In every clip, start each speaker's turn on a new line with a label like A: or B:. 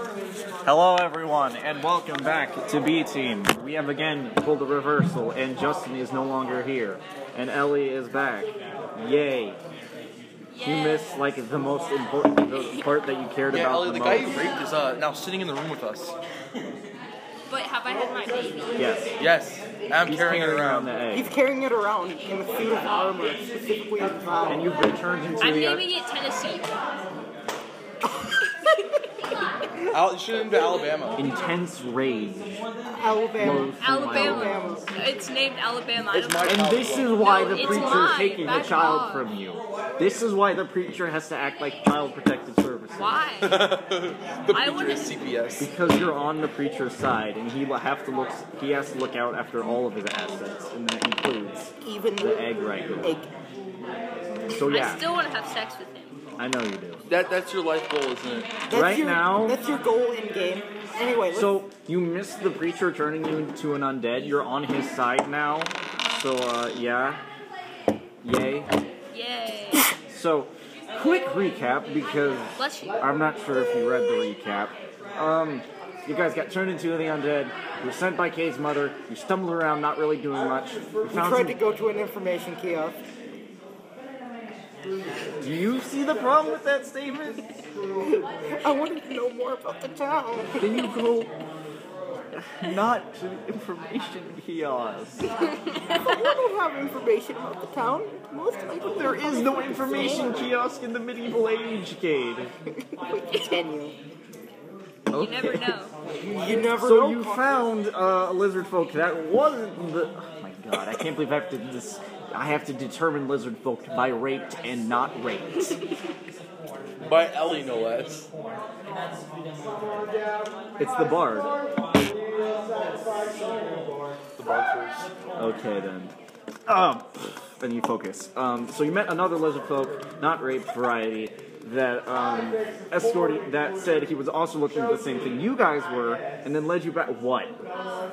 A: Hello, everyone, and welcome back to B Team. We have again pulled a reversal, and Justin is no longer here, and Ellie is back. Yay! You missed like the most important the part that you cared
B: Yeah,
A: about
B: Ellie,
A: the,
B: the guy
A: most.
B: you raped is uh, now sitting in the room with us.
C: But have I had my baby?
A: yes,
B: Yes, and I'm
A: he's
B: carrying it around.
A: the egg,
D: He's carrying it around in a suit of armor, specifically a crown.
A: and you've been turned into
C: I'm
A: the. uh,
C: naming it Tennessee.
B: Al- you should have been to Alabama.
A: Intense rage.
D: Alabama.
C: Alabama. It's named Alabama. I
B: It's
C: don't
B: my
A: And this is why
C: No,
A: the
C: it's
A: preacher is
C: mine.
A: taking the
C: Back
A: child
C: off.
A: from you. This is why the preacher has to act like child protective services.
C: know why.
B: the
C: I
B: picture
C: wouldn't-
B: is CPS.
A: Because you're on the preacher's side, and he will have to look. He has to look out after all of his assets, and that includes
D: Even
A: the
D: the
A: egg right.
D: egg.
A: So
C: I
A: yeah,
C: still want to have sex with him.
A: I know you do.
B: That, that's your life goal, isn't it?
D: That's
A: Right
D: your,
A: now-
D: That's your goal in game. Anyway, let's,
A: So you missed the preacher turning you into an undead. You're on his side now. So uh, yeah, yay.
C: Yay.
A: So quick recap because
C: Bless you.
A: I'm not sure if you read the recap. Um, you guys got turned into the undead. You were sent by Kay's mother. You stumbled around, not really doing much. You
D: we
A: found
D: tried
A: some
D: to go to an information kiosk.
A: Do you see the problem with that statement?
D: I wanted to know more about the town.
A: Then you go not to the information kiosols.
D: I don't have information about the town. Most people
A: There is no information kiosk in the medieval age, Cade.
D: We continue.
C: You never know.
D: You never
A: So
D: know.
A: you found uh, a lizard folk that wasn't the. Oh my god! I can't believe I have to this. I have to determine lizard folk by raped and not raped.
B: By Ellie, no less.
A: It's the bard.
B: The bar first.
A: Okay then. Um, and you focus. Um, so you met another lizard folk, not raped variety, that um, escorted. That said, he was also looking for the same thing you guys were, and then led you back. What?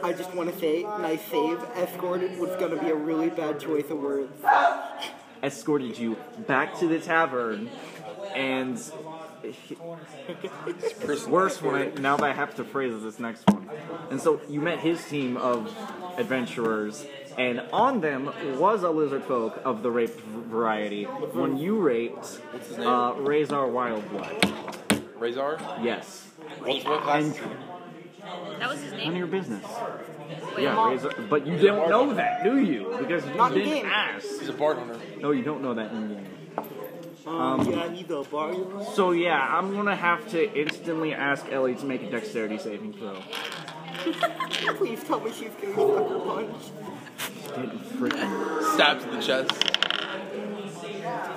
D: I just want to say, nice save. Escorted was going to be a really bad choice of words.
A: escorted you back to the tavern, and it's worse when I now that I have to phrase this next one. And so you met his team of adventurers, and on them was a lizard folk of the raped variety. When you raped, uh, Razor Wildblood,
B: Razor?
A: yes,
B: What's what class?
C: That was his
A: none of
C: name.
A: your business.
C: Wait,
A: Yeah, Razor, but you don't know that, do you? Because you
D: Not in
A: didn't
D: game.
A: ask.
B: He's a bard hunter.
A: No, you don't know that in game.
D: Um, yeah, he's a bar.
A: So yeah, I'm gonna have to instantly ask Ellie to make a dexterity saving throw.
D: Please tell me she's going to sucker punch.
A: Getting freaking
B: Stabbed to the chest.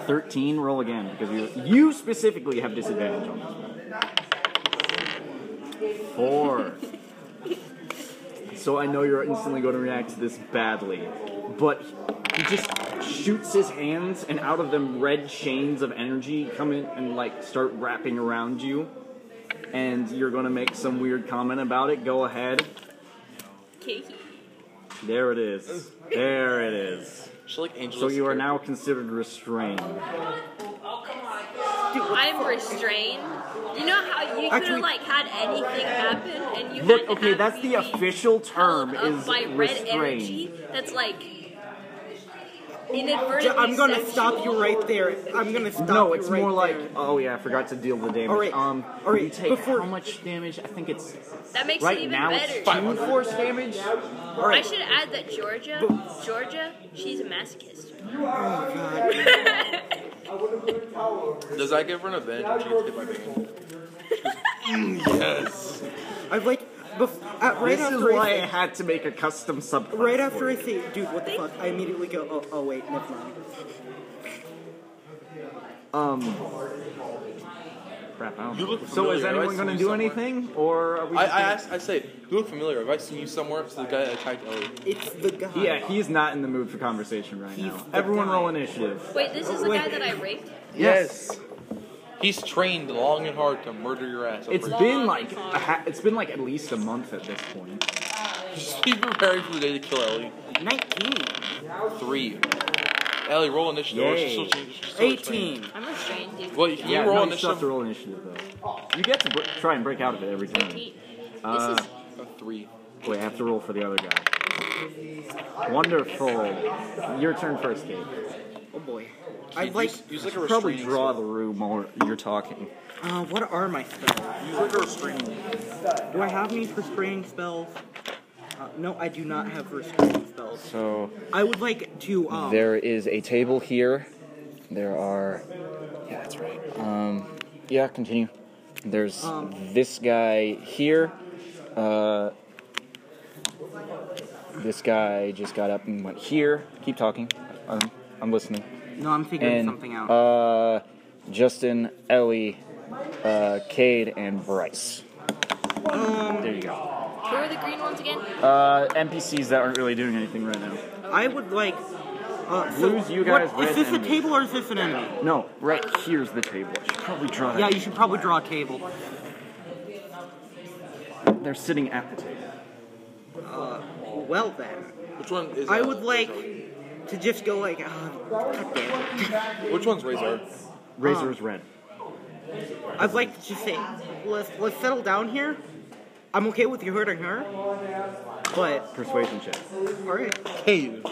A: Thirteen. Roll again because you you specifically have disadvantage on this one. Four. so I know you're instantly going to react to this badly, but he just shoots his hands, and out of them red chains of energy come in and like start wrapping around you. And you're gonna make some weird comment about it. Go ahead.
C: Kiki.
A: There it is. There it is.
B: She like angels.
A: So you are now considered restrained.
C: I'm restrained. You know how you could
A: Actually-
C: have like had anything happen and you had
A: Look,
C: to
A: okay,
C: have
A: that's
C: me
A: the
C: be
A: official term
C: held up
A: is
C: by red
A: restrained.
C: energy that's like inadvertently
D: I'm going to
C: sexual.
D: stop you right there. I'm going to stop
A: No,
D: you
A: it's
D: right
A: more like
D: there.
A: oh yeah, I forgot to deal the damage.
D: Alright,
A: Um,
D: alright,
A: you take
D: before-
A: how much damage? I think it's
C: That makes it
A: right
C: even
A: now
C: better.
A: it's two force damage.
C: I should add that Georgia, Georgia, she's a masochist.
B: Does that give her an advantage when she gets hit by banging? yes.
D: I've like, bef- at, right
A: this is
D: after
A: why I
D: I say,
A: had to make a custom sub.
D: right after I say, dude, what the fuck? I immediately go, oh, oh wait, never mind.
A: Crap, I don't
B: You
A: know.
B: look
A: So is
B: familiar. Have I
A: anyone gonna
B: seen
A: do
B: you somewhere?
A: anything, or are we?
B: I,
A: just
B: I,
A: gonna-
B: asked, I say, you look familiar. Have I seen you somewhere? It's the guy that attacked Ellie.
D: It's the guy.
A: Yeah, he's not in the mood for conversation right now.
D: the
A: Everyone,
D: guy.
A: roll initiative.
C: Wait, this is the
D: Wait.
C: guy that I raped?
A: Yes.
B: He's trained long and hard to murder your ass.
A: It's
B: over
A: been
C: Long
A: like
C: time.
A: a ha- it's been like at least a month at this point.
B: Just be preparing for the day to kill Ellie.
D: 19.
B: Three. Ellie, roll initiative. Or she's
A: Yay.
B: still, she's still restrained.
A: 18.
C: I'm restrained, dude.
B: Well, you
A: Yeah,
B: roll
A: no, you still have
B: initiative.
A: to roll initiative though. You get to br- try and break out of it every time.
C: Pete, this
A: Uh,
C: is
B: A three.
A: Wait, I have to roll for the other guy. Wonderful. Your turn first, Kate.
D: Oh boy.
B: Use-
D: I'd like.
B: use like a
A: Probably
B: restraining.
A: draw the room while you're talking.
D: Uh, what are my spells?
B: Use like a restraining.
D: Do I have any restraining spells? Uh, no, I do not have restraining spells.
A: So
D: I would like to. Um,
A: there is a table here. There are. Yeah, that's right. Um, yeah, continue. There's
D: Um,
A: this guy here. Uh, this guy just got up and went here. Keep talking. Um, I'm listening.
D: No, I'm figuring
A: and
D: something out.
A: Uh, Justin, Ellie, uh, Cade, and Bryce. there you go.
C: who are the green ones again?
A: Uh, NPCs that aren't really doing anything right now.
D: I would like. Uh, so
A: Lose you
D: what-
A: guys with
D: is this
A: enemy.
D: a table or is this an enemy?
A: No, right here's the table. I should probably draw that.
D: Yeah, you should probably draw a table.
A: They're sitting at the table.
D: Well then,
B: Which one is?
D: I
B: uh,
D: would like to just go like. Uh,
B: Which one's Razor?
A: Razor's red.
D: I'd like to just say, let's let's settle down here. I'm okay with you hurting her, but
A: Persuasion check.
D: all right. Cave.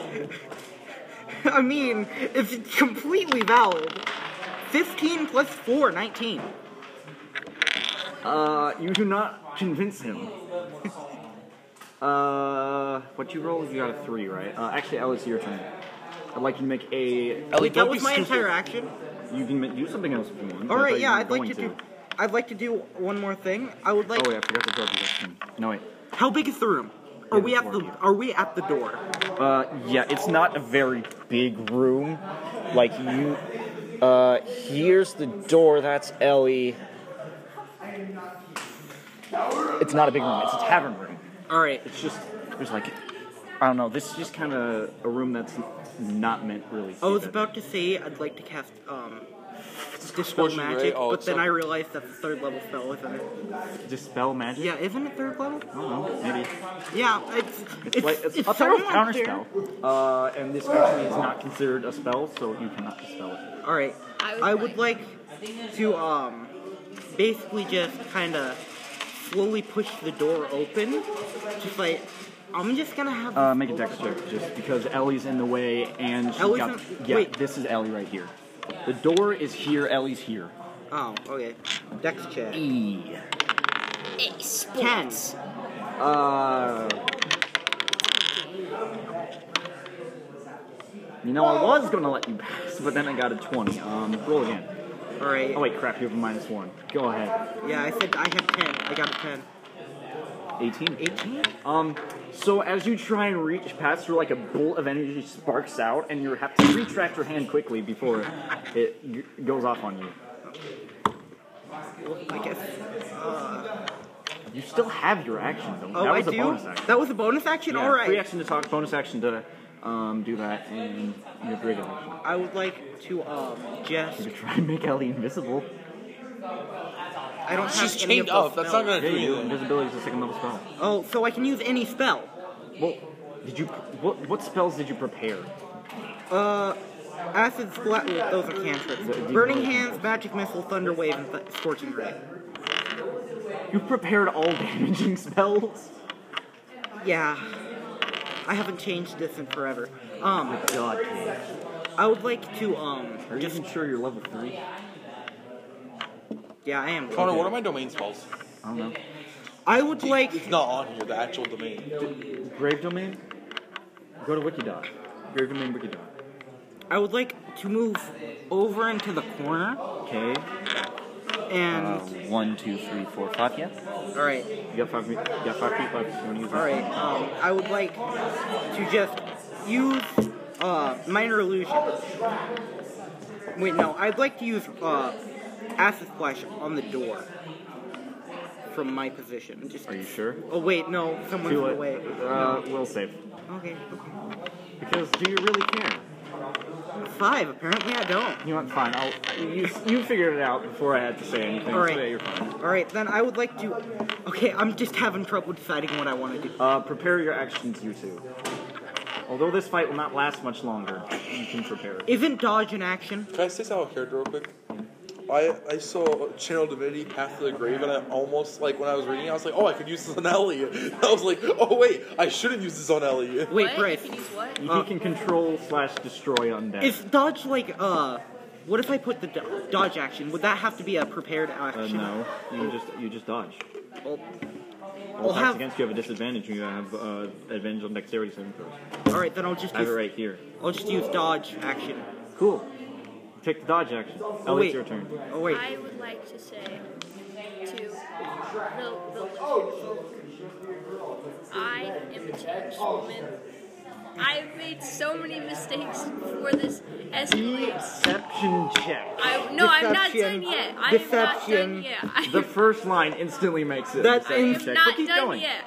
D: I mean, it's completely valid. 15 plus 4, 19.
A: Uh, you do not convince him. uh, what you roll? You got a three, right? Uh, actually, Ellie, it's your turn. I'd like you to make a.
B: Ellie,
D: That
B: don't be
D: was my
B: stupid.
D: entire action.
A: You can ma- do something else if you want.
D: All
A: I thought
D: right,
A: you
D: yeah,
A: were
D: I'd like
A: going
D: to do. I'd like to do one more thing. I would like.
A: Oh wait, I forgot to draw the question. No wait.
D: How big is the room? Are
A: Yeah,
D: we at
A: before
D: the
A: you.
D: Are we at the door?
A: Uh, yeah, it's not a very big room. Like you, uh, here's the door. That's Ellie. It's not a big room. It's a tavern room.
D: All right.
A: It's just there's like, I don't know. This is just kind of a room that's not meant really.
D: I was
A: fit.
D: Oh, about to say I'd like to cast um, dispel
B: Scorching Ray?
D: magic,
B: Oh,
D: but
B: it's
D: then
B: up.
D: I realized that's a third level spell, isn't it?
A: dispel magic.
D: Yeah, isn't it third level?
A: I don't know. Maybe
D: Yeah, it's
A: it's, like it's,
D: it's
A: up there with
D: somewhat
A: counter
D: fair.
A: spell. Uh, and this actually is not considered a spell, so you cannot dispel it.
D: All right,
C: I was
D: I would like to um, basically just kind of slowly push the door open, just like I'm just gonna have.
A: Uh, make a dex check just because Ellie's in the way and she
D: Ellie's
A: got.
D: in-
A: yeah,
D: wait.
A: this is Ellie right here. The door is here. Ellie's here.
D: oh, okay. Dex check.
A: E.
C: Hey,
D: Ten.
C: sports.
A: Uh. You know, I was gonna let you pass, but then I got a 20. Um, roll again.
D: All right.
A: Oh, wait, crap, you have a minus one. Go ahead.
D: Yeah, I said I had ten. I got a ten.
A: 18?
D: Eighteen.
A: Um, so as you try and reach past, you're like a bolt of energy sparks out, and you have to retract your hand quickly before it g- goes off on you.
D: Well, I guess.
A: You still have your action, though.
D: Oh,
A: that
D: I
A: was a
D: do.
A: bonus action.
D: That was a bonus action.
A: Yeah,
D: All right.
A: Free action to talk, bonus action to um, do that, and you have regular action.
D: I would like to um, just.
A: You try and make Ellie invisible.
D: I don't have
B: She's
D: any of
B: chained
D: those
B: up. That's not
D: spells.
B: gonna
A: Yeah,
B: do
A: you do.
B: anything.
A: Invisibility is a second level spell.
D: Oh, so I can use any spell.
A: Well, did you? What what spells did you prepare?
D: Acid splat. Those are
A: Do
D: cantrips.
A: you
D: Burning
A: know-
D: hands, magic missile, thunder wave, and th- scorching ray.
A: You prepared all damaging spells.
D: Yeah. I haven't changed this in forever. Um,
A: God, Kate.
D: I would like to um.
A: are you even sure you're level three?
D: Yeah, I am.
B: Connor, what are my domain spells?
A: I don't know.
D: I would like.
B: It's not on here. The actual domain.
A: Grave domain. Go to Wikidot. Grave domain Wikidot.
D: I would like to move over into the corner
A: Okay.
D: and.
A: Uh, one, two, three, four, five. Yeah.
D: All right.
A: You got five. You got five feet left. You wanna use that?
D: All right. Um, I would like to just use uh, minor illusion. Wait, no. I'd like to use uh, acid splash on the door from my position. Just,
A: Are you sure?
D: oh wait, no. Someone's in
A: Do
D: the
A: it.
D: way.
A: Uh, will save.
D: Okay. okay.
A: Because do you really care?
D: Five. Apparently, I don't.
A: You want fine? I'll you you figured it out before I had to say anything.
D: All right.
A: So yeah, you're fine.
D: All right. Then I would like to. Okay, I'm just having trouble deciding what I want to do.
A: Uh, prepare your actions, you two. Although this fight will not last much longer, you can prepare.
D: Isn't dodge an action?
B: Can I say something out here real quick? I, I saw Channel Divinity Path to the Grave, and I almost, like, when I was reading, it, I was like, oh, I could use this on Ellie. I was like, oh, wait, I shouldn't use this on Ellie.
D: Wait,
C: what?
D: Bryce.
C: You can use what?
A: You can control slash destroy undead.
D: Is dodge like uh? What if I put the do- dodge action? Would that have to be a prepared
A: Uh,
D: action? Oh,
A: no, you just you just dodge.
D: Well,
A: All
D: Well,
A: attacks
D: have-
A: against you have a disadvantage. You have uh, advantage on dexterity saving throws.
D: all right, then I'll just
A: I have it
D: use,
A: right here.
D: I'll just use dodge action.
A: Cool. Take the dodge action.
D: Oh,
A: Ellie, it's
D: wait.
A: your turn.
D: Oh wait.
C: I would like to say to the, the listeners, I am a changed woman. I've made so many mistakes before this escalates.
A: Deception check.
C: I, no, I'm not
D: Deception.
C: done yet. I'm not
D: Deception.
C: done yet. I,
A: The first line instantly makes it. a
D: That's
A: deception
D: in-
C: am
A: check,
C: not
A: but keep
C: done
A: going.
C: yet.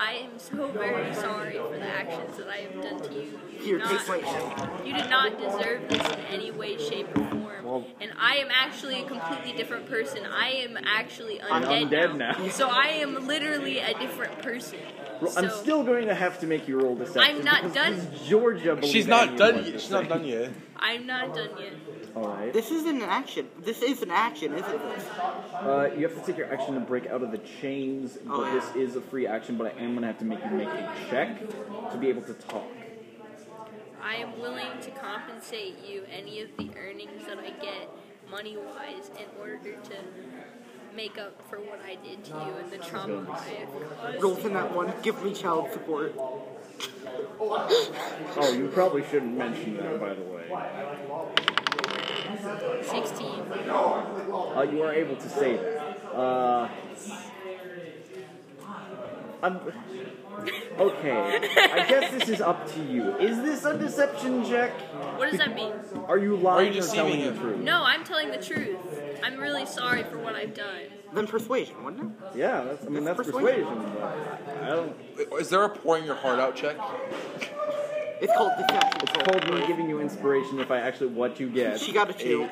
C: I am so very sorry for the actions that I have done to you. You did
D: Here,
C: not-
D: take my
C: You did not deserve this in any way, shape, or form.
A: Well-
C: and I am actually a completely different person. I am actually undead,
A: I'm undead now.
C: So I am literally a different person.
A: Ro- I'm
C: So
A: still going to have to make you roll deception.
C: I'm not
A: because
C: done.
A: this Georgia. believed
B: She's not
A: in you
B: done
A: was
B: yet.
A: the
B: She's not
A: thing.
B: done yet.
C: I'm not done yet.
A: All right.
D: This isn't an action. This is an action, isn't it?
A: Uh, you have to take your action to break out of the chains, but
D: Oh, yeah.
A: this is a free action. But I am gonna have to make you make a check to be able to talk.
C: I am willing to compensate you any of the earnings that I get money wise in order to make up for what I did to you and the trauma I have caused.
D: Rolls in that one. Give me child support.
A: Oh, you probably shouldn't mention that, by the way.
C: 16.
A: Uh, you are able to save it. Uh, I'm, okay, I guess this is up to you. Is this a deception check?
C: What does that mean?
A: Are you lying or
B: deceiving
A: telling the
B: him?
A: truth?
C: No, I'm telling the truth. I'm really sorry for what I've done.
D: Then persuasion, wouldn't it?
A: Yeah, that's, I mean that's
D: That's
A: persuasion.
D: persuasion.
A: But I don't.
B: Is there a pouring your heart out check?
D: It's called deception.
A: It's called me giving you inspiration if I actually what you get.
D: She got a two.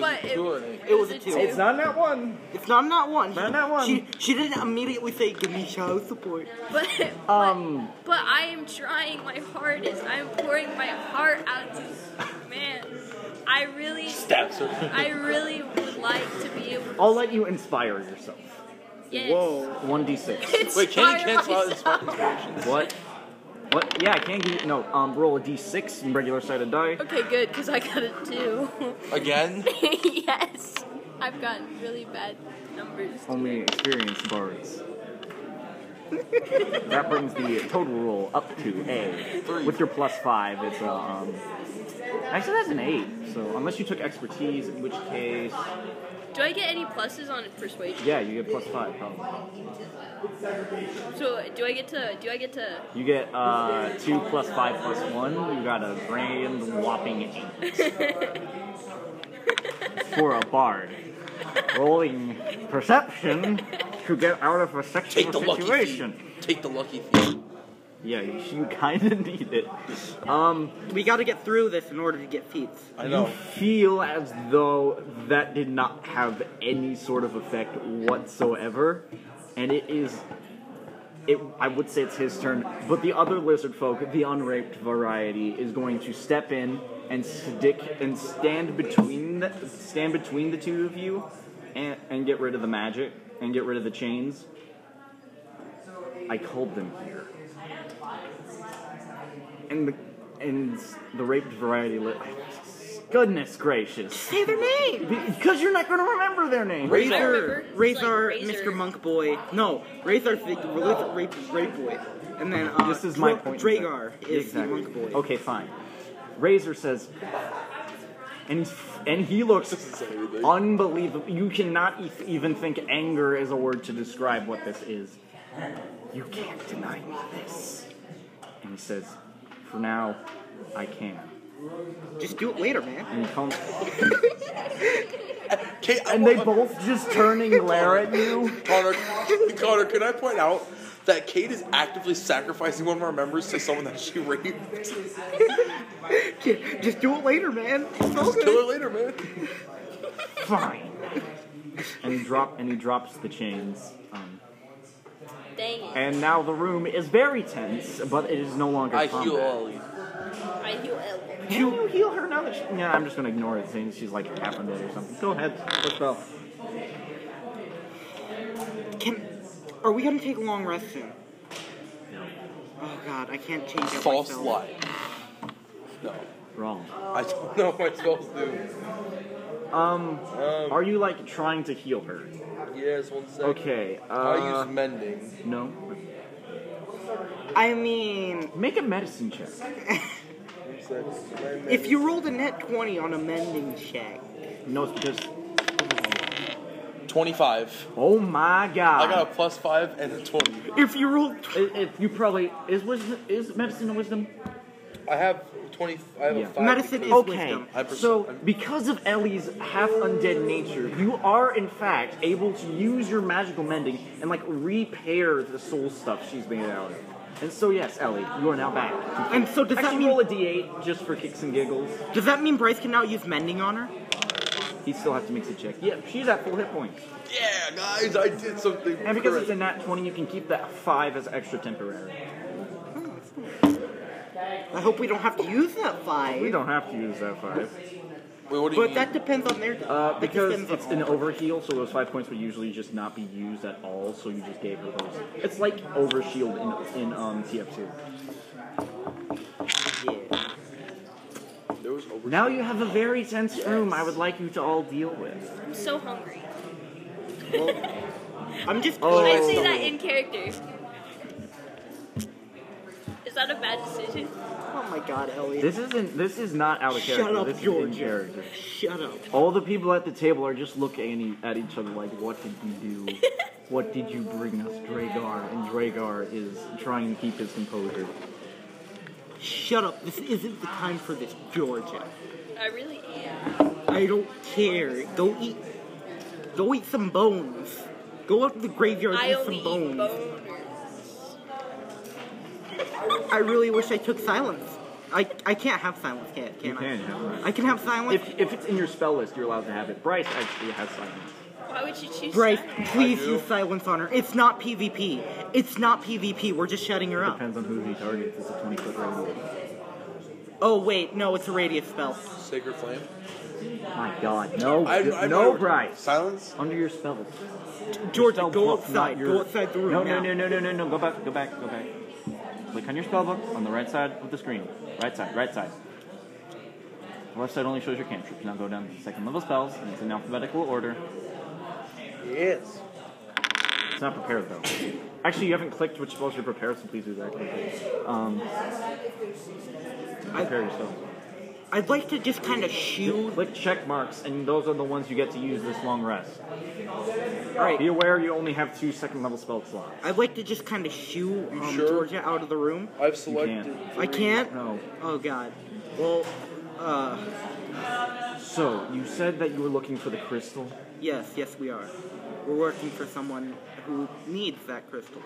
C: But it,
B: two or an eight?
D: It was a two.
A: It's not that one.
D: It's not not one.
A: Not that one.
D: She, she didn't immediately say, "Give me child support."
C: But, but,
A: Um.
C: but I am trying my hardest. I'm pouring my heart out to this man. I really,
B: Stabs her.
C: I really would like to be able. To
A: I'll let you inspire yourself.
C: Yes.
A: One d six.
B: Wait, can you
C: Inspire
B: cancel out
C: myself.
B: inspired inspirations?
A: What? What? Yeah, I can't give you. No. Um, roll a d six in regular sided die.
C: Okay, good, because I got a two.
B: Again?
C: yes, I've gotten really bad numbers.
A: Only experienced bards. that brings the total roll up to a.
B: Three.
A: With your plus five, it's a. Um, actually, that's an eight. So unless you took expertise, in which case,
C: Do I get any pluses on persuasion?
A: yeah, you get plus five probably.
C: So do I get to? Do I get to?
A: You get uh, two plus five plus one. You got a grand whopping eight for a bard. Rolling perception to get out of a
B: Take
A: sexual
B: the lucky
A: situation.
B: feet. Take the lucky feet.
A: Yeah, you, you kind of need it. Um,
D: We got to get through this in order to get feats.
B: I know.
A: feel as though that did not have any sort of effect whatsoever, and it is. It, I would say it's his turn, but the other lizard folk, the unraped variety, is going to step in and stick and stand between the, stand between the two of you, and, and get rid of the magic and get rid of the chains. I called them here. And the and the raped variety li Goodness gracious!
D: Say their name.
A: Because you're not going to remember their name.
B: Razor.
D: Razor,
C: Remember?
D: Razor,
C: It's like Razor.
D: Mr. Monk Boy. No, Razor, Razor, Rape, Rape Boy. And then uh,
A: This is my
D: Dra-
A: point.
D: Dragar is
A: Exactly.
D: the Monk Boy.
A: Okay, fine. Razor says, and and he looks unbelievable. You cannot e- even think anger is a word to describe what this is. You can't deny me this. And he says, for now, I can.
D: Just do it later, man.
A: And he comes.
B: Kate, I
A: And they
B: want-
A: both just turn and glare at you.
B: Connor, Connor, can I point out that Kate is actively sacrificing one of our members to someone that she raped?
D: Just do it later, man. It's
B: Kill
D: all
B: her
D: good.
B: later, man.
A: Fine. And he drop and he drops the chains. Um,
C: Dang it.
A: and now the room is very tense, but it is no longer
B: I
A: combat.
B: heal Ollie.
C: I heal L.
A: Can you heal her now that she... Yeah, I'm just gonna ignore it, saying she's like half a bit or something. Go ahead. Let's go.
D: Can, are we gonna take a long rest soon?
A: No.
D: Oh god, I can't change up
B: False
D: myself.
B: lie. No.
A: Wrong.
B: I don't know what I'm supposed to do.
A: Um,
B: Um,
A: are you like trying to heal her?
B: yes, one second.
A: Okay,
B: I
A: uh...
B: use mending.
A: No.
D: I mean,
A: Make a medicine check.
B: One second. My
D: if
B: mending-
D: you rolled a net 20 on a mending check,
A: No, it's because...
B: 25.
A: Oh my god.
B: I got a plus 5 and a 20.
D: if you rolled tw-
A: If, if you probably is wisdom is medicine a wisdom?
B: I have 20. I have
A: Yeah.
B: a 5.
D: Medicine
B: because-
D: is-
A: Okay,
D: wisdom.
B: I pers-
A: so
B: I'm-
A: because of Ellie's half undead nature, you are in fact able to use your magical mending and like repair the soul stuff she's made out of. And so yes, Ellie, you are now back.
D: And so does that
A: Actually,
D: mean-
A: roll a d8 just for kicks and giggles?
D: does that mean Bryce can now use mending on her?
A: He still has to make a check. Yeah, she's at full hit points,
B: Yeah, guys, I did something.
A: and because it's a
B: correct.
A: nat 20, you can keep that five as extra temporary.
D: I hope we don't have to use that five.
A: We don't have to use that five.
B: Wait, what do you
D: But
B: mean?
D: that depends on their.
A: Uh,
D: that
A: because
D: depends on
A: it's an
D: all.
A: overheal, so those five points would usually just not be used at all. So you just gave her those. It's like overshield in in um, TF2.
D: Yeah.
B: There was over-
A: Now you have a very tense room. I would like you to all deal with.
C: I'm so hungry.
D: I'm just.
A: Oh.
C: Should I say that in character? Is that a bad decision?
D: Oh my god, Elliot.
A: This isn't. This is not out of character.
D: Shut up,
A: this is in
D: Georgia.
A: character.
D: Shut up.
A: All the people at the table are just looking at each other like, "What did you do? what did you bring us, Dragar?" And Dragar is trying to keep his composure.
D: Shut up. This isn't the time for this, Georgia.
C: I really am.
D: I don't care. Go eat. Go eat some bones. Go up to the graveyard
C: I
D: and eat
C: only
D: some
C: eat
D: bones.
C: boners.
D: I really wish I took silence. I, I can't have silence, can, can
A: You
D: I?
A: can have that.
D: I can have silence.
A: If if it's in your spell list, you're allowed to have it. Bryce actually has silence.
C: Why would you choose
D: Bryce,
C: that?
D: please
B: I do.
D: use silence on her. It's not PvP. It's not PvP. We're just shutting her up.
A: Depends on who he targets. It's a 20 foot radius.
D: Oh wait, no, it's a radius spell.
B: Sacred Flame.
A: My God, no,
B: I,
A: d-
B: I
A: no,
B: remember-
A: Bryce.
B: Silence?
A: Under your spells.
D: Georgia,
A: Spell
D: go
A: book, not
D: outside.
A: your-
D: Go outside the room
A: No,
D: now.
A: no, no, no, no, no, no. Go back, go back, go back. Click on your spell book on the right side of the screen. Right side, right side. The left side only shows your cantrips. Now go down to the second level spells, and it's in alphabetical order.
B: Yes.
A: It's not prepared though. Actually, you haven't clicked which spells you're prepared, so please do that. quickly. Um, prepare yourself.
D: I'd like to just kind of shoot.
A: Click check marks, and those are the ones you get to use this long rest.
D: All
A: Be
D: right.
A: aware you only have two second level spell slots.
D: I'd like to just kind of shoo
B: You
D: um,
B: sure?
D: Georgia out of the room.
B: I've selected.
A: can't.
D: I can't.
A: No.
D: Oh God. Well, uh,
A: So, you said that you were looking for the crystal.
D: yes, yes, we are. We're working for someone who needs that crystal.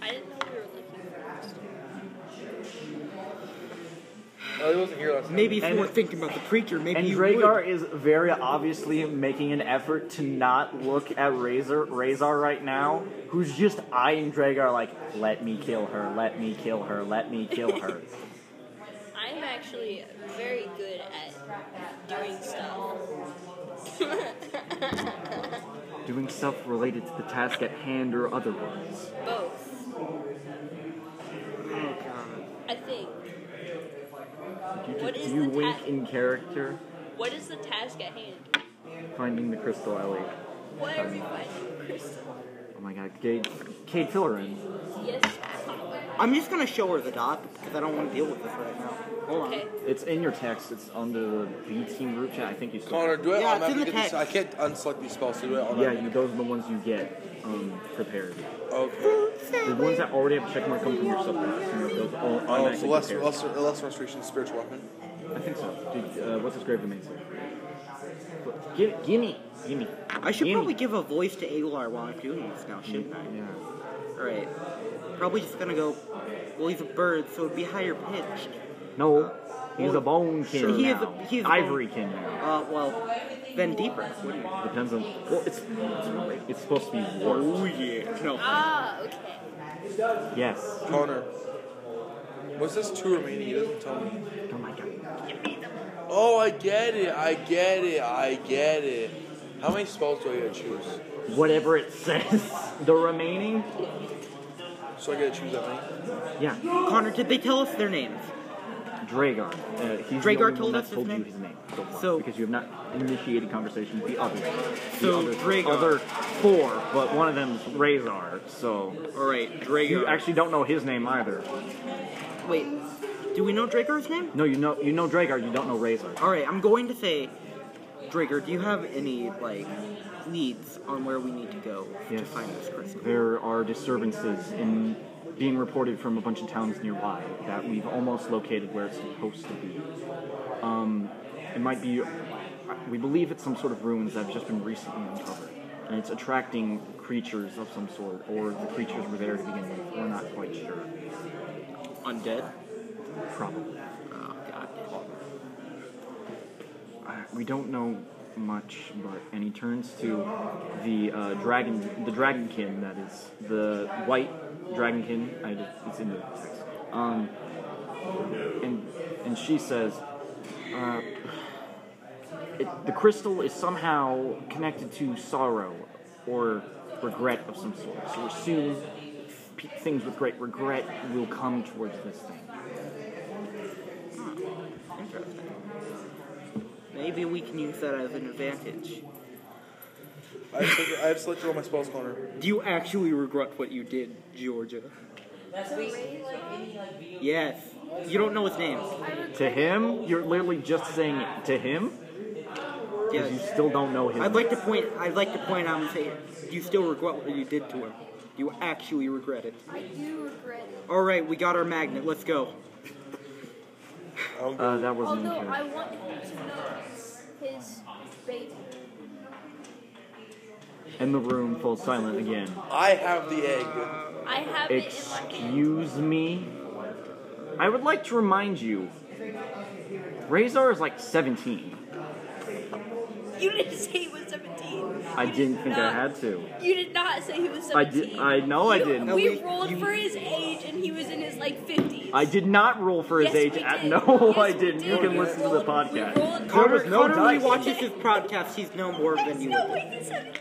C: I didn't know we were looking for this.
B: Oh, he wasn't here last night.
D: Maybe if
A: And-
D: you weren't thinking about the preacher, maybe
A: And
D: you
A: Dragar is very obviously making an effort to not look at Razor Razor right now, who's just eyeing Dragar like, let me kill her, let me kill her, let me kill her.
C: I'm actually very good at doing stuff.
A: Doing stuff related to the task at hand or otherwise.
C: Both.
D: would. Oh God.
C: I think.
A: Do you,
C: What
A: do
C: is
A: you
C: the
A: wink
C: ta-
A: in character?
C: What is the task at hand?
A: Finding the crystal, Ellie.
C: Why are we finding crystal?
A: Oh my god, Cade, Cade fill her in.
C: Yes.
D: I'm just gonna show her the doc because I don't want to deal with this right now. Hold
C: Okay.
D: on.
A: It's in your text, it's under the B team group chat. I think you still
B: Connor, do it.
D: Yeah,
B: I'm
D: it's in
B: having
D: the
B: to get these.
D: text.
B: I can't unselect these spells. So do it. on
A: Yeah,
B: my-
A: you, those are the ones you get um, prepared.
B: Okay.
A: The ones that already have checkmark come from your subclass. You know, those all
B: Oh,
A: automatically
B: so less,
A: prepared.
B: less, less restrictions, spiritual weapon.
A: I think so. Dude, uh, what's his grave domain say? Give, gimme, gimme.
D: I should
A: gimme.
D: probably give a voice to Alar while I'm doing this now, shouldn't I?
A: Yeah.
D: All right. Probably just gonna go. Well, he's a bird, so it'd be higher pitched.
A: No, Uh, he's a bone king
D: Sure. He is a-
A: now.
D: he is a bone-
A: Ivory king now.
D: Uh, well, then deeper. wouldn't it?
A: Depends on. Well, it's it's, it's supposed to be warped.
D: yeah. No.
C: Ah, okay.
A: Yes. Oh
B: Connor, What's this two remaining? He doesn't tell me.
A: Oh my god.
B: Oh, I get it. I get it. I get it. How many spells do I gotta choose?
A: Whatever it says. The remaining?
B: So I gotta choose that many.
A: Yeah.
D: Connor, did they tell us their names?
A: Dragar. Uh, he's
D: Dragar
A: the only
D: told
A: one
D: us
A: that's
D: his
A: told
D: name?
A: you his name so far.
D: So-
A: because you have not initiated conversation with the other.
D: So,
A: the other,
D: Dragar.
A: other four, but one of them's Razar, so
D: All right,
A: you
D: Drago.
A: actually don't know his name either.
D: Wait, do we know Drago's name?
A: No, you know you know Dragar, you don't know Razar.
D: All right, I'm going to say, Drago, do you have any like leads on where we need to go to
A: Yes.
D: find this crystal?
A: There are disturbances in being reported from a bunch of towns nearby that we've almost located where it's supposed to be. Um, it might be, we believe it's some sort of ruins that have just been recently uncovered, and it's attracting creatures of some sort, or the creatures were there to begin with. We're not quite sure.
D: Undead.
A: Probably.
D: Oh God.
A: Uh, we don't know much, but and he turns to the uh, dragon, the dragonkin that is the white dragonkin. I just, it's in the text. Um, and and she says, uh, it, the crystal is somehow connected to sorrow or regret of some sort. So we're soon p- things with great regret will come towards this thing.
D: Interesting. Maybe we can use that as an advantage.
B: I have, to, I have selected all my spells, Connor.
D: Do you actually regret what you did, Georgia? Yes. You don't know his name.
A: To him, you're literally just saying it. to him. Because you
D: Yes.
A: still don't know him.
D: I'd like to point. I'd like to point out and say, do you still regret what you did to him? Do you actually regret it?
C: I do regret it.
D: All right, we got our magnet. Let's go.
B: I don't
A: uh, that wasn't in
C: Although I
A: character.
C: want him to know his baby.
A: And the room falls silent again.
B: I have the egg.
C: I have it in my hand.
A: Excuse me. I would like to remind you, Razor is like 17.
C: You didn't say he was 17.
A: I didn't think I had to.
C: You did not say he was 17.
A: I did- I know I
C: You-
A: didn't.
D: No,
C: We
D: we-
C: rolled
D: you-
C: for his age and he was in his like 50s.
A: I did not roll for his
C: Yes,
A: age.
C: we
A: at-
C: did.
A: No,
C: Yes,
A: I
C: we
A: didn't. You
C: did.
A: can
C: We
A: listen to the
C: rolled- we
A: podcast.
C: rolled-
A: There was
D: Connor-
A: no
D: Connor when he
A: dice.
D: watches his podcast, he's no more than
C: There's
D: you.
C: no way he's 17.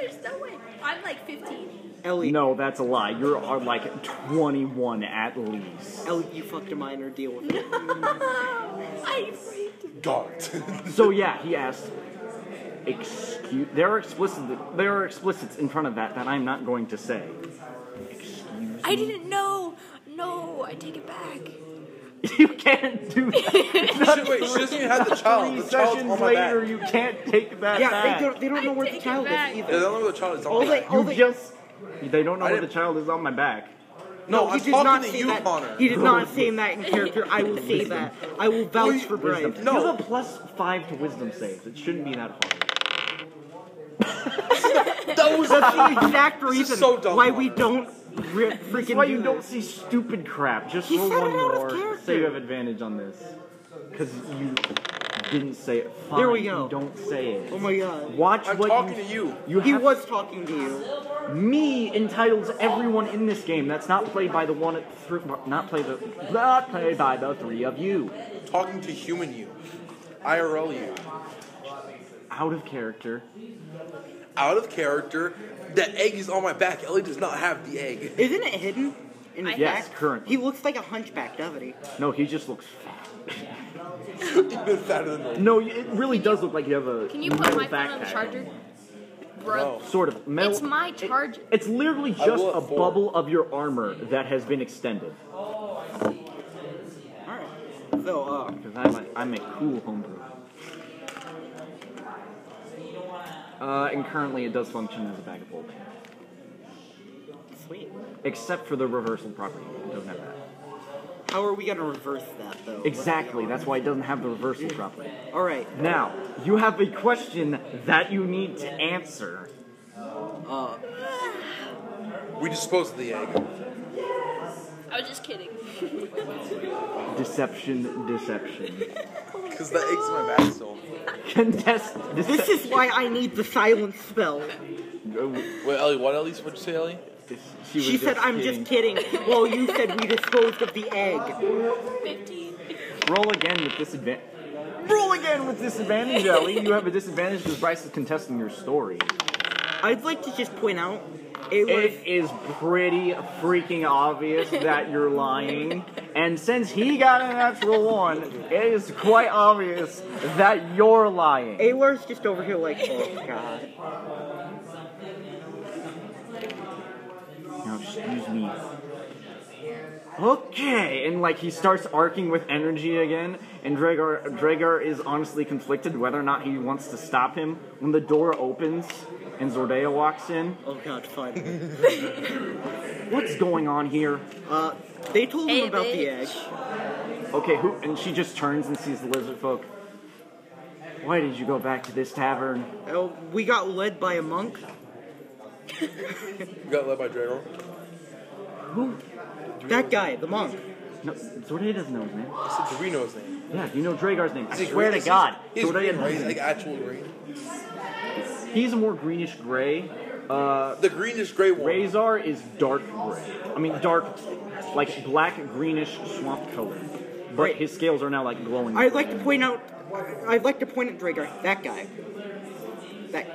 C: There's no way. I'm like 15.
D: Ellie,
A: No, that's a lie. You are like 21 at least.
D: Ellie, you fucked a minor. Deal with
C: No.
D: it.
C: I freaked him.
B: God.
A: So yeah, he asked. Excuse. There are explicit. There are explicits in front of that that I'm not going to say. Excuse.
C: I
A: me?
C: didn't know. No, I take it back.
A: You can't do that.
B: Shit, wait, she doesn't even have the child.
A: Three
B: Oh, The child's on
A: sessions
B: my
A: later,
B: back.
A: you can't take that
D: Yeah,
A: back.
D: they don't. They don't know
C: I
D: where the
C: take it
D: child is
C: back.
B: Yeah, I
D: either.
B: don't know where the child is.
D: All
B: on my
D: they,
B: back.
D: all
A: You
D: they,
A: just. They don't know
B: I
A: where the
B: didn't-
A: child is on my back.
B: No,
D: he
B: I'm
D: did not
B: talking
D: say
B: to you,
D: that.
B: Connor.
D: He did not say that in character. I will say that. I will vouch
B: you-
D: for
A: Wisdom.
D: Brian.
B: No.
A: You have a plus five to wisdom saves. It shouldn't be that hard.
B: That was
D: That's the exact reason
B: so dumb,
D: why we
B: Connor.
D: don't re-
A: That's
D: freaking
A: why
D: do
A: you don't
D: this.
A: see stupid crap. Just
D: He
A: roll
D: said it
A: one
D: out of
A: more.
D: character.
A: Say you have advantage on this. Because you didn't say it. Fine,
D: There we go.
A: You don't say it.
D: Oh my god.
A: Watch
B: I'm
A: what
B: talking
A: you,
B: to you.
A: You
D: He
A: have,
D: was talking to you.
A: me entitles everyone in this game. That's not played by the one, at th- not played the, not played by the three of you.
B: Talking to human you. IRL you.
A: Out of character.
B: Out of character. That egg is on my back. Ellie does not have the egg.
D: Isn't it hidden? In his
C: I-
A: Yes,
D: back?
A: currently.
D: He looks like a hunchback, doesn't he?
A: No, he just looks fat.
B: Even fatter than me.
A: No, it really does look like you have a
C: Can you put
A: metal
C: my phone on the
A: backpack.
C: charger?
B: No.
C: Bro.
A: Sort of metal.
C: It's my
A: it-
C: charger.
A: it's literally
B: I
A: just
B: will
A: a
B: at four.
A: bubble of your armor that has been extended.
D: Alright. So, uh,
A: Because I'm a, I'm a cool homebrew. Uh, and currently it does function as a bag of holding.
D: sweet.
A: Except for the reversal property. It doesn't have that.
D: How are we gonna reverse that, though?
A: Exactly, that's why it doesn't have the reversal property.
D: Alright.
A: Now, you have a question that you need to answer.
D: Uh,
B: We disposed of the egg.
C: I was just kidding.
A: Deception, deception.
B: Because that egg's on my back still.
A: Contest
D: this
A: deception.
D: is why I need the silence spell.
B: Wait, Ellie, what Ellie? What'd you say, Ellie?
A: She, was
D: She said, "I'm just kidding." Well, you said we disposed of the egg.
C: 15.
A: Roll again with disadvantage. Roll again with disadvantage, Ellie. You have a disadvantage because Bryce is contesting your story.
D: I'd like to just point out it was
A: It is pretty freaking obvious that you're lying. And since he got a natural one, it is quite obvious that you're lying.
D: Aylar's just over here like, oh god.
A: Now, excuse me. Okay, and like he starts arcing with energy again, and Dragar Dragar is honestly conflicted whether or not he wants to stop him. When the door opens and Zordaya walks in,
D: Oh god, fine.
A: what's going on here?
D: Uh, they told him
C: Hey,
D: about the egg.
C: bitch.
A: Okay, who? And she just turns and sees the lizard folk. Why did you go back to this tavern?
D: Oh, we got led by a monk.
B: You got led by Drago.
A: Who?
D: That guy, the monk.
A: No, Zordaya doesn't know his name.
B: I said, do we know his name?
A: Yeah, you know Dragar's name. I
B: Is he
A: swear
B: green?
A: to
B: Is he-
A: God,
B: He's
A: Zordaya
B: green,
A: knows
B: right?
A: his
B: He's like
A: name.
B: actual green.
A: He's a more greenish gray. Uh,
B: The greenish gray one.
A: Razor is dark gray. I mean, dark, like black greenish swamp color. But
D: Right.
A: his scales are now like glowing.
D: I'd like to point out. I'd like to point at Dragar. That guy. That.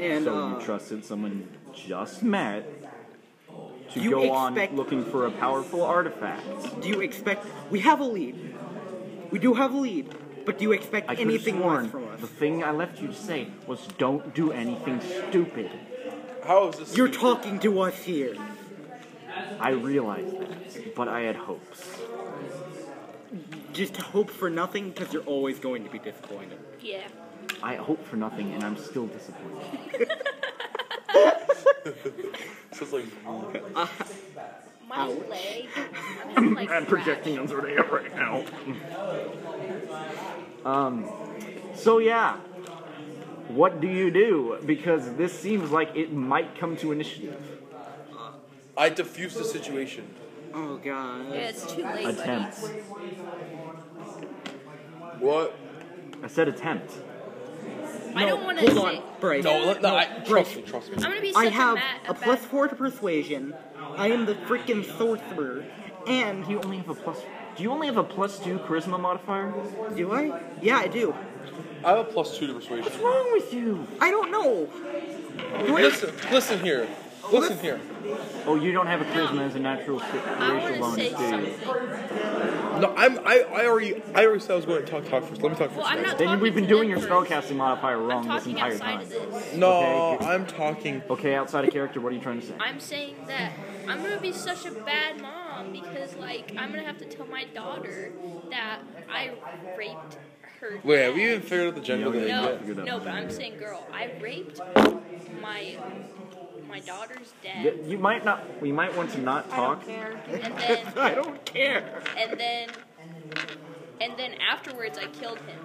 D: And
A: so
D: uh,
A: you trusted someone you just met to
D: You
A: go
D: expect-
A: on looking for a powerful artifact.
D: do you expect? We have a lead. We do have a lead. But do you expect
A: I could have
D: anything
A: sworn
D: more from us?
A: the thing I left you to say was don't do anything stupid.
B: How is this?
D: You're talking to us here.
A: I realized that, but I had hopes.
D: Just hope for nothing, because you're always going to be disappointed.
C: Yeah.
A: I hope for nothing, and I'm still disappointed.
B: So it's like
C: My leg. I'm like
A: I'm projecting on Zordaya right now. Um. So yeah, what do you do? Because this seems like it might come to initiative.
B: I diffuse the situation.
D: Oh god.
C: Yeah, it's too late. buddy.
A: Attempts.
B: What?
A: I said attempt.
C: I don't want to
D: hold
C: say.
D: on, Bryce.
B: No, let- no, I, trust me, trust me.
C: I'm gonna be such
D: I have
C: a, ma-
D: a plus
C: bad-
D: four to persuasion. I am the freaking sorcerer, and
A: You only have a plus. Do you only have a plus two charisma modifier?
D: do I? Yeah, I do.
B: I have a plus two to persuasion.
A: What's wrong with you?
D: I don't know.
B: Listen, listen here. Listen here.
A: Oh, you don't have a charisma as a natural sti-
C: I
A: racial
C: want to say
A: bonus, do you?
C: something.
B: No, I'm. I, I already. I already said I was going to talk. Talk first. Let me talk first.
C: Well, I'm not
A: Then
C: talking
A: we've been
C: to them
A: doing your
C: first.
A: spellcasting modifier
C: I'm
A: wrong this
C: talking
A: entire
C: outside
A: time.
C: of this.
B: no,
A: okay.
B: I'm talking.
A: Okay, outside of character, what are you trying to say?
C: I'm saying that I'm gonna be such a bad mom because, like, I'm gonna have to tell my daughter that I raped her.
B: Wait, have you
C: dad.
B: even figured out the gender thing
C: No,
B: yet?
A: Figured out
C: no,
A: the
C: but I'm
A: gender.
C: saying, girl, I raped my my
A: Y-
C: daughter's dad,
A: You might not. We might want to not talk.
C: and then
D: I don't care.
C: and then and then afterwards I killed him.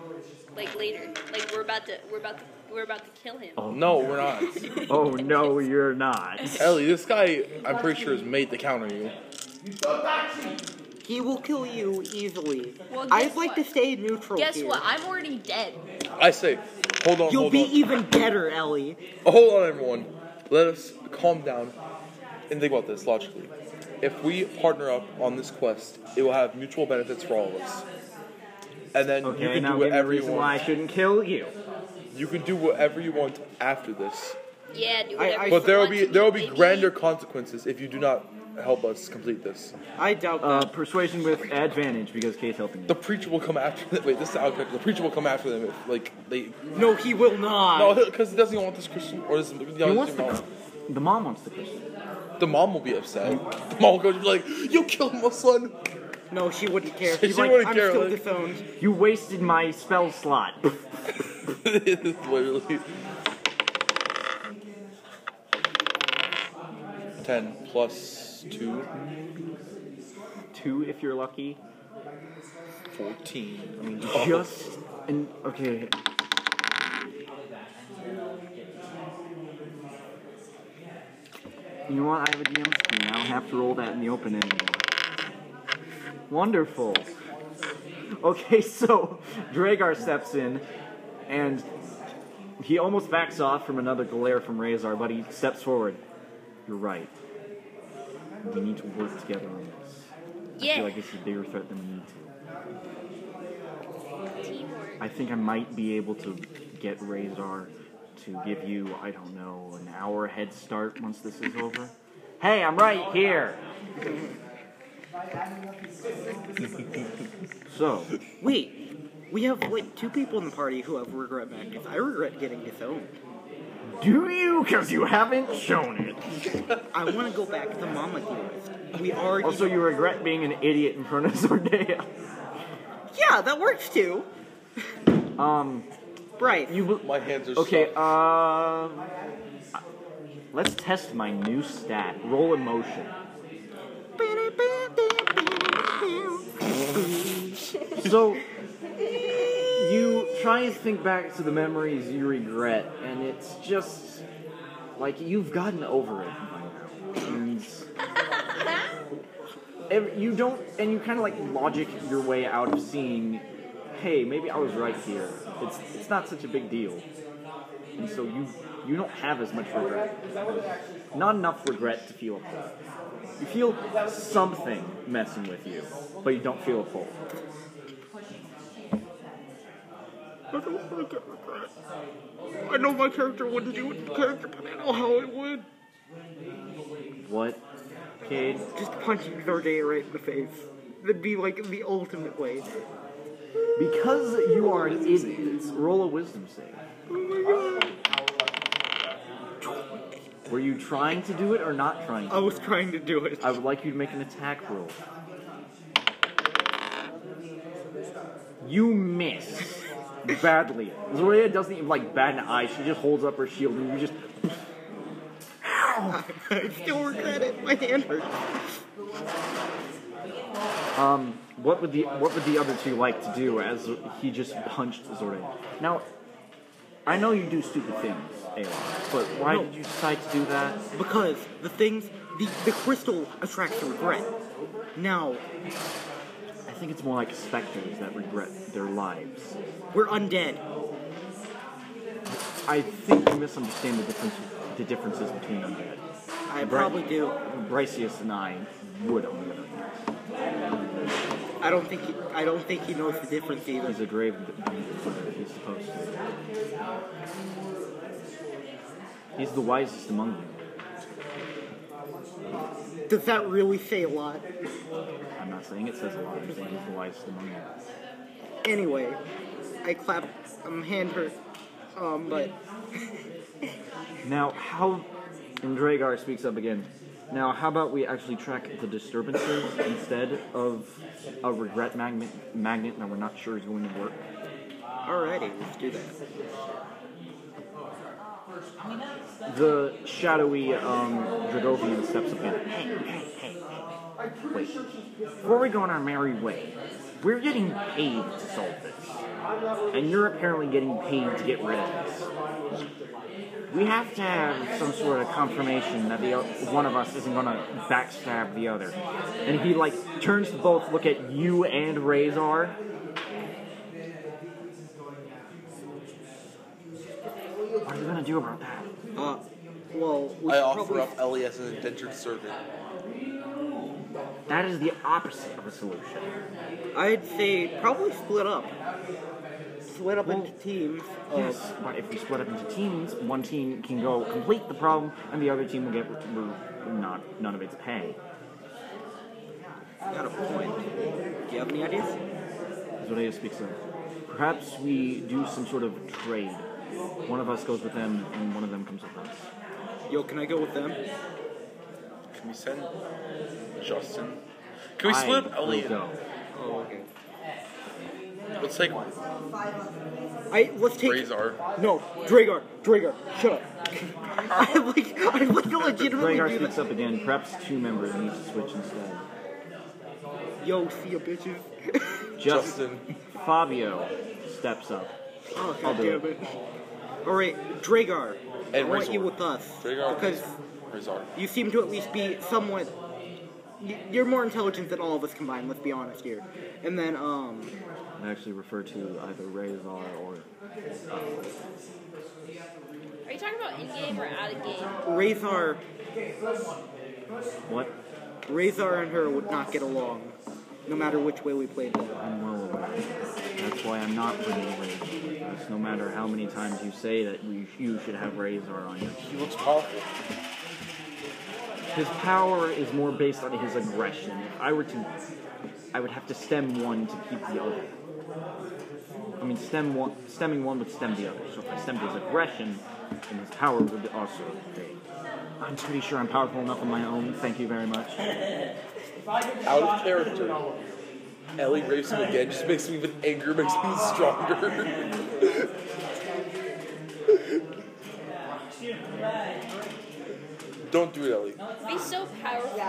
C: Like later, like we're about to we're about to we're about to kill him.
B: No, we're not.
A: Oh no, you're not.
B: Ellie, this guy, I'm pretty sure, is made to counter you.
D: He will kill you easily.
C: Well,
D: I'd
C: guess
D: like to
C: what?
D: stay neutral.
C: Guess
D: here.
C: what? I'm already dead.
B: I say, hold on,
D: You'll
B: hold
D: be e-
B: on. Oh,
D: even better, Ellie.
B: Hold on, everyone. Let us calm down and think about this logically. If we partner up on this quest, it will have mutual benefits for all of us. And then you
A: Okay,
B: can
A: now give
B: do
A: me a
B: whatever you
A: reason why I
B: want.
A: shouldn't kill you.
B: You can do whatever you want after this,
C: Yeah, do whatever.
D: I-
C: you
B: but there will
C: want
B: be
C: to do,
B: there will be
C: baby.
B: grander consequences if you do not help us complete this.
D: I doubt
A: Uh, persuasion with advantage because Kate's helping
B: The
A: you.
B: preacher will come after them. Wait, this is how it goes. the preacher will come after them if like they
D: that. No, he will not.
B: no because he doesn't even want this Christian or this.
A: He wants the, the mom wants the Christian.
B: The mom will be upset. The mom will go be like, "You killed my son."
D: No, she wouldn't care.
B: She
D: She's like,
B: wouldn't
D: I'm
B: care,
D: still
B: like-
D: disowned.
A: You wasted my spell slot.
B: Literally. 10 plus 2,
A: Two, if you're lucky.
B: 14.
A: I mean, just and okay. You know what? I have a DM screen. I don't have to roll that in the open anymore. Wonderful. Okay, so Dragar steps in, and he almost backs off from another glare from Razor, but he steps forward. You're right. We need to work together on this. I
C: Yeah.
A: feel like this is a bigger threat than we need to.
C: Teamwork.
A: I think I might be able to get Razor to give you, I don't know, an hour head start once this is over. Hey, I'm right here! so,
D: Wait, we have like two people in the party who have regret magnets. I regret getting disowned.
A: do you? Because you haven't shown it.
D: I want to go back to Mama Dearest. We already.
A: Also, you regret being an idiot in front of Zordea.
D: yeah, that works too.
A: Um,
D: Right.
A: you. bel-
B: My hands are
A: Okay,
B: stuck.
A: uh. Let's test my new stat. Roll emotion. So. You try and think back to the memories you regret, and it's just. Like, you've gotten over it by now. And. ev- You don't. And you kind of like logic your way out of seeing. Hey, maybe I was right here. It's it's not such a big deal and so you you don't have as much regret. Not enough regret to feel a pull. You feel something messing with you, but you don't feel a pull.
D: I don't want to get regret. I know my character wouldn't do it to character, but I know how it would.
A: What, Cade?
D: Just punching Zarday right in the face. That'd be like the ultimate way.
A: Because you are an idiot, roll a wisdom save. Were you trying to do it or not trying
D: I
A: to?
D: was trying to do it.
A: I would like you to make an attack roll. You miss badly. Zoria doesn't even like bat an eye. She just holds up her shield, and you just
D: I still regret it. My hand hurts.
A: um. What would the What would the other two like to do as he just punched Zoria? Now, I know you do stupid things, Ayla, but why
D: No.
A: did you decide to do that?
D: Because the things, the, the crystal attracts the regret. Now,
A: I think it's more like specters that regret their lives.
D: we're undead.
A: I think you misunderstand the difference the differences between undead.
D: I probably do.
A: Briseus and I would on the other hand.
D: I don't think he, I don't think he knows the difference either.
A: He's a grave defender. He's supposed to. He's the wisest among them.
D: Does that really say a lot?
A: I'm not saying it says a lot. I'm saying he's the wisest among them.
D: Anyway, I clap. Um, hand hurt. Um, but
A: Now, how? And Dragar speaks up again. Now, how about we actually track the disturbances instead of a regret magnet, magnet that we're not sure is going to work?
D: alrighty, let's do that.
A: The shadowy um, Dragovian steps up in. Hey, hey, hey. Wait. Before we go on our merry way, we're getting paid to solve this. And you're apparently getting paid to get rid of this. We have to have some sort of confirmation that the o- one of us isn't gonna backstab the other. And he like turns to both look at you and Razor. What are we gonna do about that?
D: Uh, well, we
B: I
D: should
B: offer
D: probably,
B: up Ellie as an indentured servant.
A: That is the opposite of a solution.
D: I'd say probably split up. Split up into teams. of-
A: Yes, but if we split up into teams, one team can go complete the problem, and the other team will get re- not none of its pay.
D: Got a point. Do you have any ideas?
A: Zorea speaks up. Perhaps we do some sort of trade. One of us goes with them, and one of them comes with us.
D: Yo, can I go with them?
B: Can we send Justin? Can we
A: I
B: split up
A: will
B: Ellie?
A: go.
D: Oh, okay.
B: Let's take
D: I let's take.
B: Razor.
D: No, Dragar, Dragar, shut up. I like, I like to legitimately
A: Dragar
D: do
A: speaks
D: that.
A: up again. Perhaps two members need to switch instead.
D: Yo, see ya, bitches.
A: Just
B: Justin.
A: Fabio steps up.
D: oh,
A: I'll
D: God
A: do
D: damn it. All right, Dragar, I
B: And
D: want
B: Razor.
D: you with us
B: Dragar.
D: because
B: Razor.
D: you seem to at least be somewhat. y- You're more intelligent than all of us combined. Let's be honest here. And then, um,
A: I actually refer to either Rezar or
E: Are you talking about in game or out of game?
D: Razor,
A: What?
D: Razor and her would not get along, no matter which way we played them.
A: I'm well aware. That's why I'm not bringing Razor with us, no matter how many times you say that we, you should have Razor on you.
B: He looks powerful.
A: His power is more based on his aggression. If I were to, I would have to stem one to keep the other. I mean, stem one, stemming one would stem the other. So if I stemmed his aggression, then his power would also fade. I'm pretty sure I'm powerful enough on my own. Thank you very much.
B: Out of character. Ellie rapes him again, just makes him even angrier, makes him stronger. Don't do it, Ellie.
E: Be so powerful.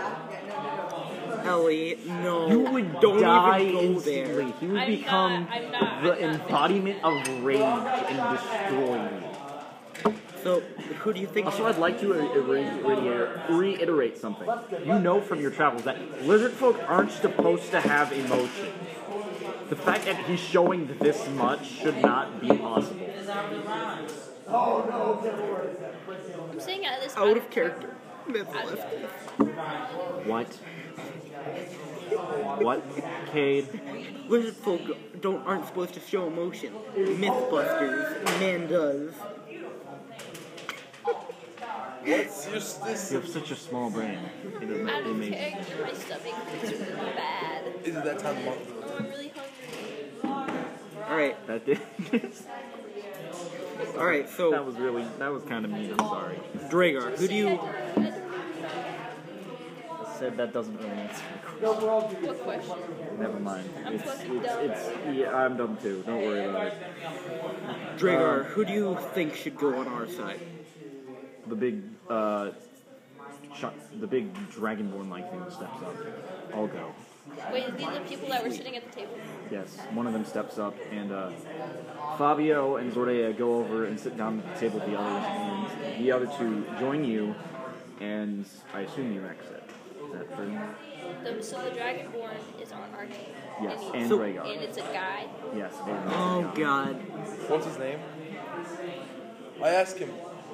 D: Ellie, no.
A: You would
D: Oh, Don't
A: die
D: even go
A: instantly.
D: there.
A: He would
E: I'm
A: become
E: not- I'm not-
A: the
E: I'm not-
A: embodiment of rage and destroy you.
D: So, who do you think?
A: Also, I'd like to er- er- re- reiterate something. You know from your travels that lizard folk aren't supposed to have emotion. The fact that he's showing this much should not be possible.
E: I'm saying out of this
D: out of character. Myth
E: Out of
D: left.
E: character.
A: What? What, Cade?
D: Lizard folk don't aren't supposed to show emotion. Mythbusters, man does.
B: What's your s- this?
A: You have such a small brain. It is
E: Out of
A: amazing.
E: character. My stomach feels really bad.
B: Is it that time of month?
E: Oh, I'm really hungry.
D: All right,
A: That did.
D: all right.
A: that
D: So,
A: was really. That was kind of mean. I'm sorry.
D: Dragar, who do you?
A: I said that doesn't really answer. your question.
E: What question?
A: Never mind.
E: I'm
A: It's,
E: fucking
A: it's,
E: dumb.
A: it's, yeah, I'm dumb too. Don't worry about it.
D: Dragar, who do you think should go on our side?
A: the big uh, sh- the big dragonborn like thing steps up. I'll go.
E: Wait, these are the people that were sitting at the table.
A: Yes, one of them steps up, and uh, Fabio and Zordea go over and sit down at the table with the others, and the other two join you, and I assume you exit. Is that true?
E: The, so the Dragonborn is on our team.
A: Yes,
E: And,
A: and
E: he's-
D: So-
A: Rhaegar.
E: and it's a guy.
A: Yes, and
D: Oh
A: Rhaegar.
D: God.
B: What's his name? I asked him.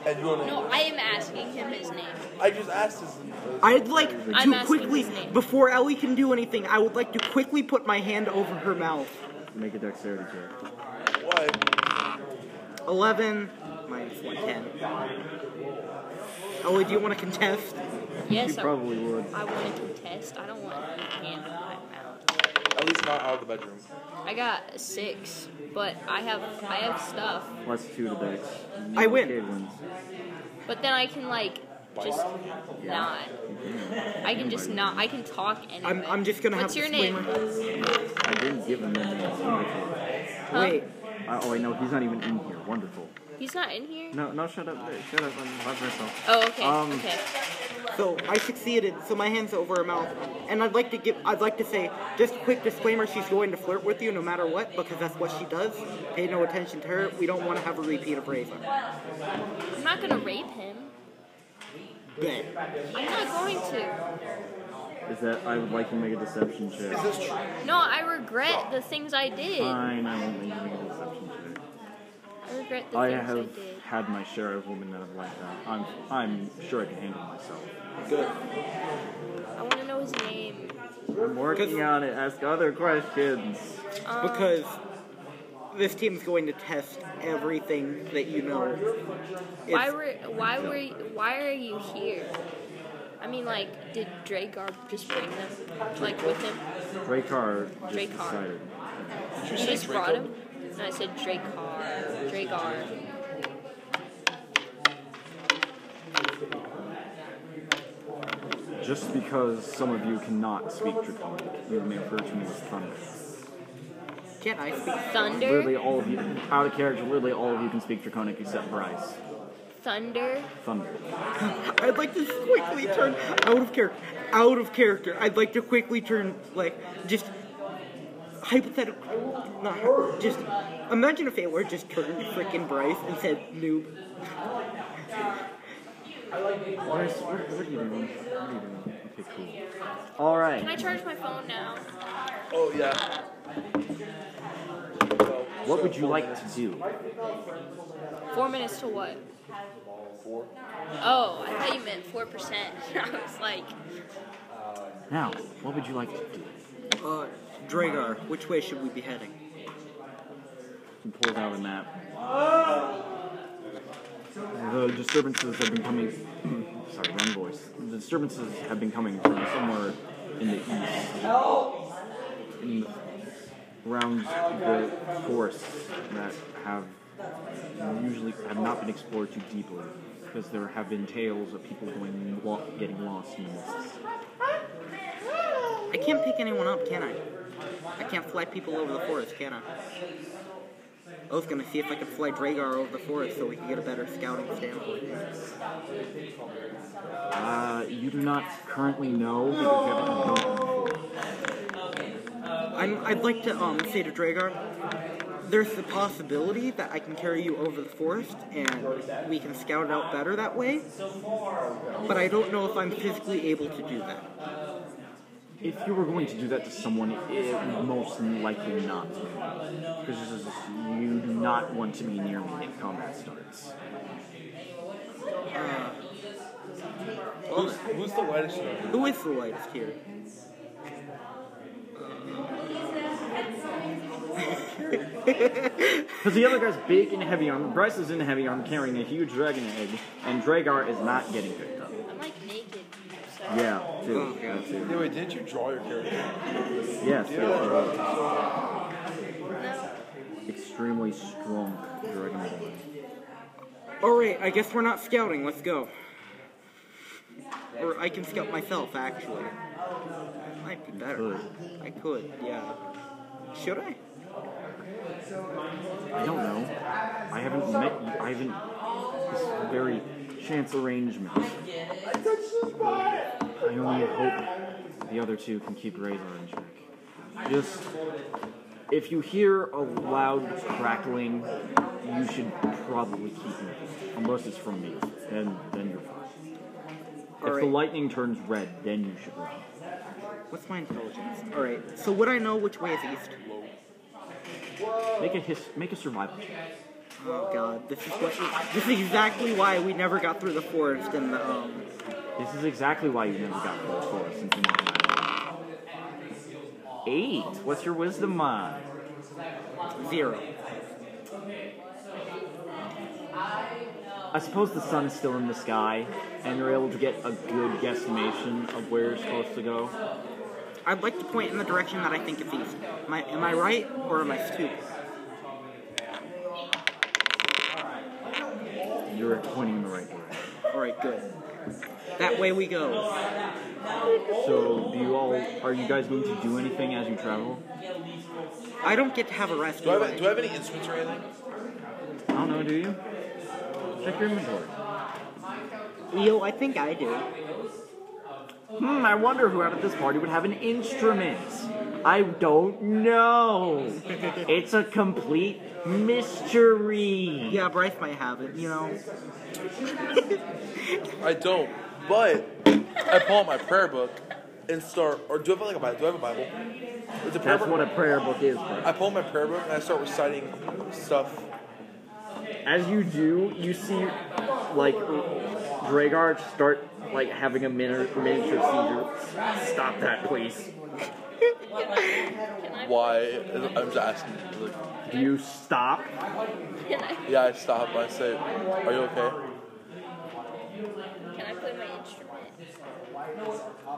B: And you don't
E: No,
B: know.
E: I am asking him his name.
B: I just asked his name.
D: I'd like
E: I'm
D: to
E: asking
D: quickly,
E: his name.
D: before Ellie can do anything, I would like to quickly put my hand over her mouth.
A: Make a dexterity check.
B: Why?
D: 11 minus 110. Ellie, do you want to contest?
A: You
E: Yes, I,
A: probably would.
E: I want to contest. I don't want any hand in my mouth.
B: At least not out of the bedroom.
E: I got a six, but I have I have stuff.
A: Plus two to dex.
D: I win.
A: Cade wins.
E: But then I can like just not. I can just not. I can talk anyway.
D: I'm, I'm just going to have
E: What's
D: to
E: your
D: swing
E: name?
D: my-
A: I didn't give him any. Wonderful.
D: Wait,
A: I, oh, I know he's not even in here. Wonderful.
E: He's not in here.
A: No, no, shut up. Shut up. I'm by myself.
E: Oh, okay.
A: Um,
E: okay.
D: so I succeeded, so my hand's over her mouth. And I'd like to give, I'd like to say, just quick disclaimer, she's going to flirt with you no matter what, because that's what she does. Pay no attention to her. We don't want to have a repeat of Razor.
E: I'm not gonna rape him.
D: Bet.
E: I'm not going to.
A: is that I would like to make a deception check.
E: No, I regret the things I did.
A: Fine, I won't make you make a deception check.
E: I regret the
A: I
E: things
A: have
E: I did.
A: had my share of women that have like that. I'm, I'm sure I can handle myself.
B: Good.
E: I want to know his name.
A: I'm working on it. Ask other questions.
D: Because this team's going to test everything that you know.
E: Why
D: It's-
E: were why were you, why are you here? I mean, like, did Dragar just bring them, like, with him?
A: Dracar just
E: Dracar.
A: decided.
B: Did you
E: You
B: say
E: just brought
B: Draco?
E: him, and I said Dracar, Dragar.
A: Just because some of you cannot speak Draconic, you may refer to me as Thunder.
D: Can't I speak?
A: Literally
E: Thunder,
A: all of you, out of character, literally all of you can speak Draconic except Bryce.
E: thunder.
A: Thunder.
D: I'd like to quickly turn out of character. Out of character. I'd like to quickly turn like just hypothetical. Not hy- just imagine if Aylor just turned to freaking Bryce and said noob.
A: Bryce, what, what are you doing? What are you doing? Okay, cool. All right.
E: Can I charge my phone now?
B: Oh, yeah. Well,
A: What
B: so
A: would you
B: four
A: like
B: minutes.
A: to do?
E: Four minutes to what?
B: Four.
C: Oh, I thought you meant four percent. I was like,
A: Now, what would you like to do?
D: Uh, Dragar, which way should we be heading?
A: He pulls out a map. The disturbances have been coming. sorry, wrong voice. The disturbances have been coming from somewhere in the east. In the, around the forests that have usually have not been explored too deeply, because there have been tales of people going lo- getting lost in the mists.
D: I can't pick anyone up, can I? I can't fly people over the forest, can I? I was gonna see if I could fly Dragar over the forest so we could get a better scouting standpoint.
A: Uh, you do not currently know because you haven't done it before.
D: I'm, I'd like to um, say to Dragar, there's the possibility that I can carry you over the forest and we can scout it out better that way, but I don't know if I'm physically able to do that.
A: If you were going to do that to someone, it would most likely not. Because this is, you do not want to be near me if combat starts.
B: Who's, who's the lightest one?
D: Who is the lightest here?
A: Because the other guy's big and heavy arm. Bryce is in heavy arm carrying a huge dragon egg, and Dragar is not getting picked up.
C: I'm like naked. So.
A: Yeah,
D: Oh,
A: too.
D: God.
A: That's it.
B: Anyway, didn't you draw your character?
A: Yes, yes, uh,
C: No.
A: extremely strong dragon egg.
D: Alright, I guess we're not scouting, let's go. Or I can scout myself, actually. Might be better.
A: could.
D: I could, yeah. Should I?
A: I don't know. I haven't met you. I haven't. This is a very chance arrangement. I only hope the other two can keep Razor in check. Just. If you hear a loud crackling, you should probably keep it. Unless it's from me. Then, then you're fine. If
D: Alright.
A: the lightning turns red, then you should run.
D: What's my intelligence? Alright, so would I know which way is east?
A: Make a his, make a survival check.
D: Oh god, this is what this is exactly why we never got through the forest and the um
A: This is exactly why you never got full force since you never got it. Eight. What's your wisdom mod?
D: zero.
A: I suppose the sun's still in the sky, and you're able to get a good guesstimation of where you're supposed to go.
D: I'd like to point in the direction that I think is east. Am I, am I right or am I stupid?
A: You're pointing in the right direction.
D: Alright, good. That way we go.
A: So, do you all? Are you guys going to do anything as you travel?
D: I don't get to have a rest.
B: Do I,
D: do
B: have, do I have any instruments or anything?
A: I don't know. Do you? Check your inventory.
D: I? Leo, I think I do.
A: Hmm. I wonder who out of this party would have an instrument. I don't know. it's a complete mystery.
D: Yeah, Bryce might have it, you know.
B: I don't. But I pull out my prayer book and start. Or do I have like a Bible? Do I have a Bible? It's a prayer
A: That's
B: book.
A: what a prayer book is. Bro.
B: I pull out my prayer book and I start reciting stuff.
A: As you do, you see, like, Dragar start, like, having a mini- miniature seizure. Stop that, please.
C: Can I?
B: Why? I'm just asking. Like,
A: Do you stop?
C: Can I?
B: yeah, I stop. I say, "Are you okay?"
C: Can I play my instrument?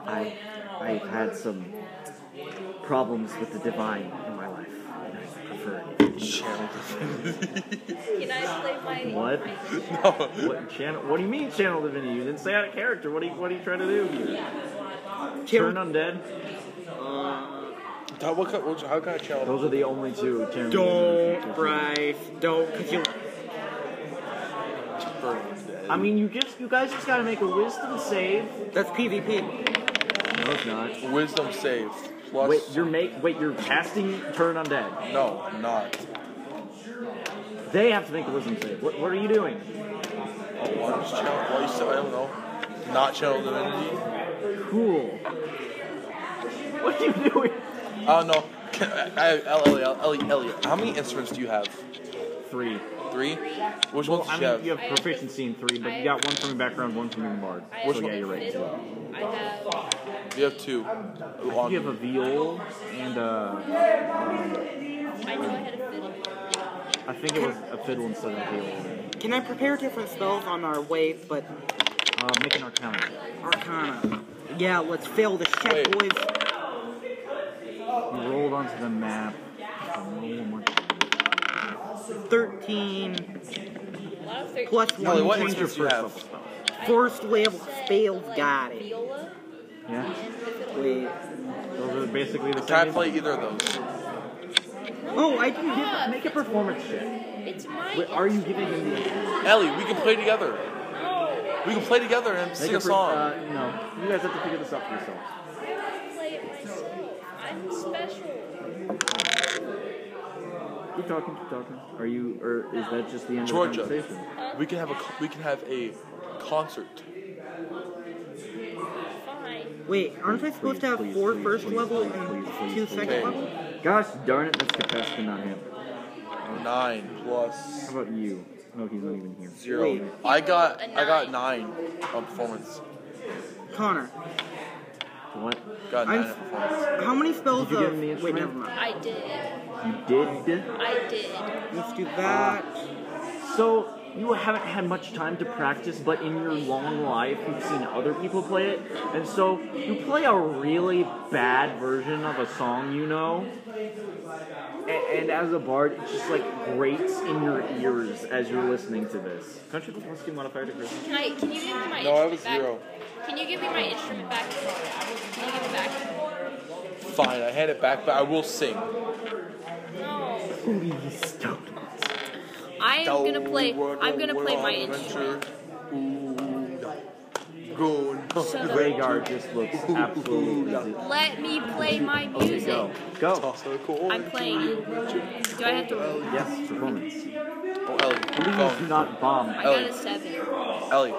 A: I, I've had some problems with the divine in my life. and I prefer it.
C: Can I play my?
A: What?
C: my-
A: What channel? What do you mean channel divinity? You didn't say out of character. What are you, what are you trying to do? here? Turn
D: Channel,
A: undead.
B: How, what kind, how kind of channel?
A: Those are the only two. channel divinity.
D: don't, Bryce. Don't, because you'll.
A: I mean, you just you guys just gotta make a wisdom save.
D: That's PvP.
A: No, it's not.
B: Wisdom save plus.
A: Wait, you're make wait, you're casting turn undead.
B: no, I'm not.
A: They have to make a wisdom save. What, what are you doing?
B: Oh, why is channel? Why you say I don't know? Not channel divinity.
A: Cool. What are you doing?
B: I don't know. Elliot, Elliot, Elliot, how many instruments do you have?
A: Three.
B: Three? Which ones
A: I mean,
B: did you have?
A: you have proficiency in three, but you got one from your background, one from your bard.
C: I have
A: So yeah,
C: a
A: you're right.
C: fiddle. I have
B: You have two. On
A: You have a viol and uh, a,
C: I know I had a fiddle.
A: I think it was a fiddle instead of a viol.
D: Can I prepare different spells on our wave, but
A: Uh, make an arcana. check.
D: Arcana? Yeah, let's fail the check,
B: Wait.
D: boys.
A: You rolled onto the map. Roll one more time.
D: 13
C: A lot of thirteen.
D: plus
A: No,
D: 1
B: what
A: change your
B: instance you
A: first
B: have?
A: level spell.
D: First level
C: Set
D: spells
C: the, like,
D: got it.
C: Viola
A: Yeah,
C: and the fiddle.
D: Wait.
A: those are basically the
B: Can I
A: same.
B: play either of those?
D: Oh, I can
A: Give-
D: get
A: Make a performance check.
C: It's my.
A: Wait, Are you giving him the?
B: Ellie, we can play together.
C: No,
B: We can play together and
A: Make
B: sing
A: per-
B: a song.
A: Uh, no, you guys have to figure this out for yourselves.
C: I want to play it myself. I'm special.
A: Keep talking, keep talking. Are you, or is that just the end
B: Georgia.
A: of the conversation?
B: We can have a co- we can have a concert.
C: Fine.
D: Wait, aren't I supposed to have
A: Please,
D: four
A: please,
D: first
A: please,
D: level
A: please,
D: and
A: please, please,
D: two
A: please.
D: second
B: Okay.
D: level?
A: Gosh darn it, that's Capeska, not him.
B: Nine plus
A: How about you? No, he's not even here.
B: zero.
D: Wait.
B: I got I got nine on performance.
D: Connor,
A: What?
B: Got nine
D: I'm-
B: on performance.
D: how many spells
A: Did you give
D: of...
A: him the
D: Wait,
A: instrument?
D: never mind.
C: I did.
A: You did?
C: I did.
D: Let's
A: Ah.
D: do that.
A: So, you haven't had much time to practice, but in your long life, you've seen other people play it, and so you play a really bad version of a song you know, and, and as a bard, it just like grates in your ears as you're listening to this. Country plus whiskey modifier to Christmas.
C: Can I? Can you give me my
B: No, I
C: instrument
B: was
C: back?
B: zero.
C: Can you give me my instrument back? Can you give it back?
B: Fine, I hand it back, but I will sing.
C: No.
A: Please don't.
C: I am gonna play.
B: Downward
C: I'm gonna play
B: on
C: my instrument.
B: adventure. Ooh, Going
C: Shut up.
A: Rhaegar just looks absolutely. dis-
C: Let me play my
A: Okay,
C: music.
A: go. Go.
B: Toss a coin
C: I'm playing
B: to
C: it.
B: adventure.
C: Do I have to?
A: Yes, performance.
B: Oh, Ellie.
A: Please do
B: Phone.
A: not
C: I
A: bomb.
C: got
B: Ellie.
C: a seven,
B: Ellie.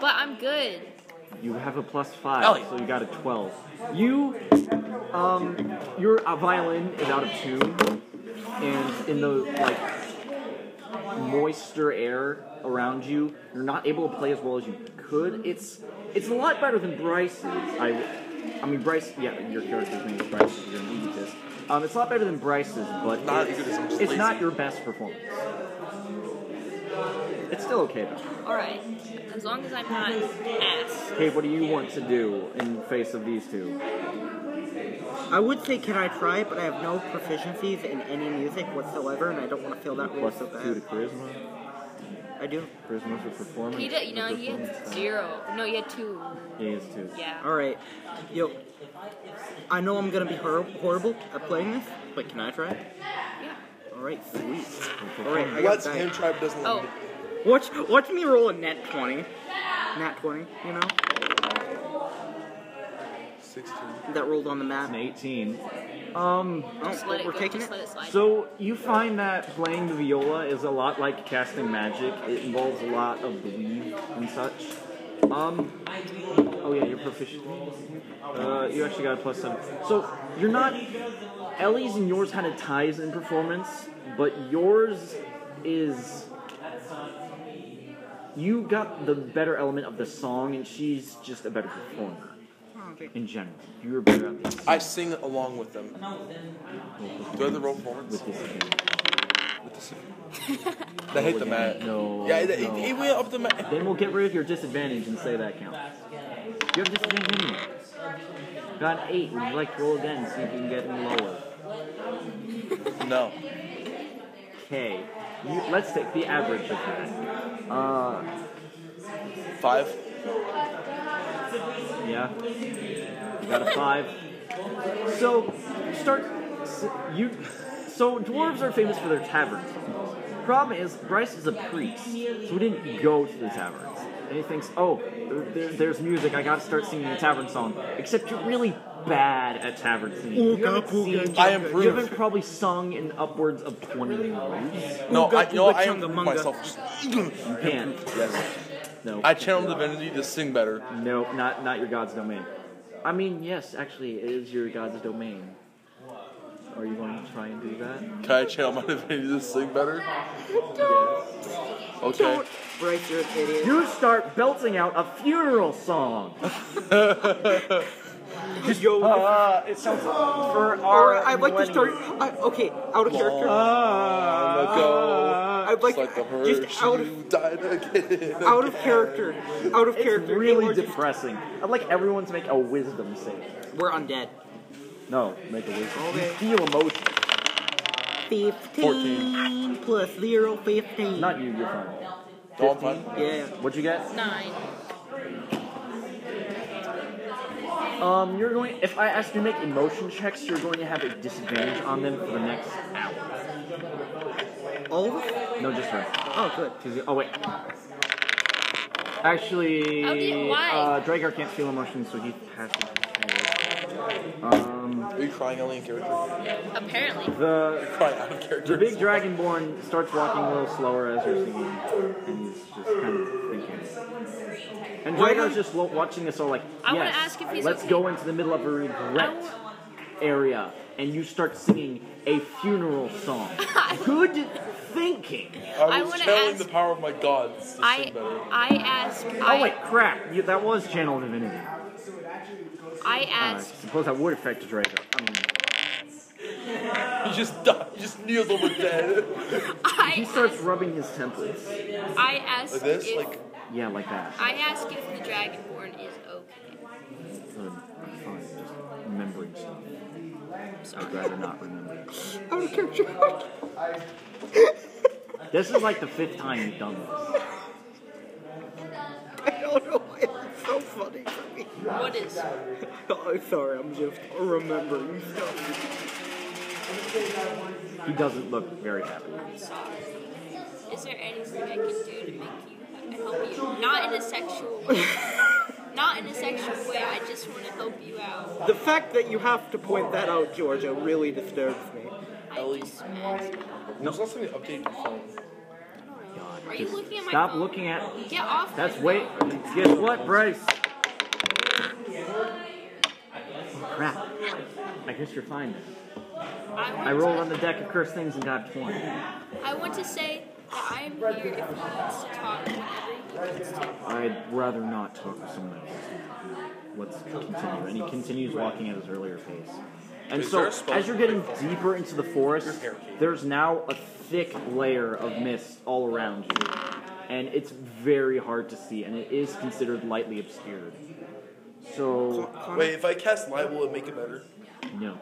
C: but I'm good.
A: You have a plus five,
B: Ellie.
A: so you got a twelve. You, um, your uh, violin is out of tune, and in the like moister air around you, you're not able to play as well as you could. It's it's a lot better than Bryce's. I, I mean Bryce. Yeah, your character's name is Bryce. so You're an egotist. Um, it's a lot better than Bryce's, but
B: Not
A: it's,
B: egotist, I'm just
A: it's not
B: lazy.
A: your best performance. It's still okay though.
C: All right, as long as I'm not ass.
A: Hey, what do you want to do in face of these two?
D: I would say can I try it, but I have no proficiencies in any music whatsoever, and I don't want to fail that role
A: Plus
D: so
A: two to
D: bad.
A: charisma.
D: I do.
A: Charisma for performance.
C: He did. You know, he had
A: Performance.
C: zero. No, he had two.
A: Yeah, he has two.
C: Yeah.
D: All right, yo. I know I'm gonna be hor- horrible at playing this, but can I try? it?
C: Yeah.
D: All right, sweet. All right, I got
B: Let's
D: that.
B: him try, but doesn't let
C: Oh,
B: me.
D: Watch, watch me roll a net twenty. Nat twenty, you know
B: Sixteen.
D: that rolled on the
A: An
D: map.
A: 18.
D: Oh,
C: just let it
D: we're
C: go.
D: taking
C: Just let
D: it.
C: it slide.
A: So you find that playing the viola is a lot like casting magic. It involves a lot of belief and such. Um. Oh yeah, you're proficient. Uh, you actually got a plus seven. So you're not. Ellie's and yours had a ties in performance, but yours is. You got the better element of the song, and she's just a better performer
D: Oh, okay.
A: in general. You were better at this.
B: I sing along with them. Do I have the roll performance?
A: With this
B: With this- They hit the mat.
A: No,
B: Yeah, it, it,
A: no.
B: it went up the mat.
A: Then we'll get rid of your disadvantage and say that counts. You have disadvantage anyway. Got an eight. Would you like to roll again and see if you can get any lower?
B: No.
A: Okay. You, let's take the average of that.
B: Five.
A: Yeah. You got a five. So you start. So, you. So dwarves are famous for their taverns. Problem is, Bryce is a priest, so he didn't go to the taverns. And he thinks, oh, there, there- there's music. I gotta start singing a tavern song. Except you're really bad at tavern singing. You
D: Ooga
A: haven't
D: booga
A: seen-
D: junga.
B: I
A: You haven't
B: improved.
A: probably sung in upwards of 20 years.
B: No,
D: Ooga,
B: I, you know,
D: ooga,
B: I
D: chunga,
B: improved
D: munga.
B: myself.
A: You can't.
B: Yes.
A: No.
B: I channeled divinity to sing better.
A: No, not not your god's domain. I mean, yes, actually, it is your god's domain. Are you going to try and do that?
B: Can I channel my divinity to sing better? Okay.
D: Bryce, you're an idiot.
F: You start belting out a funeral song. Just go. Uh, it sounds for
D: Or I'd like to start. I, okay, out of character.
F: Uh,
B: Long ago,
D: I'd like-
B: it's like the
D: just
B: Hirsch,
D: out of-
B: you died again.
D: out of character. Out of
A: It's
D: character.
A: really
D: Gaylord, you-
A: depressing. I'd like everyone to make a wisdom save.
D: We're undead.
A: No, make a wisdom.
D: Okay.
A: You feel emotion.
D: 15 plus 0, 15.
A: Not you, you're fine.
B: No, I'm fine.
D: yeah.
A: What'd you get?
E: Nine.
A: Um, you're going. If I ask you to make emotion checks, you're going to have a disadvantage on them for the next hour.
D: Oh?
A: No, just her.
D: Oh, good.
A: 'Cause you- Oh wait. Actually,
E: How do you- why?
A: uh, Dragar can't feel emotion, so he passes. Um,
B: Are you crying only in character? Are
E: Apparently.
A: the
B: you crying out of character?
A: The big dragonborn starts walking a little slower as you're singing, and he's just kind of thinking. And
D: Why
A: Dragar's
D: don't-
A: just lo- watching this all like,
E: I wanna
A: yes,
E: ask if he's
A: let's
E: okay."
A: go into the middle of a regret
E: I
A: area, and you start singing a funeral song. Good thinking.
B: I
E: I
B: was
E: wanna
B: channeling
E: ask-
B: the power of my gods to
E: I
B: sing better.
E: I ask.
A: Oh
E: I
A: wait, crap! You, that was channel divinity.
E: I
A: Uh, I
E: ask.
A: suppose that would affect Dragar. I mean,
B: He just died. He just kneels over dead.
A: he
E: I
A: starts rubbing his temples.
E: I ask
B: Like this?
E: if
B: Like,
A: Yeah, like that.
E: I ask if the dragonborn is okay.
A: Sort of fine, just remembering stuff. I'd
E: Sorry.
A: rather not remember.
D: Out of character.
A: This is like the fifth time you've done this.
D: I don't know why it's so funny for me.
E: What is?
D: Oh, sorry, I'm just remembering stuff.
A: He doesn't look very happy.
E: I'm sorry. Is there anything I can do to make you help you? Not in a sexual. way. Not in a sexual way. I just want to help you out.
D: The fact that you have to point that out, Georgia, really disturbs me.
E: I just ask.
B: there's also an update to phone.
E: Are you looking at my
A: Stop
E: phone?
A: looking at.
E: Get off.
A: That's
E: my
A: wait.
E: phone.
A: Guess what, Bryce? Oh, crap. I guess you're fine. Then.
E: I, want
A: I rolled
E: to-
A: on the deck of cursed things and got 20.
E: I want to say that I'm here if he needs to talk. Whenever he needs to.
A: I'd rather not talk with someone else. Let's continue. And he continues walking at his earlier pace. And
B: Is
A: so,
B: there a spell
A: as you're getting deeper into the forest, there's now a thick layer of mist all around you. And it's very hard to see, and it is considered lightly obscured. So,
B: Wait, if I cast light, will it make it better?
A: no,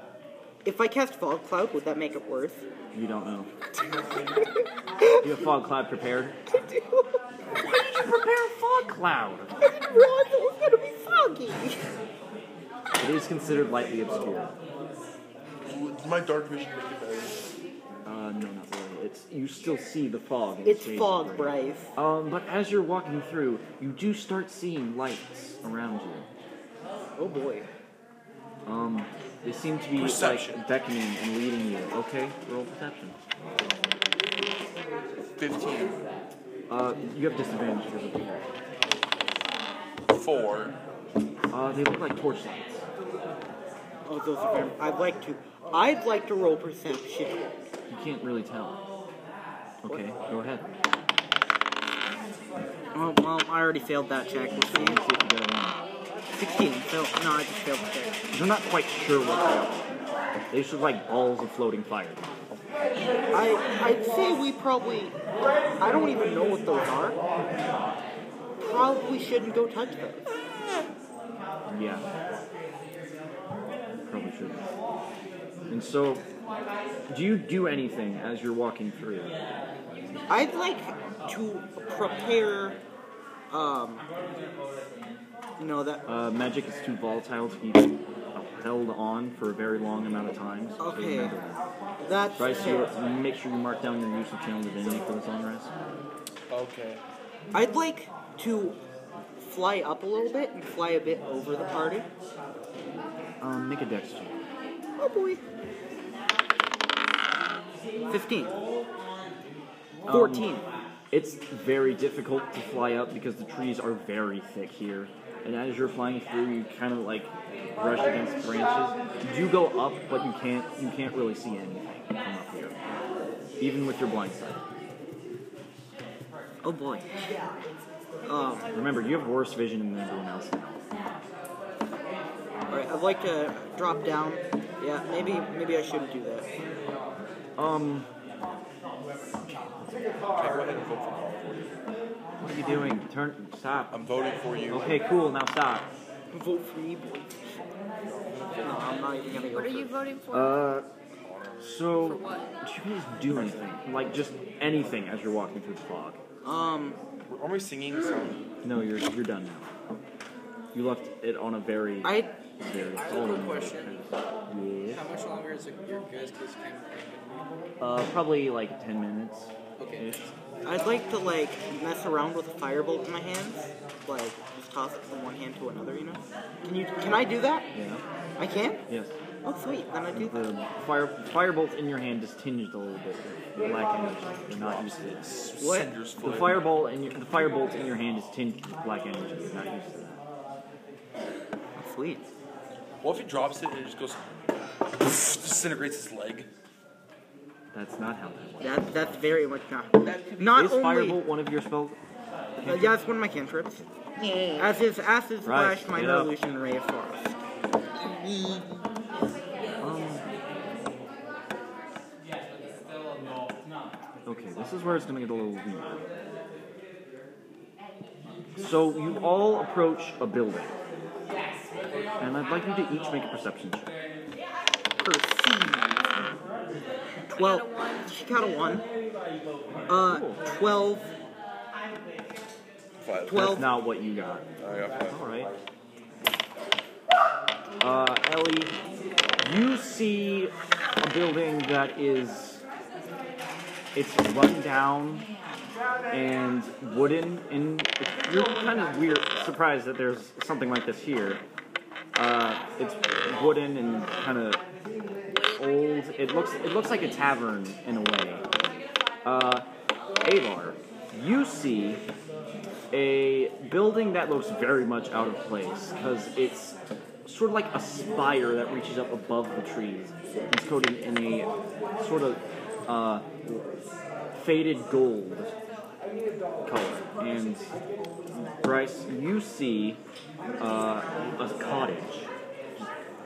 D: If I cast Fog Cloud, would that make it worse?
A: you don't know. you have Fog Cloud prepared?
D: I do.
A: Why did you prepare Fog Cloud?
D: I didn't realize it was going to be foggy.
A: It is considered lightly obscured.
B: Would my dark vision make it better?
A: Uh, no, not really. It's you still see the fog. and
D: It's
A: shades of
D: fog,
A: gray.
D: Bryce.
A: Um, but as you're walking through, you do start seeing lights around you.
D: Oh boy.
A: Um, they seem to be
B: Perception.
A: like beckoning and leading you. Okay, roll perception.
B: 15.
A: Uh, you have disadvantage because of the dark.
B: 4.
A: Uh, they look like torch lights.
D: Oh, those are very... I'd like to... I'd like to roll perception.
A: You can't really tell. Okay, go ahead.
D: Oh, well, I already failed that check. Let's see.
A: See if you get it wrong.
D: 16. So, no, I just failed the check.
A: You're not quite sure what they are. They should like balls of floating fire.
D: I, I'd say we probably... I don't even know what those are. Probably shouldn't go touch those.
A: Yeah. Probably should. And so, do you do anything as you're walking through?
D: I'd like to prepare... Um... No, that...
A: Uh, magic is too volatile to be held on for a very long amount of time. So
D: Okay.
A: remember that.
D: That's...
A: Bryce, you make sure you mark down your use of channel divinity for this long rest.
B: Okay.
D: I'd like to fly up a little bit and fly a bit over the party.
A: Um, make a dex check.
D: Oh boy. 15. 14.
A: It's very difficult to fly up because the trees are very thick here. and as you're flying through, you kind of like brush against branches. You do go up, but you can't you can't really see anything from up here, even with your blind sight.
D: Oh boy. Um,
A: Remember, you have worse vision than everyone else now.
D: all right, I'd like to drop down. Yeah, maybe maybe I shouldn't do that.
A: Um,
B: Okay, go ahead and vote for California.
A: what are you doing? Turn, stop.
B: I'm voting for you.
A: Okay, cool. Now stop.
D: Vote for me, boy. No, I'm not even gonna go.
E: What are you
D: for-
E: voting for?
A: Uh, so
E: For what?
A: did you guys do anything? Like just anything as you're walking through the fog?
D: Um,
B: Aren't we singing a song?
A: No, you're you're done now. You left it on a very
D: I
A: very
G: I have a
A: low
G: quick
A: note.
G: question.
A: Yeah.
G: How much longer is it your guys' kiss campaign?
A: Uh, probably like ten minutes.
G: Okay.
D: I'd like to like mess around with a firebolt in my hands, like just toss it from one hand to another. You know? Can you? Can I do that?
A: Yeah.
D: I can.
A: Yes.
D: Oh sweet, then I do that.
A: The fire firebolt in your hand is tinged a little bit with black energy. You're not used to it.
D: What?
B: Cinder's
A: The
B: flame.
A: fireball in your, the firebolt in your hand is tinged with black energy. You're not used to that.
D: Sweet.
B: What if he drops it and it just goes disintegrates his leg?
A: That's not how that works.
D: That that's very much not.
G: That-
D: Not
A: is
D: only.
A: firebolt one of your spells?
D: Uh, yeah, it's one of my cantrips. As is acid
A: Right,
D: splash,
A: get
D: minor
A: up.
D: illusion, ray of forest.
A: Um, Okay, this is where it's gonna get a little weird. So you all approach a building, and I'd like you to each make a perception check.
D: Perceived.
E: I
D: Twelve.
E: got a one.
D: She got a one. Uh, twelve.
B: Five.
A: That's
D: Twelve.
A: not what you got.
B: I got five.
A: All right. Uh, Ellie, you see a building that is it's run down and wooden, and it's- you're kind of weird, surprised that there's something like this here. Uh, it's wooden and kind of old. It looks it looks like a tavern in a way. Uh, Avar, you see a building that looks very much out of place because it's sort of like a spire that reaches up above the trees. It's coated in a sort of uh, faded gold color. And Bryce, you see uh, a cottage,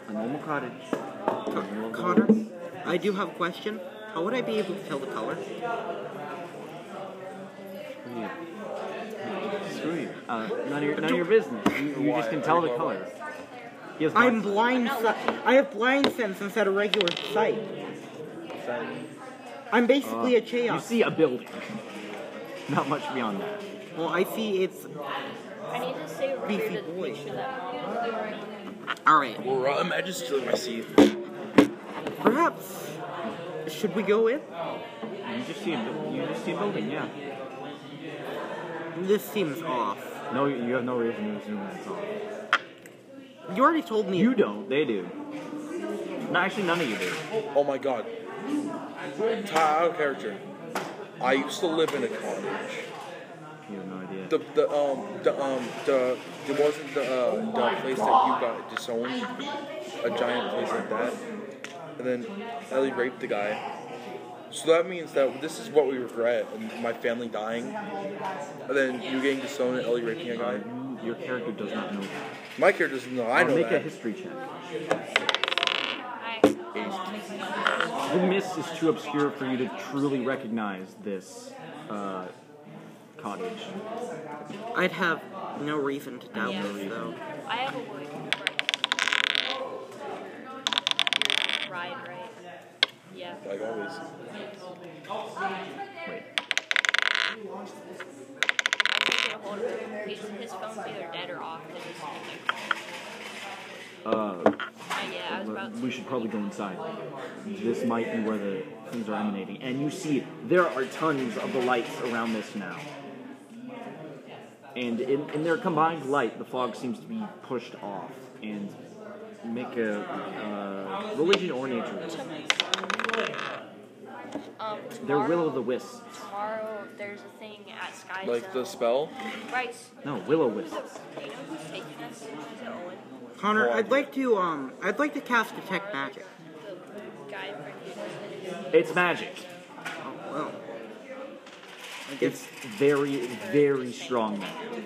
A: a normal cottage.
D: Co- Connor, I do have a question. How would I be able to tell the color?
A: Screw you. Screw you. Uh, none of your, none of your business. You, you just can tell the color. He has
D: I'm
A: black-
D: blind. si- I have blind sense instead of regular sight. I'm basically a
A: Uh, You
D: chaos.
A: see a building. Not much beyond that.
D: Well, I see it's
E: I need to say
D: Beefy
E: Rita to
D: boy.
E: make sure that.
D: all right.
B: Well, uh, imagine stealing my seat.
D: Perhaps should we go in?
A: You just see a bu- you just see a building, yeah.
D: This seems off.
A: No, you you have no reason to assume that's all.
D: You already told me.
A: You don't. They do. No, actually, none of you do.
B: Oh my god. Ty, out of character. I used to live in a cottage.
A: You have no idea.
B: The the um the um the it wasn't the uh, the place that you got disowned. A giant place like that. And then Ellie raped the guy. So that means that this is what we regret, and my family dying, and then you getting disowned and Ellie raping a guy.
A: You- Your character does not know. that.
B: My character doesn't know. I
A: Uh,
B: know
A: Make a
B: that.
A: history check.
E: I,
A: The mist is too obscure for you to truly recognize this uh, cottage.
D: I'd have no reason to doubt
E: Yeah.
D: this, though.
E: I have a wood. Ride, right? Yeah.
B: Like always.
A: Wait.
E: I can't get a hold of him. His, his phone's either dead or off. 'cause it's like-
A: Uh,
E: Uh, yeah, I was about
A: we
E: to.
A: should probably go inside. This might be where the things are emanating. And you see, there are tons of the lights around this now. And in, in their combined light, the fog seems to be pushed off. And make a uh, religion or nature. roll.
E: Um,
A: They're
E: tomorrow,
A: will o' the wisps.
E: tomorrow um, there's a thing at Skyline guy.
B: Like the spell?
E: Right.
A: No, Willow
E: Who's
A: Wisp.
E: it? Do you know who's taking us? Is it Owen?
D: Connor, I'd like to um, I'd like to cast detect magic.
E: The guy from
A: It's magic.
D: Oh well. I
A: It's
D: guess.
A: very, very strong magic.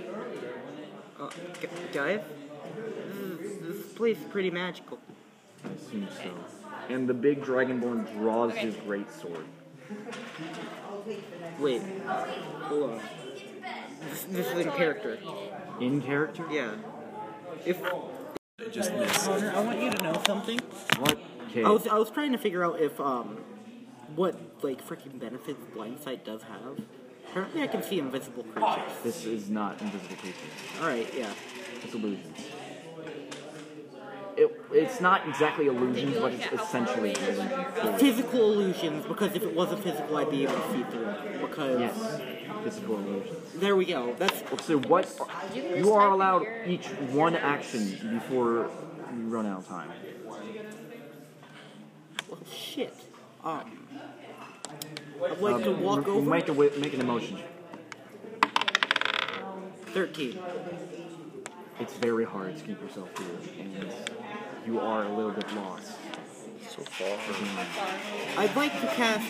D: Uh, gu- guys, this, this place is pretty magical.
A: I assume so. And the big dragonborn draws
E: Okay.
A: his great sword.
D: Wait, hold on. This, this is in character.
A: In character?
D: Yeah. If
H: Just missed.
D: Connor, I want you to know something.
A: What? Okay.
D: I was I was trying to figure out if um, what like freaking benefits blindsight does have. Apparently, I can see invisible creatures.
A: This is not invisible creature.
D: All right, yeah.
A: It's illusions. It, it's not exactly illusions, but it's essentially illusion.
D: Physical illusions, because if it wasn't physical, I'd be able to see through it. Because
A: Yes. Physical illusions.
D: there we go. That's
A: So what?
E: You can
A: You
E: just type
A: are
E: in
A: allowed
E: your-
A: each one action before you run out of time.
D: well, shit. Um, I'd like to walk
A: M-
D: over.
A: Make a wi- make an emotion.
D: Thirteen.
A: It's very hard to keep yourself cool, and you are a little bit lost.
B: So far.
D: I'd like to cast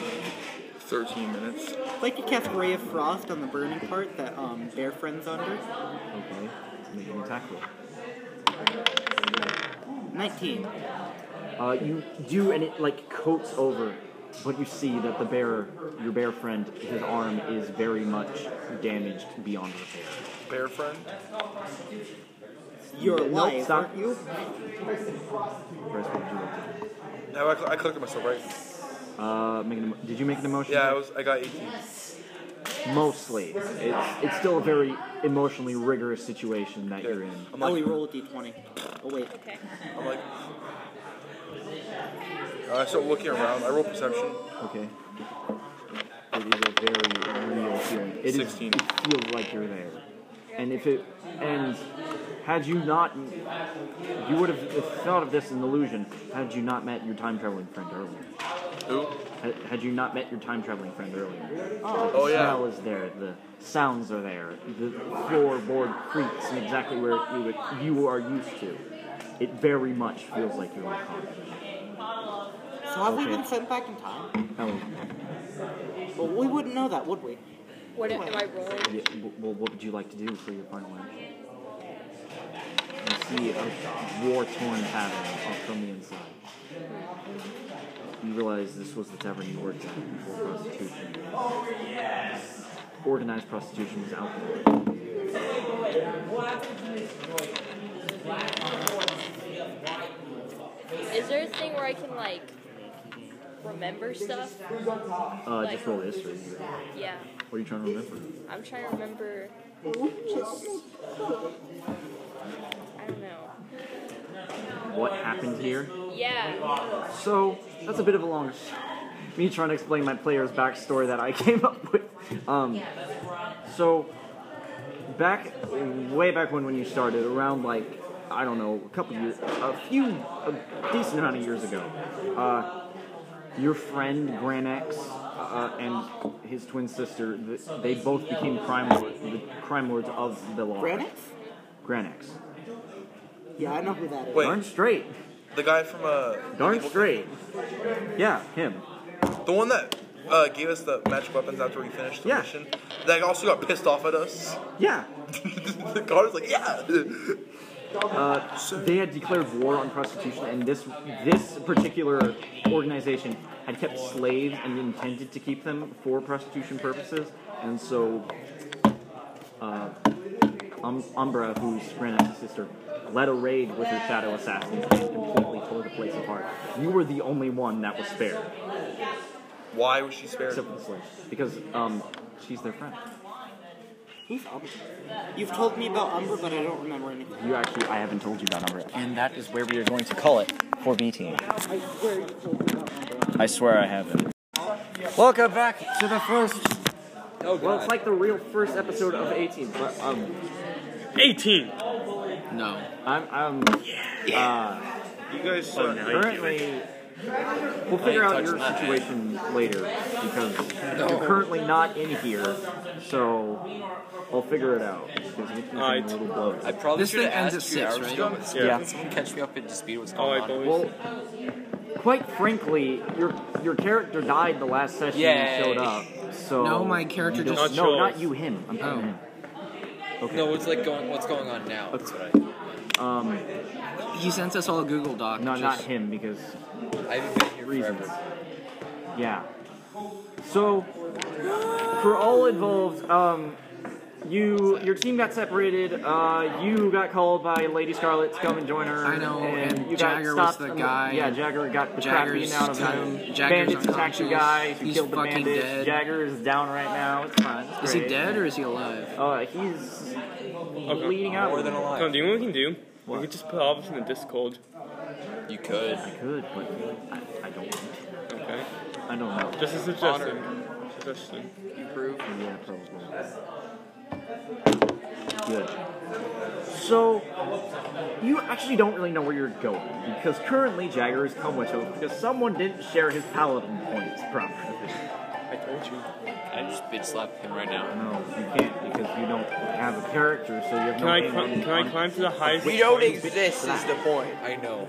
B: 13 minutes.
D: I'd like to cast Ray of Frost on the burning part that um Bear Friend's under.
A: Okay, make an attack roll.
D: Nineteen.
A: Uh, you do, and it like coats over, but you see that the bear, your bear friend, his arm is very much damaged beyond repair.
B: Bear friend?
D: You're
A: Nope,
D: alive,
A: stop.
D: aren't you?
A: First, what would you like to
B: No, I, cl- I clicked myself, right?
A: do? Uh, make an emo- did you make an emotion?
B: Yeah, I was. I got 18.
A: Mostly, it's it's still a very emotionally rigorous situation that you're in.
B: I'm
D: Oh, we
B: like,
D: roll a d20. Oh wait.
E: Okay.
B: I'm like. I start looking around. I roll perception.
A: Okay. It is a very real feeling. It is-
B: 16.
A: it feels like you're there. And if it and had you not you would have thought of this an illusion had you not met your time traveling friend earlier.
B: Who?
A: Had, had you not met your time traveling friend earlier.
B: Oh,
A: the
B: yeah.
A: smell is there, the sounds are there, the floorboard creaks in exactly where you, would- you are used to. It very much feels like you're in college.
D: So have we
A: Okay.
D: been sent back in time?
A: Oh,
D: Well, we wouldn't know that, would we?
E: What am I rolling?
A: Yeah, w- well, what would you like to do for your final action? You see a war-torn tavern up from the inside. You realize this was the tavern you worked at before prostitution. Organized prostitution was out there.
E: Is there a thing where I can like remember stuff?
A: Uh, just roll history.
E: Yeah.
A: What are you trying to remember?
E: I'm trying to remember. Just. I don't know.
A: What happened here?
E: Yeah.
A: So that's a bit of a long. Me trying to explain my player's backstory that I came up with. Um, so back way back when when you started, around like I don't know, a couple years, a few, a decent amount of years ago, uh, your friend Gran X uh, and his twin sister, th- they both became crime lords, the crime lords of the law.
D: Granix?
A: Gran X.
D: Yeah, I know who that is.
B: Wait.
A: Darn straight.
B: The guy from uh.
A: Darn
B: Evil-
A: straight. Yeah, him.
B: The one that uh, gave us the magic weapons after we finished the
A: Yeah.
B: mission. That also got pissed off at us.
A: Yeah.
B: the guard was like, yeah.
A: They had declared war on prostitution, and this this particular organization had kept slaves and intended to keep them for prostitution purposes. And so, uh, um, Umbra, who's Granite's sister, led a raid with her shadow assassins and completely tore the place apart. You were the only one that was spared,
B: Why was she spared?
A: except for the slaves, because um, she's their friend.
D: Who's Umbra? Um, You've told me about Umbra, but I don't remember anything.
A: You actually, I haven't told you about Umbra, and that is where we are going to call it for B Team.
D: I swear you told me about Umbra.
A: I swear I haven't.
H: Welcome back to the first. Oh,
A: Well, it's like the real first episode of 18, but um,
H: 18. No.
A: I'm I'm
B: You guys
A: currently We'll figure
B: ain't
A: out your
B: touching that.
A: situation later because you're currently not in here, so I'll figure it out. 'cause we can
I: Alright.
A: get a little bloated.
B: I probably
H: This
B: should
H: thing
B: have
H: ends
B: asked
H: at
B: two
H: six,
B: hours
H: right?
B: ago, but
A: Yeah.
B: Can someone catch me up and to speed what's
H: Oh,
I: All
B: going
I: right,
B: on?
I: boys.
A: Well, quite frankly, your your character died the last session
B: Yay.
A: you showed up. So
H: No, my character
A: you don't-
I: just-
A: no,
I: Not
A: not
I: yours.
A: you, him. I'm talking
H: Oh.
A: to him. Okay.
B: No, what's like going? What's going on now? That's what
A: um,
H: He sent us all a Google Doc.
A: no,
H: just-
A: not him because
B: I, I haven't been here
A: reasons.
B: forever.
A: Yeah. So, for all involved, um, you your team got separated. Uh, you got called by Lady Scarlet to come and join her.
H: I know, and
A: you got
H: Jagger was
A: stopped
H: the
A: on
H: guy,
A: yeah, Jagger got the crap
H: Jagger's
A: beaten out of
H: done-
A: him.
H: Jagger's
A: bandits attacked you
H: unconscious.
A: guys. You
H: He's
A: killed the
H: fucking
A: bandits.
H: dead.
A: Jagger is down right now. It's fine. It's
H: Is he
A: great.
H: dead or is he alive?
A: Uh, he's bleeding out.
B: More than alive.
I: No, do you know what we can do? We can just put all of us in the Discord.
B: You could.
A: Good, but I, I don't.
I: Okay.
A: I don't know.
I: Just a suggestion. Suggestion.
A: Yeah, probably. Good. So, you actually don't really know where you're going because currently Jagger is comatose because someone didn't share his paladin points properly.
I: I told you.
B: I just bitch slap him right now.
A: No, you can't because you don't have a character, so you have
I: Can
A: no.
I: I
A: name
I: climb,
A: on-
I: can I
A: on-
I: climb to the highest?
J: We don't exist is the point.
B: I know.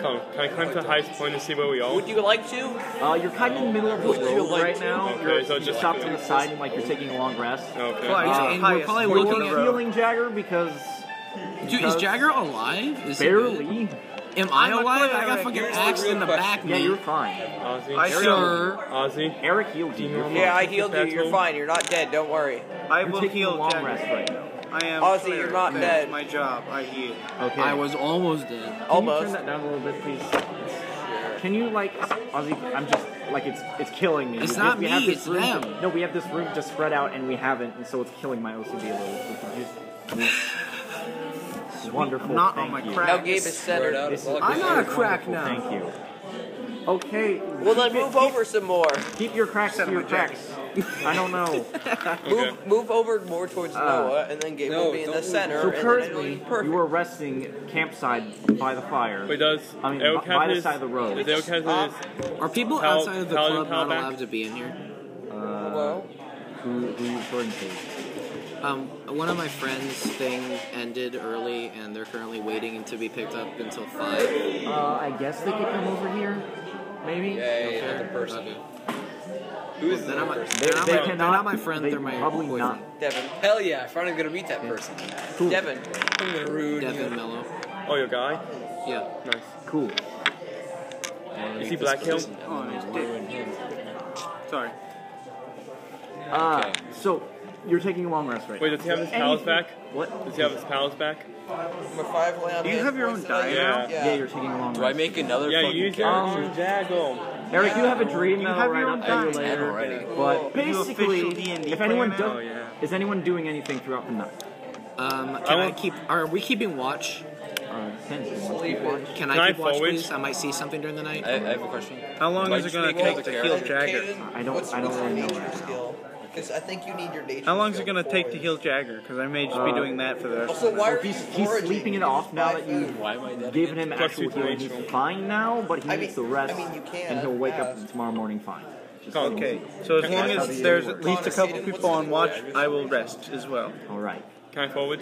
I: Come. Can I climb to the highest point and see where we are?
J: Would you like to?
A: Uh, you're kind of in the middle of the road right now.
I: Okay,
A: you're
I: so
A: you
I: just-
A: stopped to the side and like you're taking a long rest.
I: Okay.
H: Uh, and we're probably looking
A: You're
H: at.
A: healing Jagger because
H: Dude, is
A: because-
H: Jagger alive? Is he good?
A: barely.
H: Am I
J: not
H: alive?
J: quite
H: I got
J: alive.
H: fucking
J: Here's the
H: axed in the
B: real
H: back,
A: Yeah,
H: man.
A: you're fine.
I: Ozzy.
J: I
H: Sure.
I: Ozzy.
A: Eric healed you. You're
J: Yeah, I
I: That's
J: healed you.
I: all.
J: You're fine. You're not dead. Don't worry.
D: I will
A: taking a
D: heal
A: long
D: Jack.
A: rest right now.
D: I am.
J: Ozzy,
D: clear.
J: you're not
D: That's
J: dead.
D: My job. I heal.
A: Okay.
H: I was almost dead.
A: Can you turn
J: Almost.
A: that down a little bit, please? Can you like, Ozzy? I'm just like it's it's killing me.
H: It's
A: We-
H: not
A: we have
H: me,
A: this
H: it's
A: room to-
H: them.
A: no, we have this room to spread out, and we haven't, and so it's killing my OCD a little. So could you just- Wonderful.
D: I'm not
A: thank
D: on my
A: you.
D: crack.
J: Now Gabe is
B: Spread
J: centered.
B: out.
A: This is-
B: Look,
A: this
H: I'm
A: is
H: on a crack
A: wonderful,
H: now.
A: Thank you. Okay.
J: Well, then move over some more.
A: Keep your cracks to
D: Set
A: your
D: my jacket.
A: cracks. I don't know.
I: Okay.
J: Move, move over more towards Noah, and then Gabe
B: no,
J: will be in
B: don't
J: the
B: move.
J: center.
A: So
J: and then it'll be
A: currently,
J: perfect.
A: you are resting campside by the fire.
I: Wait, does
A: I mean,
I: Eric
A: b- by
I: have
A: the
I: his-
A: side of the road.
I: Is Eric has
J: Huh?
D: Uh,
I: his?
H: Are people
I: Pal-
H: outside of the
I: Paladin
H: club not
I: Palback?
H: allowed to be in here?
J: Hello?
A: Who, who are you referring to?
H: Um, one of my friends' thing ended early, and they're currently waiting to be picked up until five.
A: Uh, I guess they could come over here. Maybe.
B: Yeah, yeah,
H: Okay.
B: yeah, the person.
H: Okay.
B: Who is
H: They're
B: that
H: not my,
B: person?
H: they're not
A: they
H: my, they're
A: cannot-
H: not my friend.
A: they
H: They're my
A: probably
H: boyfriend.
A: not.
J: Devin.
B: Hell yeah! I finally gonna meet that person.
A: Cool.
J: Devin.
B: I'm gonna ruin you.
H: Devin Mello.
I: Oh, your guy.
H: Yeah.
I: Nice.
A: Cool.
I: Is he Black Hill?
D: Sorry.
A: Uh, so you're taking a long rest right
I: Wait,
A: now.
I: does he have his
A: Anything-
I: pals back?
A: What?
I: Does he have his pals back?
J: Number five, lay on
D: Do you
J: hands,
D: have your
J: boys,
D: own
J: so that you-
I: diet?
A: Yeah,
J: Yeah.
A: you're taking a long
B: Do I
A: rest.
B: make another
I: Yeah,
B: fucking
I: you use
B: character?
I: your Jaggle.
A: Eric, you have a dream
D: You
A: that'll
D: have your
A: right
D: own
A: up to you
D: diet.
A: later.
B: already.
A: But
D: You official
A: basically,
D: D&D
A: if anyone does,
D: player now?
A: is anyone doing anything throughout the night?
H: Um, can I
I: want-
H: keep? Are we keeping watch?
A: Uh, Ken, you want to keep watch?
H: Can I
I: Can I
H: keep watch,
I: forward?
H: please? I might see something during the night.
B: I, I have a question.
D: How long
B: Why'd
D: is it
B: you
D: gonna
B: make another
D: take to heal
B: character?
D: Jagger?
J: Caden,
A: I don't-
J: What's,
A: I don't
J: what's your
A: really know
J: nature
A: right now.
J: skill? Because I think you need your nature.
D: How long is it
J: skill
D: gonna take to
J: forward.
D: heal Jagger? Because I may just be doing that for the rest.
J: Also, why are
A: He's,
J: you
A: he's
J: foraging?
A: sleeping it
J: You
A: off
J: just
A: now
J: buy
A: that you've
J: food.
B: Why am I dead?
A: given him
I: Plus
A: actual
I: two to
A: healing. He's
I: nature.
A: fine now, but he
J: I
A: needs
J: mean-
A: the rest,
J: I mean, you can,
A: and he'll wake
J: uh,
A: up tomorrow morning fine. Just
I: Oh,
A: so
D: Okay.
A: you
D: So as long
A: That's how
D: as
A: the
D: there's
A: year
D: at least a couple people on watch, I will rest as well.
A: know. All right.
I: Can I forward?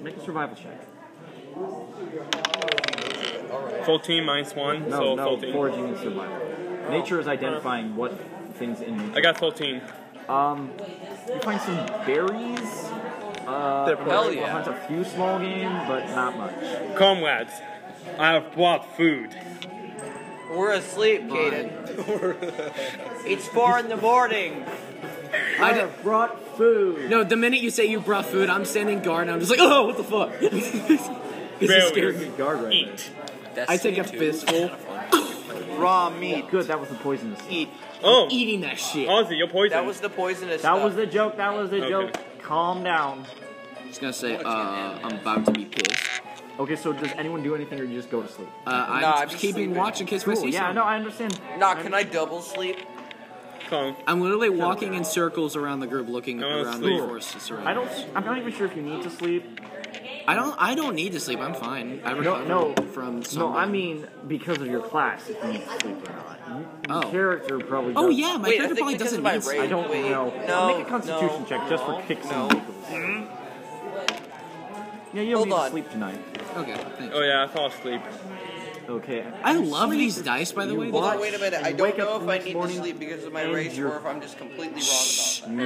A: Make a survival
H: Uh,
A: check.
I: Fourteen minus one,
A: No,
I: so
A: no,
I: fourteen.
A: foraging and survival. Nature is identifying what things in nature.
I: I got fourteen.
A: Um, you find some berries. Uh,
D: They're
B: Hell
A: you
B: yeah!
A: hunt a few small game, but not much.
I: Comrades, I have brought food.
J: We're asleep, Caden. it's four in the morning.
H: I did,
A: brought food.
H: no, the minute you say you brought food, I'm standing guard, and I'm just like, oh, what the fuck? this
I: Very
H: is scaring me.
I: weird.
A: Guard right there.
H: I take a
B: Destiny two.
H: fistful,
D: Raw meat.
A: Good, that was the poisonous.
D: Eat.
I: Oh,
H: eating that shit.
I: Ozzy, you're poisoned.
J: That was the poisonous.
A: That
J: stuff.
A: was the joke. That was the
I: Okay.
A: joke. Calm down.
H: I'm just gonna say, uh, I'm about to be pissed.
A: Okay, so does anyone do anything, or you just go to sleep?
H: Uh, I'm
J: Nah, I'm just
H: keeping
J: sleeping.
H: watch in case I
A: Cool.
H: see
A: Yeah,
H: something.
A: no, I understand.
J: Nah, can I double sleep?
I: Come.
H: I'm literally walking in circles around the group, looking
I: I wanna
H: around
I: sleep.
H: the forest. that's around
A: I don't. I'm not even sure if you need to sleep.
H: I don't. I don't need to sleep. I'm fine. I
A: No,
H: recovered
A: no,
H: from.
A: no.
H: somewhere.
A: I mean, because of your class, if you need to sleep or not. Your
H: Oh.
A: character probably.
H: Oh
A: does-
H: yeah, my
J: Wait, I
H: character
J: think
H: probably
J: because
H: doesn't
J: of my
H: need. sleep.
J: race.
A: I don't
J: Wait,
A: know.
J: no,
A: Make a Constitution
J: no,
A: check just
J: no,
A: for kicks
J: no.
A: and giggles. Yeah, you don't
J: Hold
A: need
J: on.
A: to sleep tonight.
H: Okay. Thanks.
K: Oh yeah, I fall asleep.
A: Okay.
H: I love these dice, by the way.
J: Hold on,
A: Watch
J: wait a minute. I
A: and
J: don't
A: wake up
J: know
A: the
J: if I
A: next
J: need to
A: morning
J: sleep because of my
A: and
J: race
A: you're-
J: or if I'm just completely wrong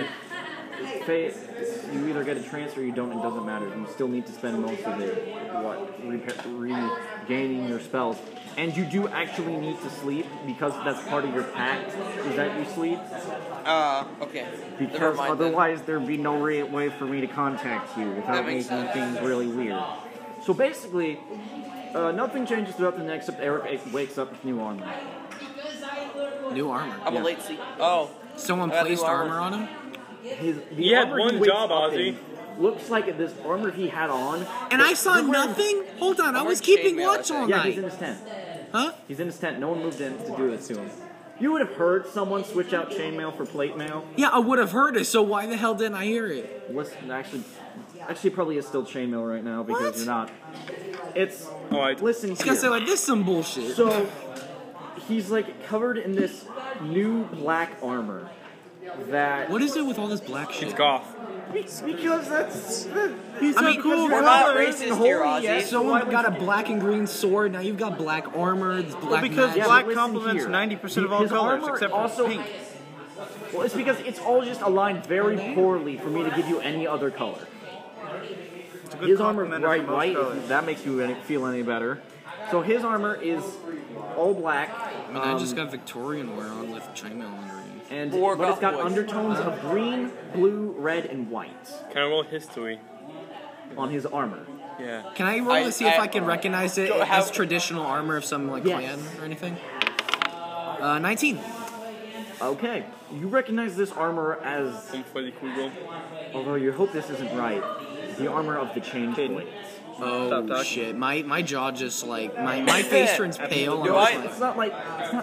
A: You, fa- you either get a trance or you don't. It doesn't matter. You still need to spend most of it what repair, regaining your spells, and you do actually need to sleep because that's part of your pact. Is that you sleep?
J: about that. Uh, okay. Never
A: Because
J: mind then.
A: otherwise there'd be no re- way for me to contact you without
J: That
A: making
J: makes sense.
A: things really weird. So basically, uh, nothing changes throughout the night except Eric a- wakes up with new armor.
H: New armor.
J: I'm
A: Yeah.
J: a late sleep. Oh,
H: Someone
J: I got new
H: placed
J: armor.
H: armor on him,
A: His, the
K: You had
A: armor he
K: one
A: wakes
K: job,
A: up
K: Ozzy.
A: in Looks like this armor he had on.
H: and I saw
A: You're wearing-
H: nothing. Hold on, I
J: I'm
H: was
J: wearing
H: keeping
J: chainmail,
H: watch
J: I
H: all
J: think.
A: Yeah, he's in
H: night.
A: his tent.
H: Huh?
A: He's in his tent. No one moved in to do this to him. You would have heard someone switch out chainmail for plate mail.
H: Yeah, I would have heard it. So why the hell didn't I hear it?
A: Listen, actually, actually probably is still chainmail right now because
H: What?
A: you're not. It's
K: Oh, I-
A: listen
H: It's gonna say
A: here.
H: like this some bullshit.
A: So he's like covered in this new black armor that
H: what is it with all this black shit?
K: It's golf.
A: because that's
H: He's
A: I
H: so
A: mean,
H: cool.
A: because your
J: We're not
A: armor
J: racist
A: isn't
J: here,
A: holy
J: Ozzy.
A: yet, so why
H: Someone
A: would
H: got a
A: you-
H: black and green sword. Now you've got black armor. This black
K: because
H: magic.
K: black
A: but listen
K: complements
A: here.
K: 90% of all
A: His
K: colors,
A: armor
K: except for
A: also,
K: pink.
A: Well, it's because it's all just aligned very poorly for me to give you any other color.
K: It's a good
A: His armor,
K: complement of
A: right,
K: most
A: right?
K: colors.
A: If that makes you any, feel any better. So his armor is all black. um,
H: I mean, I just got Victorian wear on with chainmail underneath.
A: and
J: Or
A: but it's
J: got
A: got
J: voice.
A: undertones of green, blue, red, and white
K: Can I roll history?
A: on his armor.
K: Yeah.
H: Can I roll
J: I-
H: to see if
J: I-
H: I, can recognize it
J: Go-
H: as
J: how-
H: traditional armor of some like
A: Yes.
H: clan or anything? Uh, 19.
A: Okay, you recognize this armur as,
K: Some for the Kugel.
A: although you hope this isn't right, the armor of the Change
K: Kid.
A: Blades.
K: Stop
H: Oh
K: talking.
H: shit! My my jaw just like my, my face turns pale.
J: Do
H: and
J: I-
H: I'm
A: It's
H: just like,
A: not like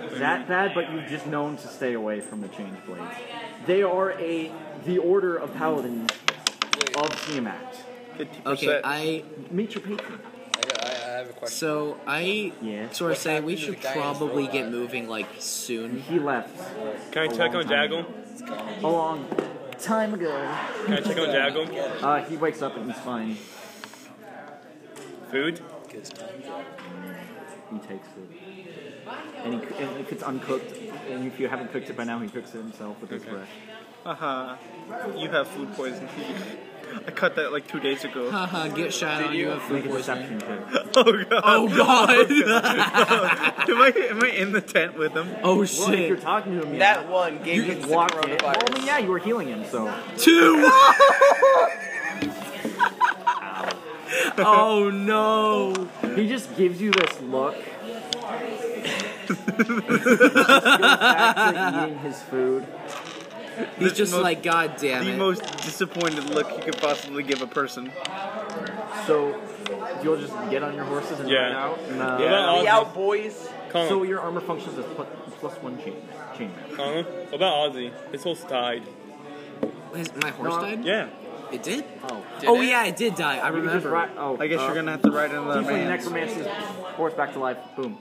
A: it's not that bad, but you've just known to stay away from the Change Blades. They are a the order of paladins of Tiamat.
K: 50%.
H: okay, I
A: Meet your patron.
L: I, I, I have a question.
H: so I
A: Yeah.
H: sort of say we
L: happened to
H: should
L: the guy in his
H: probably
L: robot?
H: get moving like soon.
A: He left
K: Can I
A: a
K: check
A: long
K: on
A: time
K: Jaggle?
A: a long time ago.
K: Can I check on Jaggle?
A: Uh, he wakes up and he's fine.
K: Food?
A: He takes it. And, he, and if it's uncooked, and if you haven't cooked it by now, he cooks it himself with his
K: Okay.
A: breath.
K: Haha. You have food poisoning. I cut that like two days ago.
H: Haha, get shot on you have
A: Make
H: food
A: a deception
H: poisoning.
A: check.
K: oh god.
H: Oh god!
K: am, I, am I in the tent with him?
H: oh
A: Well, if you're
H: shit!
A: talking to him, yeah.
J: that one gave
A: you
J: me the
A: just walked in. Well, I
J: coronavirus.
A: mean, yeah, you were healing him, so.
H: Two. oh no!
A: He just gives you this look. He goes back to eating his food.
H: He's just
K: most-
H: like, god damn
K: The
H: it!
K: most disappointed look you could possibly give a person.
A: So you'll just get on your horses and
K: Yeah.
A: ride out. And, uh,
K: What
J: Be
K: about
J: out, boys.
K: Colin,
A: So your armor functions as plus, plus one chain chain mail.
K: Colin, what about Ozzy? His horse died.
H: His- my horse
A: No.
H: died.
K: Yeah.
H: It did.
A: Oh,
H: oh yeah, it did die. I
A: You just
H: remember.
A: ri- oh,
K: I guess
A: uh,
K: you're gonna have to ride another
A: Tiefling
K: man.
A: necromancer's horse back to life. Boom.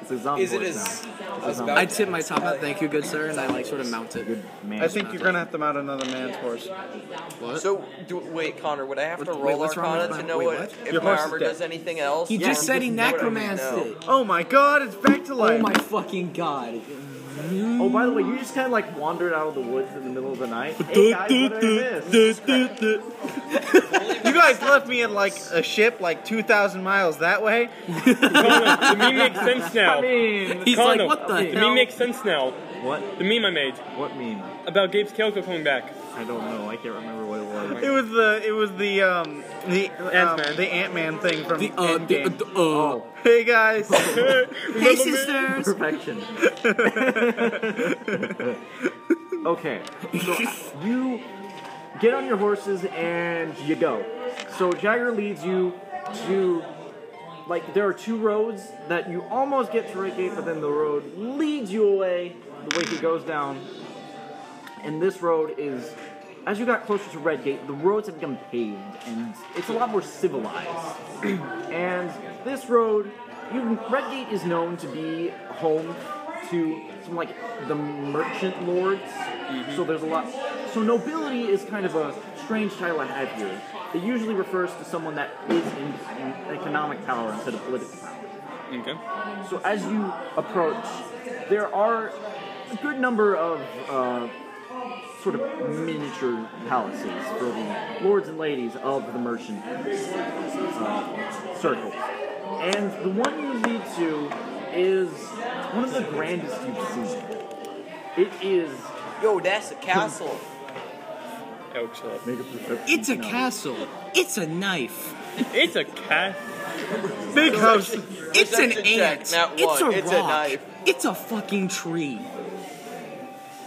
A: It's a zombie
L: Is it
A: horse
L: as-
A: now. It's
L: I
A: a
L: was
A: zombie.
L: about-
H: I tip my top hat, thank you, good sir, and I like sort of mount it.
A: Good man.
K: I think you're gonna have to mount another man's horse.
H: What?
J: So, do, wait, Connor, would I have to
H: Wait,
J: roll
H: what's wrong
J: Arcana
H: with
J: to
H: my-
J: know
H: wait,
J: what,
H: what?
J: if
K: Your
J: my
K: horse is
J: armor
K: dead.
J: does anything else?
H: he
J: or
H: just said he
J: what would I know?
H: necromanced it.
K: Oh my god, it's back to
H: Oh
K: life!
H: my fucking god.
A: Oh, by the way, you just kind of like wandered out of the woods in the middle of the night. Hey guys, what did I miss?
K: you guys left me in like a ship like 2,000 miles that way?
B: Colin, the meme makes sense now.
A: I mean,
H: He's
K: Connor,
H: like, what the
K: The
H: hell?
K: meme makes sense now.
A: what?
K: The meme I made
A: What meme?
K: about Gabe's Kelko coming back.
A: I don't know. I can't remember what it
K: It
A: was.
K: was the it was the um the
B: Ant-Man.
K: um, the Ant Man thing from
H: The, uh, the,
K: Endgame. Oh.
H: uh, the, uh,
K: hey guys,
H: hey sisters!
A: Perfection. okay, so you get on your horses and you go. So Jagger leads you to like there are two roads that you almost get to Red Gate, but then the road leads you away the way he goes down. And this road is As you got closer to Redgate, the roads had become paved, and it's a lot more civilized. and this road, you, Redgate is known to be home to some like the merchant lords. So there's a lot. So nobility is kind of a strange title I have here. It usually refers to someone that is in, in economic power instead of political power.
I: Okay.
A: So as you approach, there are a good number of uh, sort of miniature palaces for the lords and ladies of the merchant uh, circle. And the one you lead to is one of the grandest you've seen. It is.
J: Yo, that's a castle.
I: Ouch.
A: Make a perception
H: It's a
A: check.
H: castle. It's a knife.
I: It's a cat. Big house.
H: It's an
J: Perception check,
H: ant.
J: not
H: It's a
J: one. It's a
H: rock.
J: knife.
H: It's a fucking tree.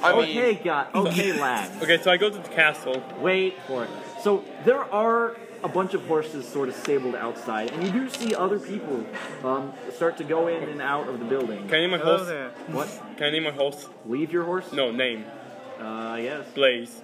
J: I mean,
A: Okay, God. Okay, lad.
I: Okay, so I go to the castle.
A: Wait for it. So there are a bunch of horses sort of stabled outside, and you do see other people um, start to go in and out of the building.
I: Can I name my
D: Hello
I: horse?
D: there.
A: What?
I: Can I name my horse?
A: Leave your horse?
I: No, name.
A: Uh, yes.
I: Blaze.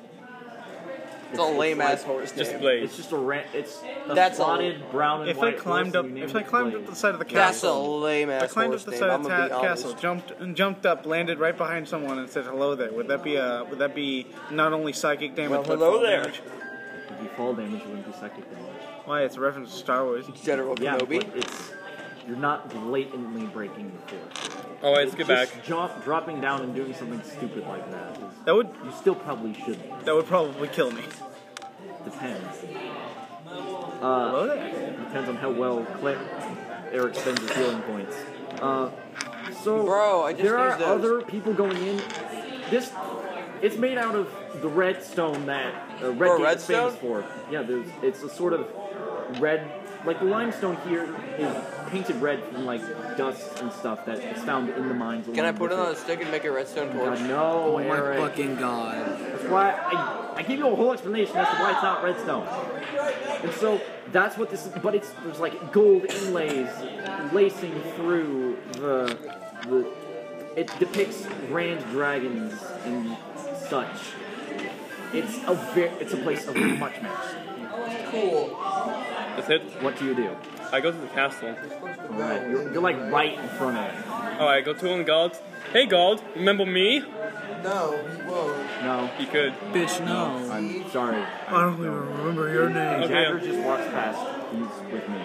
J: it's a lame ass horse name.
I: Just
A: It's
I: Blaze.
A: just a ra- it's a
J: That's a-
A: spotted brown and
I: If I
A: white
I: climbed
A: horse,
I: up-
A: and you
I: if
A: named
I: I
A: it
I: climbed up
A: Blade.
I: the side of the
J: That's a
I: castle,
J: lame ass
I: I climbed up
J: horse
I: the
J: name.
I: side
J: I'm
I: of the
J: gonna be
I: ta-
J: honest.
I: castle, jumped and jumped up, landed right behind someone, and said hello there. Would that be uh Would that be not only psychic damage?
J: Well,
I: but
J: hello
I: fall
J: there.
I: damage?
A: It'd be fall damage, it wouldn't be psychic damage.
I: Why? It's a reference to Star Wars.
J: General
A: Yeah,
J: Kenobi.
A: but it's you're not blatantly breaking the force.
I: All right, let's get back.
A: Just jump, dropping down and doing something stupid like that. is-
I: That would
A: you still probably shouldn't.
I: that would probably kill me.
A: Depends. Uh,
I: hello there.
A: Depends on how well Clint Eric spends his healing points. Uh, so
J: Bro, I just
A: there are
J: used those.
A: other people going in. This it's made out of the redstone that uh, Red
J: Bro,
A: Gate is famous
J: redstone?
A: for. Yeah, there's it's a sort of red, like the limestone here is painted red from like dust and stuff that is found in the mines.
J: Can I
A: along
J: put it
A: with
J: on a stick and make a redstone torch?
A: God, no,
H: Oh my
A: Eric.
H: fucking god.
A: That's why I, I give you a whole explanation as to why it's not redstone. And so that's what this is, but it's there's like gold inlays lacing through the the it depicts grand dragons and such. It's a very, it's a place of much magic.
J: Cool.
I: That's it.
A: What do you do?
I: I go to the castle.
A: All right, you're, you're like right in front of it.
I: All right, I go to him, Gold. Hey, Gold, remember me?
J: No, whoa.
A: No,
I: He could.
H: Bitch, no.
A: I'm sorry.
I: I don't even remember your name. Okay.
A: Jagger just walks past. He's with me.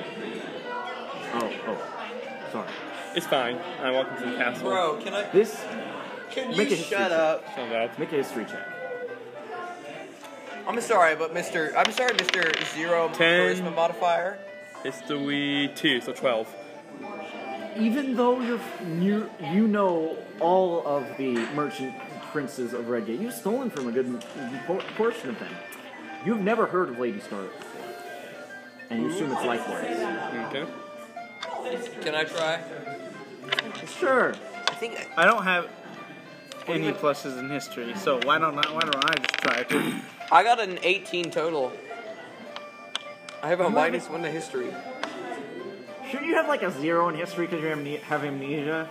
A: Oh, oh, sorry.
I: It's fine. I walk into the castle.
J: Bro, can I?
A: This
J: Can
A: Make
J: you
A: a history
J: shut
A: check.
J: up?
I: It's not bad.
A: make a history check.
J: I'm sorry, but Mr. I'm sorry, Mr. Zero
I: Ten.
J: charisma modifier.
I: History 2, so 12.
A: even though you're f- you you know all of the merchant princes of Redgate, you've stolen from a good m- por- portion of them. You've never heard of Lady Stark, and you assume it's likewise.
I: Okay.
J: Can I try?
A: Sure.
J: I think
I: I don't have any pluses in history, so why don't I, why don't I just try to?
J: I got an 18 total. I have a
A: have
J: minus one to history.
A: Shouldn't you have like a zero in history because you amne- have amnesia?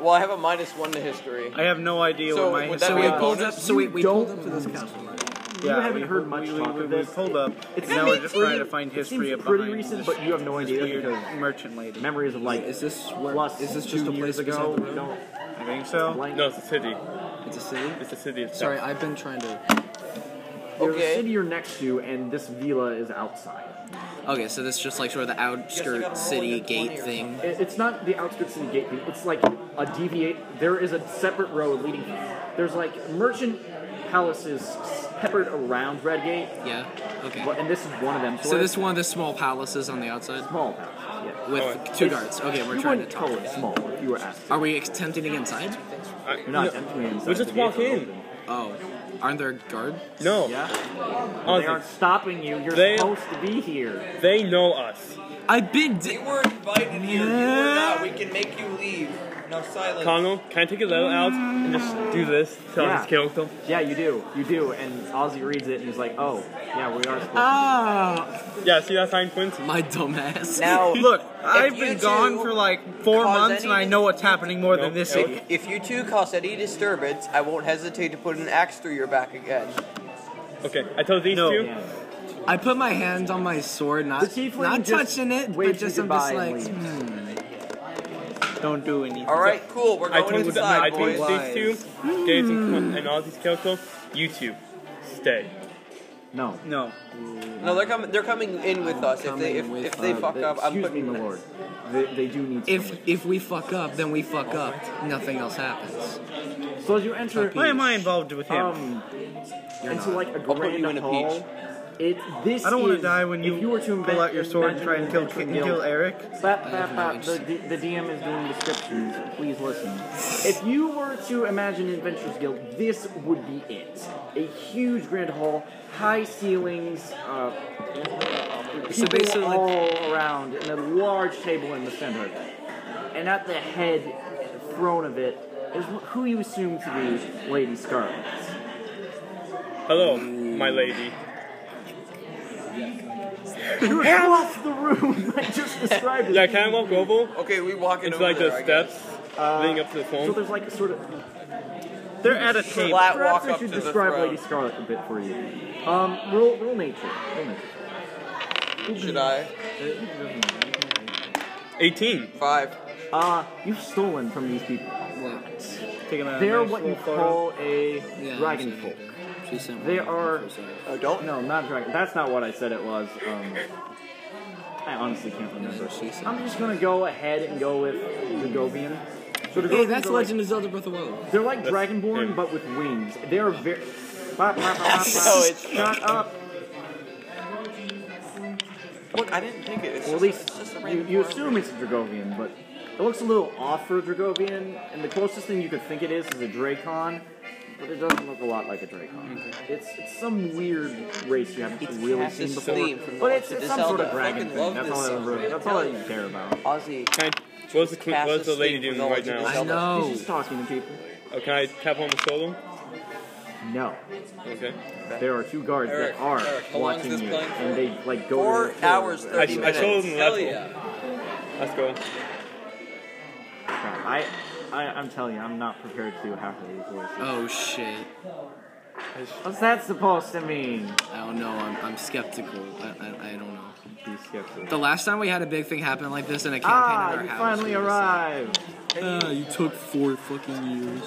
J: Well, I have a minus one to history.
I: I have no idea
J: So,
I: what my
J: would that
H: So
I: history
J: be
H: we
J: a
I: is.
H: pulled up.
J: bonus?
H: So wait, we
A: You
H: pulled
A: don't
H: up to this castle.
A: you haven't
I: we-
A: heard
I: we-
A: much
I: we,
A: talk
I: we,
A: of this.
I: We pulled up.
A: It's
I: now we're just trying to find
A: it
I: history
A: seems
I: of
A: pretty
I: behind
A: recent,
I: this
A: but you have no idea
I: weird
A: because
I: merchant lady.
A: memories of like
H: Is this where-
A: plus
H: is this just
A: two
H: a place
A: years
H: beside
A: ago.
H: the room?
A: you don't
I: I think so.
A: blank.
I: No, it's a city.
H: It's a city.
I: It's a city itself.
H: Sorry, I've been trying to.
A: There's
J: Okay.
A: a city you're next to, and this villa is outside.
H: Okay, so this is just like sort of the outskirt city gate thing.
A: It- It's not the outskirts of the gate thing. It's like a deviate. There is a separate road leading. There's like merchant palaces peppered around Redgate,
H: Yeah. Okay.
A: but and this is one of them.
H: So this one, the small palaces on the outside
A: small palace. Yeah.
H: with
I: Alright.
H: two guards. Okay, we're
A: Oh, you
H: trying to
A: wouldn't
H: talk.
A: call it small if you were asked.
H: Are we attempting to get inside?
I: I-
A: You're not
I: Uh, no,
A: attempting inside.
I: We just
A: the gates
I: walk
A: are
I: in.
A: open.
H: Oh, aren't there guard?
I: No,
A: Yeah. They aren't
I: honestly,
A: stopping you. You're
I: They-
A: supposed to be here.
I: they know us.
H: I've been. Di-
J: You were invited here. You were not. We can make you leave. Now silence.
I: Congo, can I take a little out and just do this? Tell
A: Yeah.
I: his character.
A: Yeah, you do. You do. And Ozzy reads it and he's like, "Oh, yeah, we are." Supposed
H: ah,
I: Yeah, see that sign, Quincy?
H: my dumbass.
D: Oh,
J: Now
I: Look,
J: if
I: I've
J: you
I: been
J: two
I: gone for like four
J: cause
I: months and I
J: any-
I: know what's happening more Nope, than this nope.
J: If you two cause any disturbance, I won't hesitate to put an axe through your back again.
I: Okay, I told these
D: No.
I: two.
A: Yeah.
H: I put my hands on my sword,
A: The
H: not
A: tiefling
H: not
A: just
H: touching it, but
A: waves
H: just
A: you
H: I'm just
A: goodbye
H: like,
A: and leaves.
H: hmm.
D: Don't do anything.
J: All right, cool. We're
I: I
J: going
I: told, the, I
J: inside,
I: told
J: boys.
I: these two, Jason and, and Ozzy's Kelko, you two, stay.
A: No.
D: No.
J: No, they're coming. They're coming in with us. If they if,
H: Coming
J: if
H: with
J: they
H: us.
J: fuck up, I'm
A: Uh, Excuse me,
J: putting.
A: my lord. They, they do need
H: If
A: someone.
H: if we fuck up, then we fuck up. Nothing else happens.
A: So as you enter,
H: Fuck
D: Why am I involved with him?
A: um,
H: You're
A: into
H: not.
A: like a
J: put
A: grand
J: you in a
A: hall.
J: peach.
A: It this
D: I don't want
A: is-
D: to die when you,
A: if you were to
D: pull out your sword and try and kill
A: and
D: and kill Eric.
A: Bap,
H: have
A: bap,
H: no
A: bap. The,
H: interest.
A: D- the DM is doing descriptions. Please listen. If you were to imagine Adventures Guild, this would be it. A huge grand hall, high ceilings, uh,
H: So
A: people
H: basically-
A: all around, and a large table in the center. And at the head throne of it is wh- who you assume to be Lady Scarlet.
I: Hello, my lady.
A: You left the room I just described. it.
I: Yeah, can I walk over?
J: Okay, we walk in
I: It's
J: over
I: like
J: there.
I: the
J: I guess. Uh,
I: steps leading up to the
A: So
I: phone.
A: there's like sort of
D: They're at a table.
J: Flat
A: Perhaps
J: walk
A: I
J: up to
A: should
J: the
A: describe Lady
J: throne.
A: Scarlet a bit for you. Um, roll, roll nature. Roll nature.
J: Should I?
I: 18.
J: Five.
A: Uh, you've stolen from these people.
J: Uh,
H: hmm, What?
D: Taking a
A: They're
D: nice
A: what you
D: little photo.
A: call a
H: Yeah,
A: dragon
H: so-
A: folk.
H: She sent
A: They
H: one
A: are-
H: for some-
J: Oh, don't.
A: No, not dragon. That's not what I said it was. Um, I honestly can't remember.
H: she said-
A: I'm just gonna go ahead and go with the Gobian. So the
H: Hey,
A: Gobians
H: that's
A: are like-
H: Legend of Zelda Breath of the Wild.
A: They're like
I: That's
A: Dragonborn,
I: him.
A: but with wings. They're very. Bop, bop, bop, bop,
J: No, it's-
A: Shut up.
J: Look, I didn't think it. It's
A: Well, at
J: just,
A: least
J: it's just a
A: you,
J: random
A: you
J: form.
A: assume it's a Dragovian, but it looks a little off for a Dragovian, and the closest thing you could think it is is a Dracon, but it doesn't look a lot like a Dracon. It's, it's some weird race you haven't
J: It's
A: really seen
J: Cassis the
A: before.
J: Flame from the
A: but
J: Lord
A: it's,
J: to
A: it's
J: the
A: some sort of
J: Zelda.
A: dragon
J: Fucking
A: thing.
J: love
A: That's
J: this
A: all, I
J: song.
A: really, that's all you care about.
J: Ozzy.
I: Can I, what's the
J: Pass
I: what's the
J: this
I: lady
J: thing
I: doing
J: from
I: right
J: the
I: now?
J: Zelda.
H: I know.
A: She's just talking to people.
I: Oh, can I tap on the shoulder?
A: No,
I: Okay.
A: there are two guards
J: Eric,
A: that are
J: Eric, how long is
A: watching
J: this
A: you,
J: playing for?
A: and they like go. to
J: Four
A: their quarters.
J: hours,
I: I, I
J: thirty minutes.
I: showed them the
J: Hell
I: left one.
J: yeah.
I: Let's go.
A: I, I, I'm telling you, I'm not prepared to do half of these voices.
H: Oh shit.
A: What's that supposed to mean?
H: I don't know. I'm, I'm skeptical. I, I, I don't know.
A: Be skeptical.
H: The last time we had a big thing happen like this in a campaign at
A: Ah,
H: our
A: you
H: house.
A: finally
H: we were just like,
A: arrived.
H: Ah, you took four fucking years.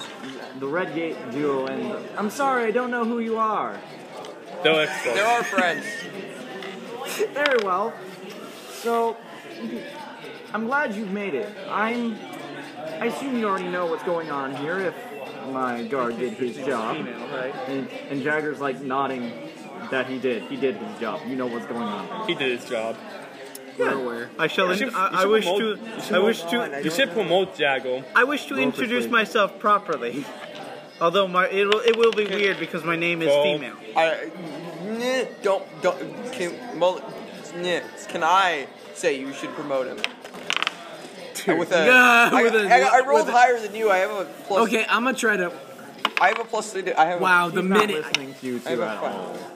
A: The Redgate duo and I'm sorry, I don't know who you are.
I: No extra.
J: They're our friends.
A: Very well. So, I'm glad you've made it. I'm. I assume you already know what's going on here. If my guard did his job, and, and Jagger's like nodding that he did. He did his job. You know what's going on.
I: He did his job.
H: We're aware.
D: I shall.
I: You should-
D: In- I,
I: you
D: I
I: should
D: wish
I: promote-
D: to.
I: you should
D: I wish
J: promote-
D: to.
I: You should promote Jago.
D: I wish to introduce
A: persuasion.
D: myself properly. Although my it will it will be weird because my name is
I: Well-
D: female.
J: I nah, don't don't can well, nah, can I say you should promote him? With a,
H: Nah,
J: I-
H: with a-
J: I- I rolled
H: with a-
J: higher than you. I have a plus.
H: Okay, I'm gonna try to.
J: I have a plus three. to- I have
H: Wow,
J: A,
H: the
A: He's not
H: minute.
A: listening to you
J: I
A: two
J: have a
A: at all.
J: five.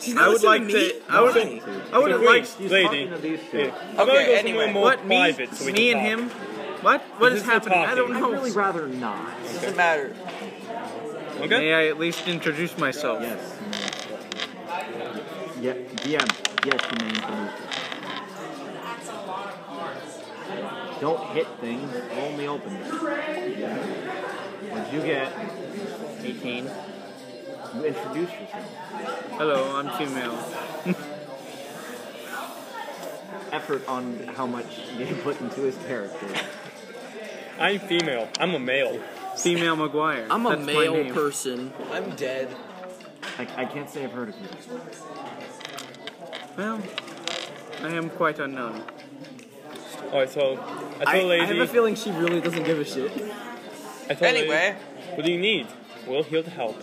H: She's not
D: I would
H: listening
D: like
H: me.
D: to. I would. I would have
I: Wait,
D: liked.
A: He's
I: lady.
A: talking to these two.
I: Yeah. I'm gonna
J: Okay,
I: go
J: anyway.
I: somewhere more
D: What me?
I: private so we
D: me
I: can
D: and
I: talk.
D: him. What? What
I: This
D: is
I: is the
D: happening? I don't
I: talking.
A: I'd
D: know.
A: really rather not.
J: Doesn't matter.
I: Okay.
D: May I at least introduce myself?
A: Yes. Yeah, DM. Yes, you may introduce it. Don't hit things, only open them. What'd you get? 18. You introduce yourself.
D: Hello, I'm female.
A: Effort on how much you put into his character.
I: I'm female. I'm a male.
D: Female Maguire.
H: I'm a
D: That's my
H: male
D: name.
H: person.
J: I'm dead.
A: I, I can't say I've heard of you.
D: Well, I am quite unknown.
I: Alright, so I
H: I,
I: told
H: I have
I: lady.
H: a feeling she really doesn't give a shit.
I: I told
J: Anyway,
I: lady, what do you need? We're here to help.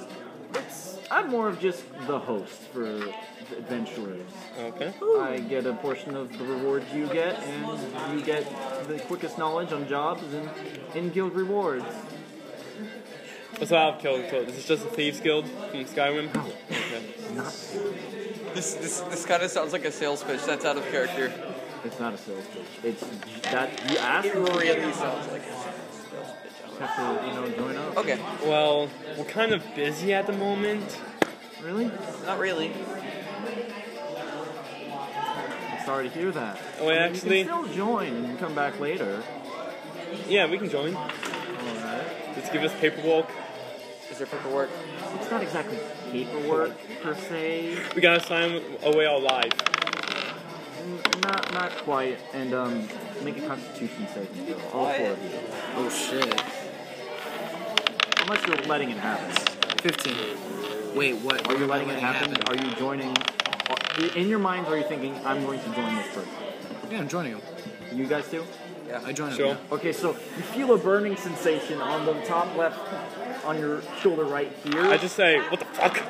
A: I'm more of just the host for the adventurers.
I: Okay.
A: I get a portion of the reward you get, and you get the quickest knowledge on jobs and in guild rewards.
I: What's up, Kill Kill? This is just a thieves guild from Skyrim. Okay.
J: this this this kind of sounds like a sales pitch. That's out of character.
A: It's not a sales pitch. It's that you ask
J: It
A: for it,
J: really sounds like. A
A: you have to, you know, join up.
J: Okay.
I: Well, we're kind of busy at the moment.
A: Really?
J: Not really.
A: I'm sorry to hear that.
I: Oh, wait,
A: I mean,
I: actually-
A: You can still join and come back later.
I: Yeah, we can join. Let's give us paperwork.
J: Is there paperwork?
A: It's not exactly paperwork per se.
I: We gotta sign away our life.
A: N- Not, not quite. And um, make a Constitution saving throw, all four of you,
H: Oh shit.
A: unless you're letting it happen.
H: 15. Wait, what?
A: Are you letting it happen? Are you joining? are- In your minds, are you thinking I'm going to join this person?
H: Yeah, I'm joining him.
A: You guys too?
H: I joined
I: Sure.
H: him.
A: Okay, so you feel a burning sensation on the top left, on your shoulder right here.
I: I just say, what the fuck?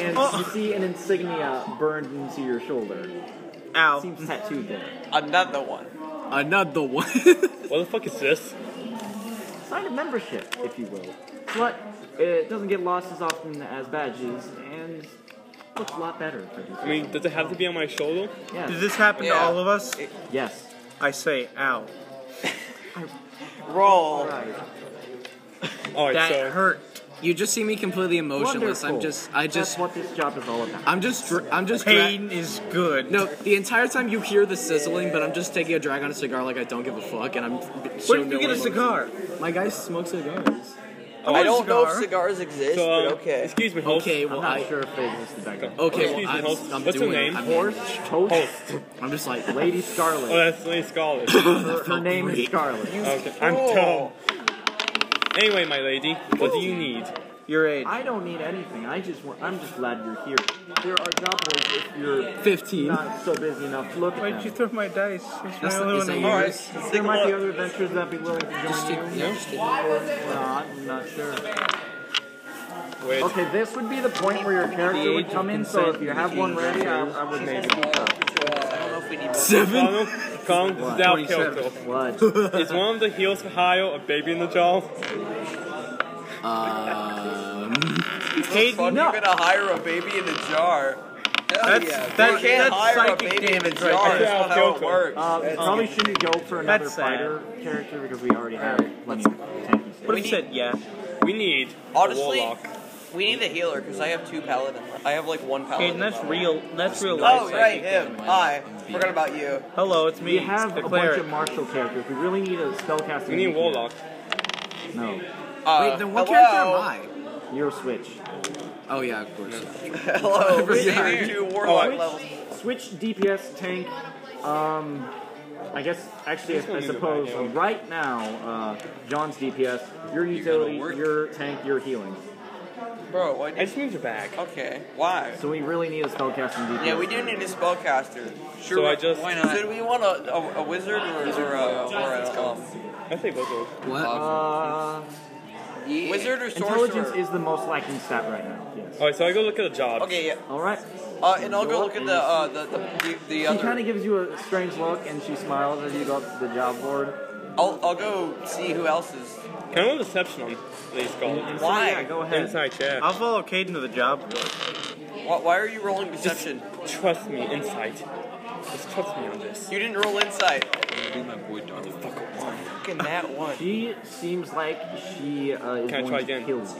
A: And you see an insignia burned into your shoulder. It
M: Ow.
A: seems tattooed there.
J: Another one.
H: Yeah. Another one.
I: What the fuck is this?
A: Sign of membership, if you will. But it doesn't get lost as often as badges, and looks a lot better. for you.
I: I mean, does it have to be on my shoulder?
A: yes.
D: Did this happen to
J: Yeah.
D: all of us?
A: yes.
D: I say, ow.
J: Roll.
A: Right.
I: Alright,
M: That
I: so.
M: hurt.
H: you just see me completely emotionless. I'm
A: Wonderful.
H: just, I
A: That's
H: just,
A: what this job is all about.
H: I'm just, dr- I'm just. dra-
D: Pain is good.
H: No, the entire time you hear the sizzling, but I'm just taking a drag on a cigar like I don't give a fuck, and I'm.
D: Where did you get a cigar?
H: My guy smokes cigars.
I: Oh,
J: I don't know if
D: cigar.
J: cigars exist,
I: so, um,
J: but okay.
I: Excuse me, host.
H: Okay,
A: I'm
H: well
A: not
H: I.
A: sure if they existed back then.
H: Okay,
I: Excuse
H: well,
I: me,
H: I'm,
I: host.
H: I'm
I: What's her
H: doing.
I: name?
H: I'm,
A: Host,
I: Host.
H: I'm just like.
A: Lady
I: Oh,
A: Scarlet.
I: that's Lady Scarlet.
D: Uh,
A: Her, her name is Scarlet.
I: Okay, I'm dumb. Anyway, my lady, what do you need?
D: Your age.
A: I don't need anything. I just want. I'm just glad you're here. There are job roles if you're
H: 15.
A: not so busy enough to look at
D: Why'd you
A: them.
D: throw my dice? It's my
H: That's
D: only
H: not- is that
D: one.
H: yours?
D: Alright.
A: There might be other adventurers that'd be willing to join
H: Just
A: you.
H: take- yeah, just take-
A: No, I'm not sure.
I: Wait.
A: Okay, this would be the point where your character would come in. So if you have one ready, I, I would maybe.
H: Seven.
I: Colonel, Colonel, this is out of kilter.
A: What?
I: Is one of the heels for hire a baby in the jar?
J: Fun, you're gonna hire a baby in a jar.
D: That's,
J: They
D: that,
J: can't
D: that's
J: hire a
D: psychic
J: baby in a
D: damage
J: jar.
D: right there. Ah,
J: That's not how it works.
A: Uh, probably shouldn't go for another
D: That's sad.
A: fighter character because we already have plenty of tanky
D: What
A: stuff.
D: if you said yeah?
I: We need
J: Honestly,
I: a warlock.
J: we need a healer because I have two paladin. I have like one paladin.
D: Caden, that's
J: left.
D: real. That's real life.
J: Oh,
D: psychic
J: right, him.
D: damage.
J: Hi. Forgot about you.
D: Hello, it's me.
A: We have
D: the
A: a bunch
D: cleric.
A: of martial characters. We really need a spellcaster.
I: We need a warlock.
A: No,
J: Uh,
H: Wait, then what
J: hello.
H: character am
A: you're a switch.
H: I? Oh yeah, of course.
J: Hello.
H: Whatever
J: We
H: you are.
J: need two warlock
I: Which-
J: levels.
A: Switch DPS tank. Um, I guess actually, I, I suppose right now, uh, John's DPS, your utility, your tank, your healing.
J: Bro, why
I: I
J: did
I: just moved her back.
J: Okay, why?
A: So we really need a spellcaster and DPS.
J: Yeah, we do need a spellcaster. Sure.
I: So I just-
J: Why not? So do we want a, a, a wizard or, or a, or a um,
I: I think both of them.
H: What?
A: Uh,
J: wizard or
A: intelligence
J: sorcerer?
A: is the most lacking stat right now. Yes.
I: Alright, so I go look at the job.
J: Okay, yeah.
D: Oh.
A: All right.
J: Uh, and I'll go look at the uh, the the, the, the
A: She kind
J: other.
A: of gives you a strange look, and she smiles as you go up to the job board.
J: I'll, I'll go see who else is.
I: Can I roll deception on Lady Scarlet?
A: And so,
J: Why?
A: yeah, go ahead.
I: Inside check.
D: I'll follow Caden to the job.
J: Why, why are you rolling deception?
I: Trust me, insight. Just trust me on this.
J: You didn't roll insight. Fucking that one.
A: She seems like she uh, is
I: Can I
A: going
I: try
A: to
I: again?
A: kill you.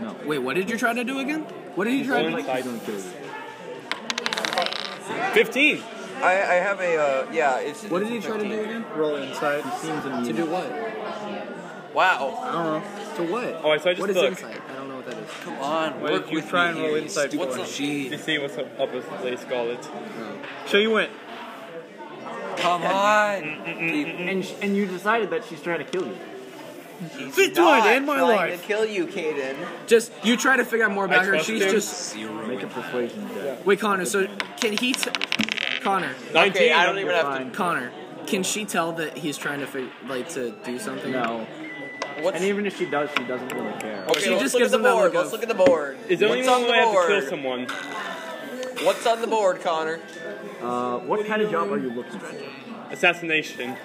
A: No.
H: Wait, what did you try to do again? What did he try to
A: Seems
I: Roll
H: do?
A: like
I: inside.
A: she's going to kill you.
I: 15!
J: I, I have a uh, yeah. It's
H: What did he try to do again?
D: Roll inside.
A: She seems
H: To
A: immune.
H: do what?
J: Wow.
H: To what?
I: Alright, so Oh, I just
H: what is
I: look.
H: insight? I don't know what that is.
J: Come on.
D: Why
J: work
D: did you
J: with
D: try
J: me
D: and roll
J: here, you
D: inside
J: stupid
D: for?
I: You see what's up up with Lady Scarlet.
D: So you went.
J: Come on.
A: And, sh- and you decided that she's trying to kill you.
D: Fit to it in my
J: trying
D: life.
J: to kill you, Caden.
H: Just you try to figure out more about
I: I
H: her.
I: trust
H: She's
I: him.
H: just
A: Make a persuasion check.
H: wait, Connor. So can he? T- Connor,
I: 19!
J: Okay, I don't even have
A: Fine.
H: Connor, can she tell that he's trying to fig- like to do something?
A: No.
J: to. What's
A: And even if she does, she doesn't really care.
J: Okay,
H: She
J: let's
H: just
J: look
H: gives
J: at
H: him
J: the
H: that
J: board.
H: look
J: Let's
H: of-
J: look at the board.
I: Is there only
J: What's
I: one
J: on the
I: way I have to
J: board?
I: kill someone?
J: What's on the board, Connor?
A: Uh, what kind of job are you looking for?
I: Assassination.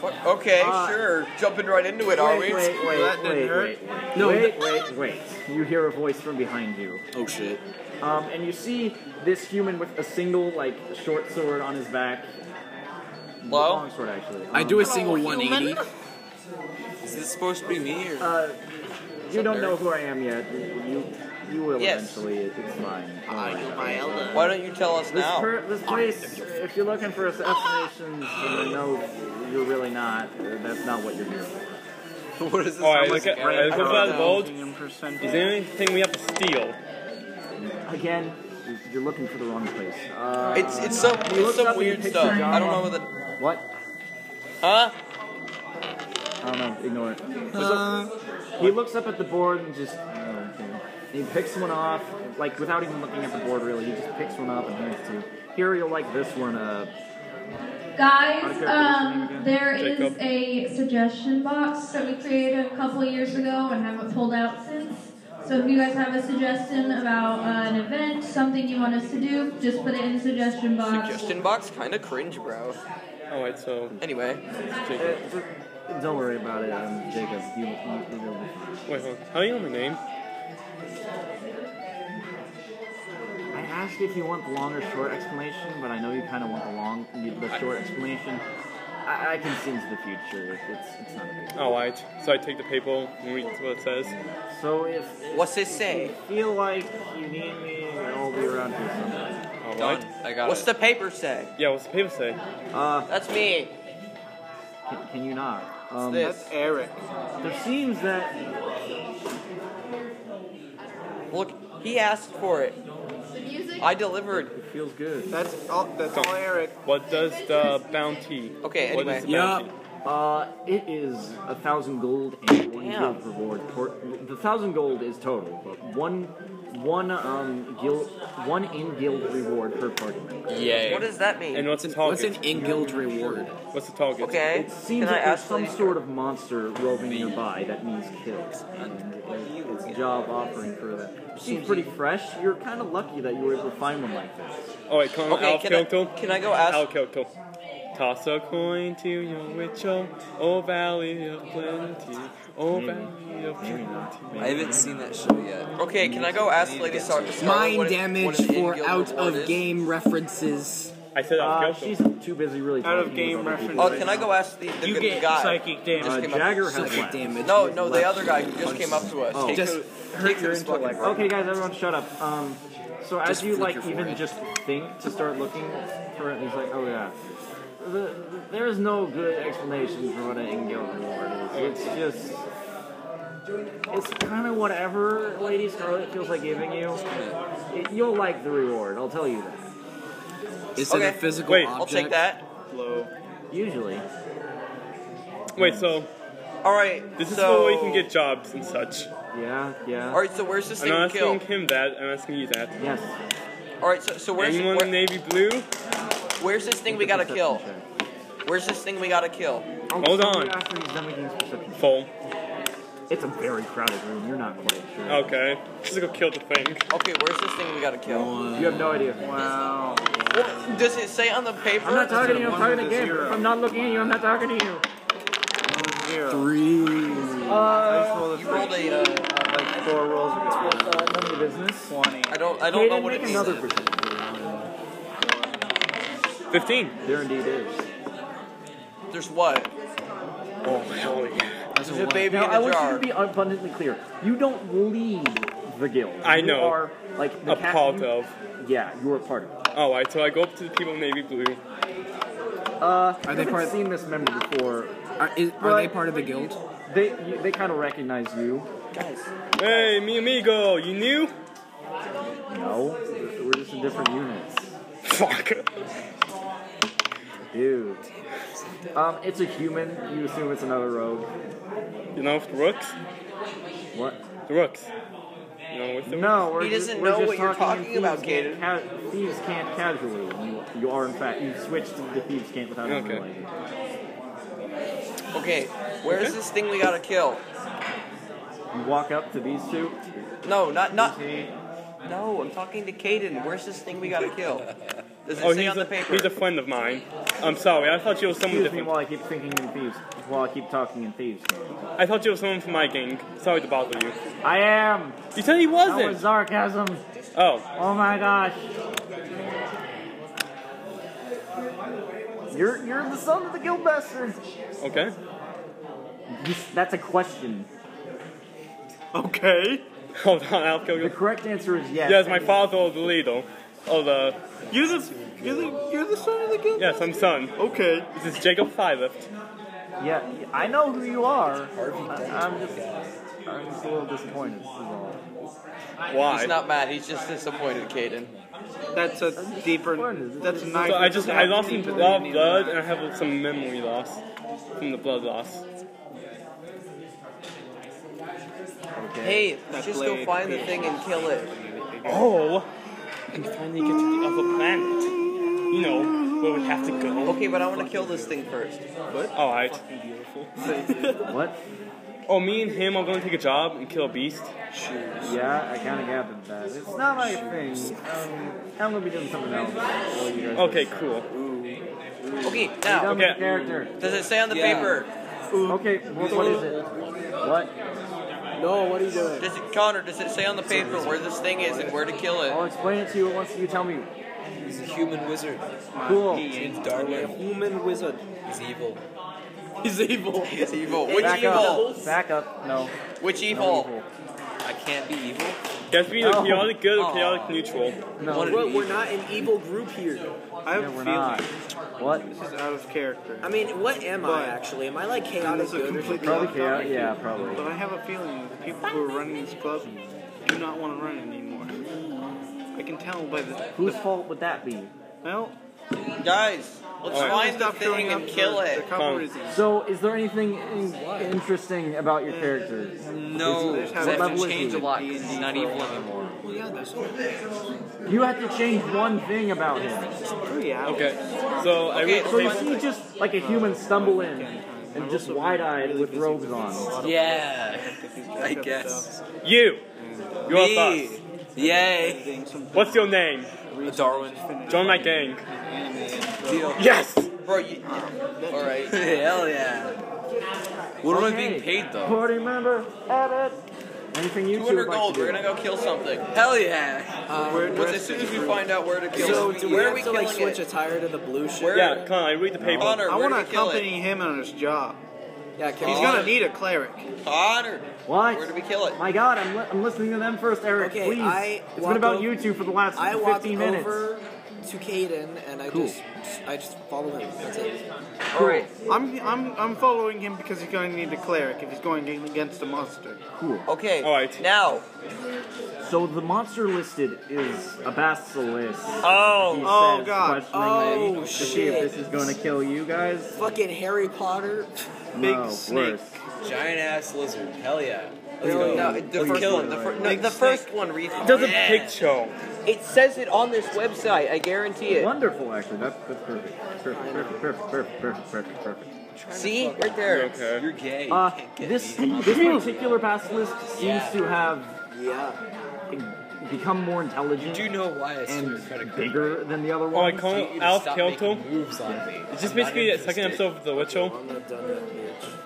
J: Fuck- Okay,
A: Uh,
J: sure. Jumping right into it, are we?
A: Wait, wait,
D: That
A: wait,
D: didn't
A: wait,
D: hurt.
A: wait, wait.
H: No,
A: wait, wait, wait. You hear a voice from behind you.
H: Oh shit.
A: Um, and you see this human with a single, like, short sword on his back.
J: Hello?
A: Long sword, actually.
H: I
A: Um,
H: do a single 180.
A: Uh,
J: Is this supposed to be me or?
A: You don't know who I am yet. You You will
J: Yes.
A: eventually. It- It's fine. Don't worry about it.
J: Why don't you tell us
A: This,
J: now?
A: per- this place, if you're looking for assassinations, I know you're really not. That's not what you're here for.
J: what is this?
I: All right,
J: sound
I: look at-
J: like?
I: all right, look at that bulge.
D: percent.
I: Is there anything we have to steal?
A: Again, you're- you're looking for the wrong place. Uh,
J: It's it's some
A: you
J: it's
A: looked up
J: some
A: and
J: weird
A: picked
J: stuff.
A: the
J: I don't know
A: job.
J: what the
A: What?
J: huh.
A: I don't know. Ignore it.
J: Uh.
A: he looks up at the board and just. oh, okay. He picks one off, like without even looking at the board. Really, he just picks one up and hands it to. you. Here you'll like this one. Uh,
E: Guys,
A: Okay, what's your name
E: um,
A: again?
E: there is
I: Jacob.
E: a suggestion box that we created a couple years ago and haven't pulled out since. So if you guys have a suggestion about uh, an event, something you want us to do, just put it in the suggestion box.
J: Suggestion box kind of cringe, bro.
I: All right, so
J: Anyway,
I: Jacob.
A: don't worry about it, um, Jacob. You, you, you'll be fine.
I: Wait, hold on. How do you know my name?
A: I asked if you want the long or short explanation, but I know you kind of want the long, you- the short explanation. I, I can see into the future. It's it's not a big.
I: Oh, I t- so I take the paper and read what it says.
A: deal. So if, if
J: what's it say?
A: you feel like you need me, I'll be around here sometime.
I: All
J: Done.
I: right.
H: I got
J: What's
H: it.
J: the paper say?
I: Yeah, what's the paper say?
A: Uh,
J: That's me.
A: can, can you not? Um,
J: This.
D: That's Eric.
A: there seems that
J: Look, he asked for it.
N: The music.
J: I delivered.
A: it feels good.
D: That's all. That's all Eric.
I: What does the bounty?
J: Okay,
I: What
J: anyway.
I: is the
H: Yup.
I: bounty?
A: Uh, it is a thousand gold and one
J: Damn.
A: guild reward. Per, the thousand gold is total, but one, one um guild, one in guild reward per party member.
H: Yay.
J: What does that mean?
I: And what's the
H: What's
I: target?
H: an in-guild reward?
I: What's the target?
J: okay.
A: It seems
J: Can I
A: that there's
J: ask
A: some
J: later?
A: sort of monster roving nearby that needs kills, and it's a job offering for that. Seems pretty fresh. You're kind of lucky that you were able to find one like this.
I: All right, come
J: Okay,
I: Al
J: can I-
I: Kilto.
J: can I go ask-
I: Al Kilto. Toss a coin to your witch, oh, oh valley of plenty, oh valley of
A: Maybe
I: plenty.
A: not.
H: I haven't seen that show yet.
J: Okay, can I go ask Lady Star?
H: Mind damage for out of game references.
I: I said Al
A: Uh,
I: Kilto.
A: she's too busy really
D: Out of
A: talking with
D: game
A: other
D: reference.
A: people.
J: Oh, can I go ask the, the,
D: You
J: the
D: get
J: guy?
D: psychic
J: Just
D: damage.
J: came
A: Uh,
J: up-
A: Jagger has
H: Psychic
A: left.
H: damage.
J: No,
H: with
J: no, the
H: left
J: other guy who just came up to us.
H: Oh.
J: Take
H: Just
J: his-
H: hurt
J: take
H: your
J: his fucking
H: intellect.
J: brain.
A: Okay, guys, everyone, shut up. Um, so as
H: Just
A: you
H: flick
A: like
H: your
A: even
H: forehead.
A: just think to start looking for it, it's like, oh yeah, the, there is no good explanation for what an in-guild reward is. It's just. It's kind of whatever Lady Scarlet feels like giving you. It- you'll like the reward, I'll tell you that.
H: Is it
J: Okay.
H: a physical
I: Wait.
H: object?
J: I'll take that.
A: Usually.
I: Wait, so
J: All right.
I: this is
J: so,
I: where we can get jobs and such.
A: Yeah, yeah.
J: All right, so where's this
I: I'm
J: thing
I: not
J: to kill?
I: asking him that. I'm asking you that.
A: Yes.
J: All right, so, so where's
I: Anyone
J: where-
I: navy blue?
J: where's this thing we gotta kill? Where's this thing we gotta kill?
A: I'll
I: Hold
A: tell
I: on.
A: you After he's done making his perception.
I: Full.
A: It's a very crowded room, you're not quite sure.
I: Okay. Just go kill the thing.
J: Okay, where's this thing we gotta kill?
A: You have no idea.
D: Wow.
J: Well, does it say on the paper?
A: I'm not talking to you. I'm
D: One
A: talking to
D: with a
A: Gabe.
D: zero.
A: If I'm not looking at you. I'm not talking to you.
D: Zero.
H: Three.
D: I just rolled a
J: You
D: three.
J: rolled a. Uh,
D: like four rolls ago.
A: none of your business.
D: Twenty.
J: I don't. I don't know what it
A: make
J: means.
A: another percent.
I: Fifteen.
A: There indeed is.
J: There's what?
I: Oh hell yeah.
H: That's a
J: There's a
H: one.
J: baby
A: Now I
J: in a
A: want you
J: jar.
A: to be abundantly clear. You don't lead the guild.
I: I
A: You
I: know.
A: are like the
I: A part
A: captain.
I: of.
A: Yeah, you are part of. It.
I: All right, so I go up to the people in navy blue.
A: Uh,
H: they
A: are they
H: part-
A: part? Seen this member before?
H: Are, is, are they part of the guild?
A: They you, they kind of recognize you.
I: Hey, mi amigo, you new?
A: No, we're just in different units.
I: Fuck.
A: Dude. Um, it's a human. You assume it's another rogue.
I: You know if the rooks?
A: What?
I: The rooks. You know with the
A: No, we're
J: He
A: just-
J: doesn't
A: we're
J: know
A: just
J: what you're
A: talking,
J: talking about,
A: thieves can't ca- thieves can't casually. You, you are, in fact, you switched to thieves can't without even
I: Okay.
A: realizing.
J: Okay, where's this thing we gotta kill?
A: You walk up to these two.
J: No, not not. No, I'm talking to Caden. Where's this thing we gotta kill? Does it
I: Oh,
J: say
I: he's
J: on the
I: a,
J: paper?
I: he's a friend of mine. I'm sorry, I thought you were someone
A: Excuse me
I: different.
A: while I keep thinking in thieves. While I keep talking in thieves. games.
I: I thought you were someone from my gang. Sorry to bother you.
A: I am.
I: You said he
A: That was
I: wasn't.
A: sarcasm.
I: Oh,
A: Oh my gosh. You're you're the son of the guildmaster.
I: okay.
A: That's a question.
D: Okay.
I: Hold on, I'll kill you.
A: The correct answer is yes.
I: Yes, my father of the leader. Of the.
O: You're the, you're the, you're the son of the guild?
I: Yes, I'm son.
O: Okay.
I: This is Jacob Filift.
A: Yeah, I know who you are. I- I'm just, I'm just a little disappointed. This is all.
I: Why?
J: He's not mad. He's just disappointed, Caden.
D: That's a deeper. That's a nice.
I: So I just I lost some blood, blood and I have some memory loss from the blood loss.
J: Hey, let's just go find the thing and kill it.
I: Oh, we can finally get to the other planet. You know where we have to go.
J: Okay, but I want to kill this thing first.
I: What? All right.
A: What?
I: Oh, me and him are going to take a job and kill a beast.
A: Yeah, I kind of gathered that. It's not my thing. Um, I'm gonna be doing something else. while you guys-
I: Okay, cool.
J: Okay,
A: Done
J: now
A: with the
I: Okay.
A: character.
J: does it say on the paper?
A: Okay, wh- what is it? What?
P: No, what are you doing?
J: Does it, Connor? Does it say on the paper where this thing is and where to kill
A: I'll
J: it?
A: explain it to you once you tell me.
P: He's a human wizard.
A: Cool.
P: His name's Darwin. human wizard. He's evil. He's evil.
J: It's evil. Which
A: Back
J: evil?
A: up. Back up. No.
J: Which
A: No
J: evil?
A: evil.
P: I can't be evil.
I: Guys, we either chaotic good or chaotic neutral.
A: No.
P: Well, we're not an evil group here.
D: I have
A: Yeah,
D: a
A: we're
D: feeling
A: not. What?
D: this is out of character.
P: I mean, what am I actually? Am I like chaotic
D: This is a
P: good? or
D: complete-
P: something?
A: Probably chaotic. Yeah, probably.
D: But I have a feeling the people who are running this club do not want to run it anymore. I can tell by the.
A: Whose fault would that be?
D: Well,
J: Guys, let's
I: Alright.
J: find the
D: stop
J: thing
D: showing up
J: and kill
D: for
J: it.
D: The couple
I: Fine.
D: reasons.
A: So, is there anything in- interesting about your character?
H: No,
D: Is it- what
A: level is he?
H: because he's not evil anymore.
A: You have to change one thing about him.
I: Okay. So I
J: Okay,
I: read
A: So you see just like a human stumble in and just wide-eyed with robes on.
H: Yeah,
J: I guess.
I: you. You are
J: Me.
I: first.
J: Yay.
I: What's your name?
H: Darwin.
I: Join my gang.
J: Deal.
I: Yes.
J: Bro, you. Alright. Hell yeah. What am I being paid though?
A: Party member, edit. Anything you two
J: 200
A: would like
J: gold. We're
A: to
J: gonna
A: do?
J: go kill something. Hell yeah.
P: Where-
J: But as soon as we find out where Um, to kill
P: So
J: it,
P: do we
J: where are
P: have
J: we
P: to like
J: killing
P: switch
J: it?
P: attire to the blue shirt?
J: Where-
I: Yeah, Connor, I read the paper.
J: Connor,
D: I
J: where
D: want to
J: to kill it?
D: accompany him on his job.
P: Yeah, can
D: He's
P: we-
D: gonna need a cleric.
J: Connor.
A: What?
J: Where do we kill it?
A: My God, I'm, li- I'm listening to them first, Eric.
P: Okay,
A: please.
P: I
A: it's
P: walk
A: been about
P: o-
A: you two for the last
P: I walk
A: 15 minutes.
P: over to Caden and I just I just follow him. That's it.
A: Cool.
D: I'm I'm I'm following him because he's gonna need a cleric if he's going against a monster.
A: Cool.
J: Okay.
I: Alright.
J: Now.
A: So the monster listed is a basilisk.
J: Oh.
D: Oh,
A: says,
D: God.
A: questioning
P: Oh,
A: the- to see
P: shit.
A: if this is going to kill you guys.
P: Fucking Harry Potter.
D: Big
A: no,
D: snake.
A: Worse.
H: Giant ass lizard. Hell yeah.
J: No, the first
A: kill
J: one.
A: it,
J: The, fir-
A: right?
J: no, the first one reads.
I: It does a
J: Yeah.
I: picture.
J: It says it on this website. I guarantee it.
A: Wonderful, actually. That's, that's perfect. Perfect, perfect, perfect, perfect, perfect, perfect, perfect.
J: See, right there.
I: Okay.
H: You're gay.
A: Uh, this this particular basilisk seems to have
P: Yeah.
A: become more intelligent
H: Do you know why I
A: and
H: super credit card?
A: bigger than the other
I: Oh, I
A: one.
I: call
H: You
I: Alf
H: stop
I: Kelto.
H: making moves on me.
I: It's just basically the second episode of The Witcher.
P: I'm not done with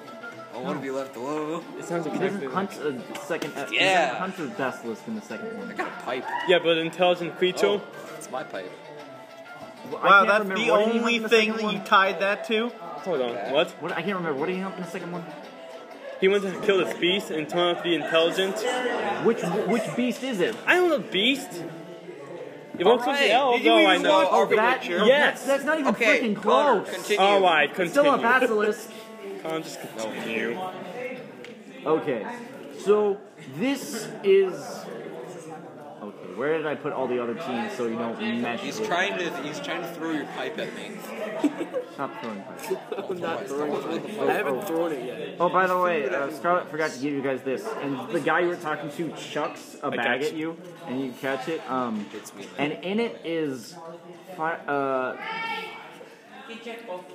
H: I want to be left alone.
I: It sounds
A: He doesn't
I: exactly.
A: hunt a second. Uh, he
H: Yeah.
A: doesn't hunt a basilisk in the second one.
H: got a pipe.
I: Yeah, but intelligent creature.
H: Oh, it's my pipe.
A: Well, I
D: Wow,
A: can't
D: that's
A: remember.
D: the
A: What did he hunt
D: only
A: in the
D: thing
A: second
D: that
A: one?
D: you tied that to.
I: Hold on. What?
A: What I can't remember. What did he hunt in the second one?
I: He went to kill this beast and turn out to be intelligent.
A: Which which beast is it?
I: I don't know, beast. It won't
J: Alright,
I: something else,
D: did you
I: though I
D: even
I: know.
J: watch-
A: Oh,
J: Are we
A: that,
D: sure?
A: no,
I: Yes.
A: that's, that's not even
J: Okay.
A: freaking
J: Connor,
A: close.
J: continue.
I: Alright,
A: It's still a
I: continue.
A: basilisk.
I: I'll just continue.
A: okay, so this is. Okay, where did I put all the other teams so you don't mesh?
H: He's
A: with-
H: trying to he's trying to throw your pipe at me.
A: Stop throwing pipes.
P: it. I'm not throwing it. I haven't thrown it yet.
A: Oh, by the way, uh, Scarlett forgot to give you guys this, and the guy you were talking to chucks a bag
I: catch.
A: at you, and you catch it. Um, and in it is fi- uh,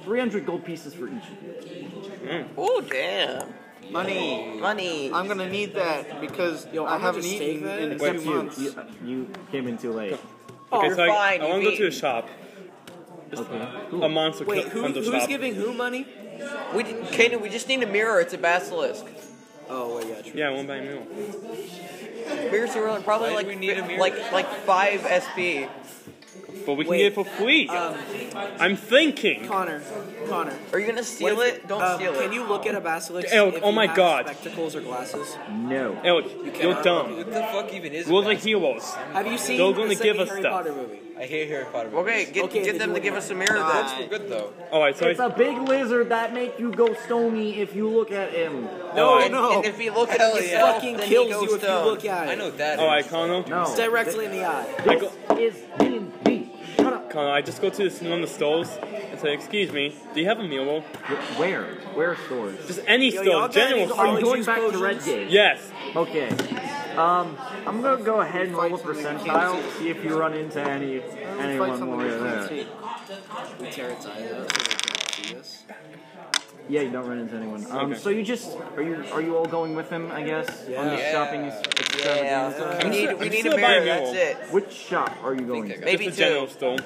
A: 300 gold pieces for each of you.
J: Oh damn.
D: Money.
J: Money.
D: I'm gonna need that because
P: Yo,
D: I
P: I'm gonna
D: haven't
P: just take
D: eaten
P: that?
D: in
A: Except
D: two
A: you,
D: months.
A: you, you came in too late.
J: Oh,
I: Okay,
J: you're
I: so I,
J: fine.
I: I want to go
J: you've
I: to the
J: eaten.
I: shop.
A: Okay.
I: A monster
P: Wait,
I: kill
P: who,
I: under
P: who's
I: shop.
P: giving who money?
J: We didn't, Kaden, we just need a mirror. It's a basilisk.
P: Oh, wait, yeah, true.
I: Yeah, one by meal.
J: Mirrors are really- probably
H: Why do
J: like
H: we need a
J: fi-
H: mirror?
J: like like five SP.
I: But we can get it for free. I'm thinking.
D: Connor, Connor.
J: Are you gonna steal
D: What if-
J: it? Don't
D: um,
J: steal
D: Can
J: it.
D: you look at a basilisk?
I: Elk,
D: if
I: oh
D: you
I: my
D: have
I: God.
D: Spectacles or glasses?
Q: No.
I: Alec, you
D: cannot-
I: are dumb.
J: What the fuck even is?
I: We're the heroes.
D: Have you seen
I: They're
D: the
I: gonna
D: second
I: give us
D: Harry
I: stuff.
D: Potter movie?
J: I hate Harry Potter.
R: Okay, get,
D: Okay,
R: get
D: they
R: them
D: do
R: to
D: it
R: give
D: right.
R: us a mirror
J: Books
R: then.
J: were good though.
I: Alright, so
A: It's a big lizard that make you go stony if you look at him.
J: No,
R: and, and if you look at
J: Hell
R: it,
J: yeah.
R: yourself,
D: Fucking
R: then
D: kills
R: he goes
D: you if
R: down.
D: you look at it.
J: I know that.
I: Alright, Connell.
D: It's
A: No.
D: directly in the eye.
I: I go,
A: Is hidden deep. Shut up.
I: Connell, I just go to the one of the stores and say, excuse me, do you have a meal?
A: Where? Where stores?
I: Just any
D: Yo,
I: store,
D: y'all got
I: general
D: any
I: store.
A: Are you going
D: juice
A: back to
D: potions?
A: Red Gate?
I: Yes.
A: Okay. Um, I'm gonna go ahead and roll a percentile, see if you run into any anyone while you're there.
R: We tear its eyes out so they can't see us.
A: Yeah, you don't run into anyone. Um,
I: Okay.
A: so you just are you are you all going with him? I guess on the
J: Yeah.
A: shopping ex- extravaganza.
J: We need, we
I: I'm
J: need
I: still
J: a mirror.
I: buying
J: That's
I: one.
J: it.
A: Which shop are you going to?
J: Maybe
I: just a
J: two.
I: general store,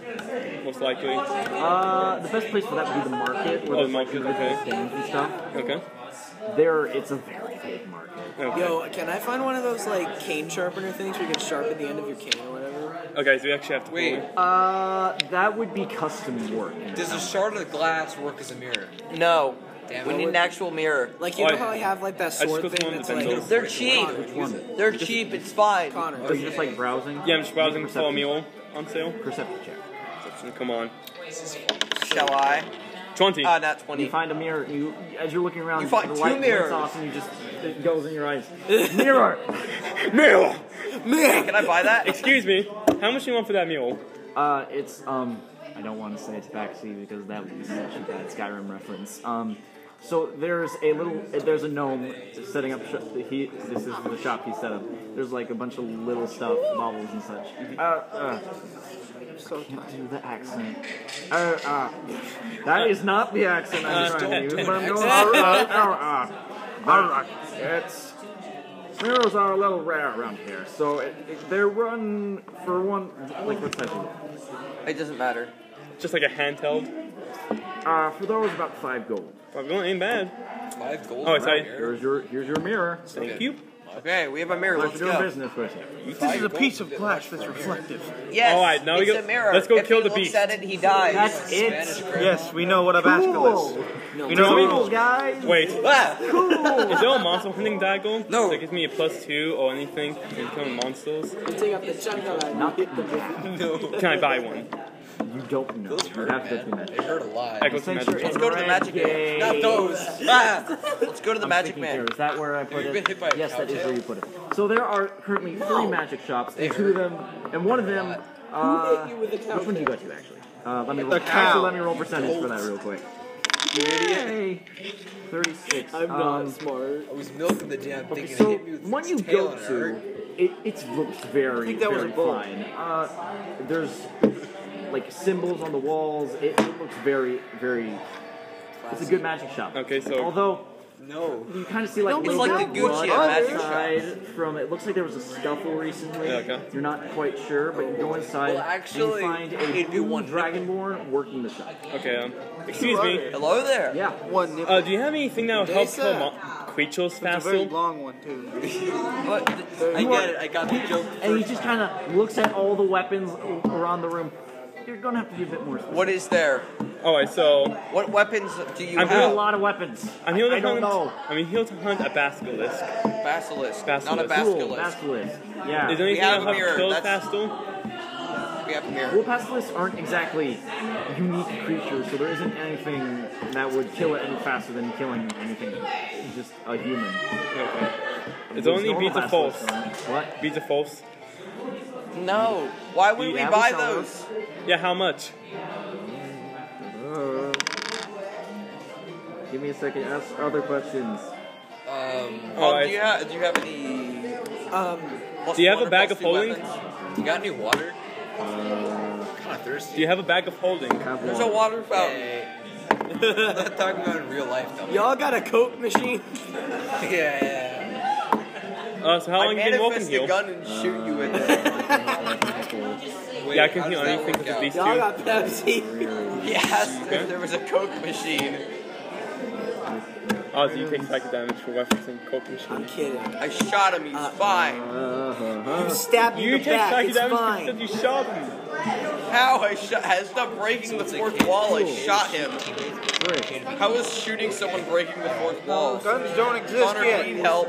I: most likely.
A: Uh, the best place for that would be the market, where
I: Oh,
A: there's like
I: market,
A: individual
I: okay.
A: stands and stuff.
I: Okay.
A: There, it's a very big market.
I: Okay.
D: Yo, can I find one of those like cane sharpener things where you can sharpen the end of your cane or whatever?
I: Okay, so we actually have to.
J: Wait,
A: Uh, that would be custom work. in
H: Does a shard of glass work as a mirror?
J: No.
H: Damn
J: we
H: it.
J: need an actual mirror.
D: Like you
I: Oh,
D: know
I: yeah.
D: how I have like that
I: just go
D: sword
I: to
D: thing
I: one of
D: that's
I: the
D: like
I: vendors.
J: They're cheap.
A: one?
J: They're cheap. It's fine.
D: Connor.
A: Are you just like browsing?
I: Yeah, I'm just browsing for a
A: Perception-
I: meal on sale.
A: Perception check.
I: Come on.
J: Shall I?
I: 20.
J: Ah, not
A: You
J: twenty.
A: find a mirror. You, as you're looking around,
J: You find
A: the
J: two
A: light blinks
J: mirrors.
A: off, and you just it goes in your eyes. mirror.
I: Meal!
J: Can I buy that?
I: Excuse me, how much do you want for that meal?
A: Uh, it's um, I don't want to say it's backseat because that would be such a bad Skyrim reference. Um, so there's a little, there's a gnome setting up. Sh- he, this is the shop he set up. There's like a bunch of little stuff, baubles and such. Uh, uh, I can't do the accent. Uh, uh, that is not the accent I'm
I: Uh,
A: trying to use, but I'm going.
I: accent.
A: uh, uh, uh, uh, uh, it's Sparrows are a little rare around here, so it, it, they run for one. Like what size? is
J: It doesn't matter.
I: Just like a handheld.
A: it? Uh, for those about five gold.
I: I'm going ain't bad.
H: Five gold.
I: Oh,
H: for
I: it's
H: a
I: like-
H: mirror?
A: Here's your here's your mirror.
I: Thank you.
J: Okay, we have a mirror.
A: Let's
J: Let's
A: do
J: go.
A: business with you.
S: This is a piece of glass that's reflective.
J: Yes.
I: All right, now we
J: it's
I: go-
J: a mirror.
I: let's go
J: if
I: kill the
J: he looks
I: beast.
J: At it, he dies.
A: That's it.
S: Yes, we know what a basilisk
A: Cool.
S: is.
A: No,
S: You know-
A: cool, guys.
I: Oh. Wait, is
J: Ah,
A: Cool.
I: there a monster hunting diagonal?
J: No.
I: That gives me a plus two or anything in killing monsters.
D: Take out the chunk of it.
A: Not getting that.
I: Can I buy one?
A: You don't know.
H: Those
A: You
H: hurt,
A: have to
H: man.
A: do that.
H: They hurt a lot.
I: Echo to
A: Since you're
I: magic.
A: in
J: let's go to the
A: red
J: magic man.
A: gate-
J: Not those. Ah, let's go to the
A: I'm
J: magic
A: thinking here.
J: man.
A: Is that where I put
H: Have you
A: it?
H: been hit by a
A: yes, that is
H: cowtail?
A: where you put it. So there are currently three magic shops, and two of them, and one of them.
D: Who
A: Uh,
D: hit you with a
A: which one
D: cowtail?
A: did you go to actually? Uh, let me roll.
S: The cow.
A: Actually, let me roll percentage for that real quick. Yay! Thirty-six.
D: I'm
A: um,
D: not smart.
H: I was milking the damn thing
A: Okay,
H: and
A: so
H: it hit me with
A: one
H: its
A: you
H: tail
A: go
H: and it
A: to,
H: hurt.
A: it, it looks very,
D: I think that was
A: very
D: a bull.
A: fine. Uh, there's like symbols on the walls. It, it looks very, very. It's a good magic shop.
I: Okay, so-
A: although
H: No.
A: you kind of see like
J: It looks
A: little
J: like the
A: blood
J: Gucci
A: on
J: of magic
A: the side from it looks like there was a scuffle recently.
I: Yeah, okay.
A: You're not quite sure, but you go inside
J: Well, actually,
A: and you find a
J: it'd be
A: blue
J: one-
A: dragonborn working the shop.
I: Okay, um, excuse me.
J: Hello there.
A: Yeah.
S: One nipple.
I: Uh, do you have anything that would help
D: Desa.
I: kill mon- creatures
S: It's a very
I: faster?
S: long one too.
J: What? I get it. I got the joke.
A: And he just kind of looks at all the weapons a- around the room. You're gonna have to be a bit more. Specific.
J: What is there?
I: Alright, so
J: What weapons do you
I: I'm
A: There are a
J: have?
A: lot of weapons.
I: I'm here to
A: I don't
I: hunt.
A: know.
I: I'm here to hunt a basilisk.
J: Basilisk. Not a
I: Basilisk.
A: Cool,
J: basilisk.
A: basilisk. Yeah.
I: Is there anything that
J: have a
I: would
J: mirror,
I: help kill
J: that's-
I: faster?
J: we have a mirror.
A: well, basilisks aren't exactly unique creatures, so there isn't anything that would kill it any faster than killing anything, just a human.
I: Okay. It's
A: There's
I: only
A: normal
I: beats a false.
A: basilisks, aren't there? What?
I: Beats a false.
J: No. Why would
A: Do
J: we
A: you have
J: buy
A: a cellar?
J: those?
I: Yeah, how much?
A: Uh, give me a second. Ask other questions.
J: Um,
I: Alright.
J: do, you have, do you have any? Um,
I: Oh, Do you have a bag of holding?
H: You got any water? kind of
I: Do
H: thirsty.
I: you have a bag of holding?
A: Have
J: There's a
A: one.
J: water fountain.
H: I'm not talking about in real life though.
D: Y'all got a coke machine?
H: Yeah. yeah, yeah.
I: Uh, so how
J: I
I: long you been walking
J: manifest a
I: here?
J: gun and shoot you with it.
H: Wait,
I: Yeah,
H: how
I: I
H: does
I: can heal
H: that
I: anything
H: work
I: because of
H: out?
I: these
D: Y'all
I: two.
D: got Pepsi?
J: He asked if there was a Coke machine.
I: Oh, so you take psychic damage for referencing Coke
D: I'm
I: machine.
D: kidding.
J: I shot him. He's fine.
D: You stabbed me
I: You
D: in the
I: take
D: back.
I: psychic
D: It's
I: damage because
D: fine.
I: you shot him.
J: How I, shot, I stopped breaking the fourth wall. I shot him. How is shooting someone breaking the fourth wall?
T: Guns don't exist
J: Connor,
T: yet.
J: we need help.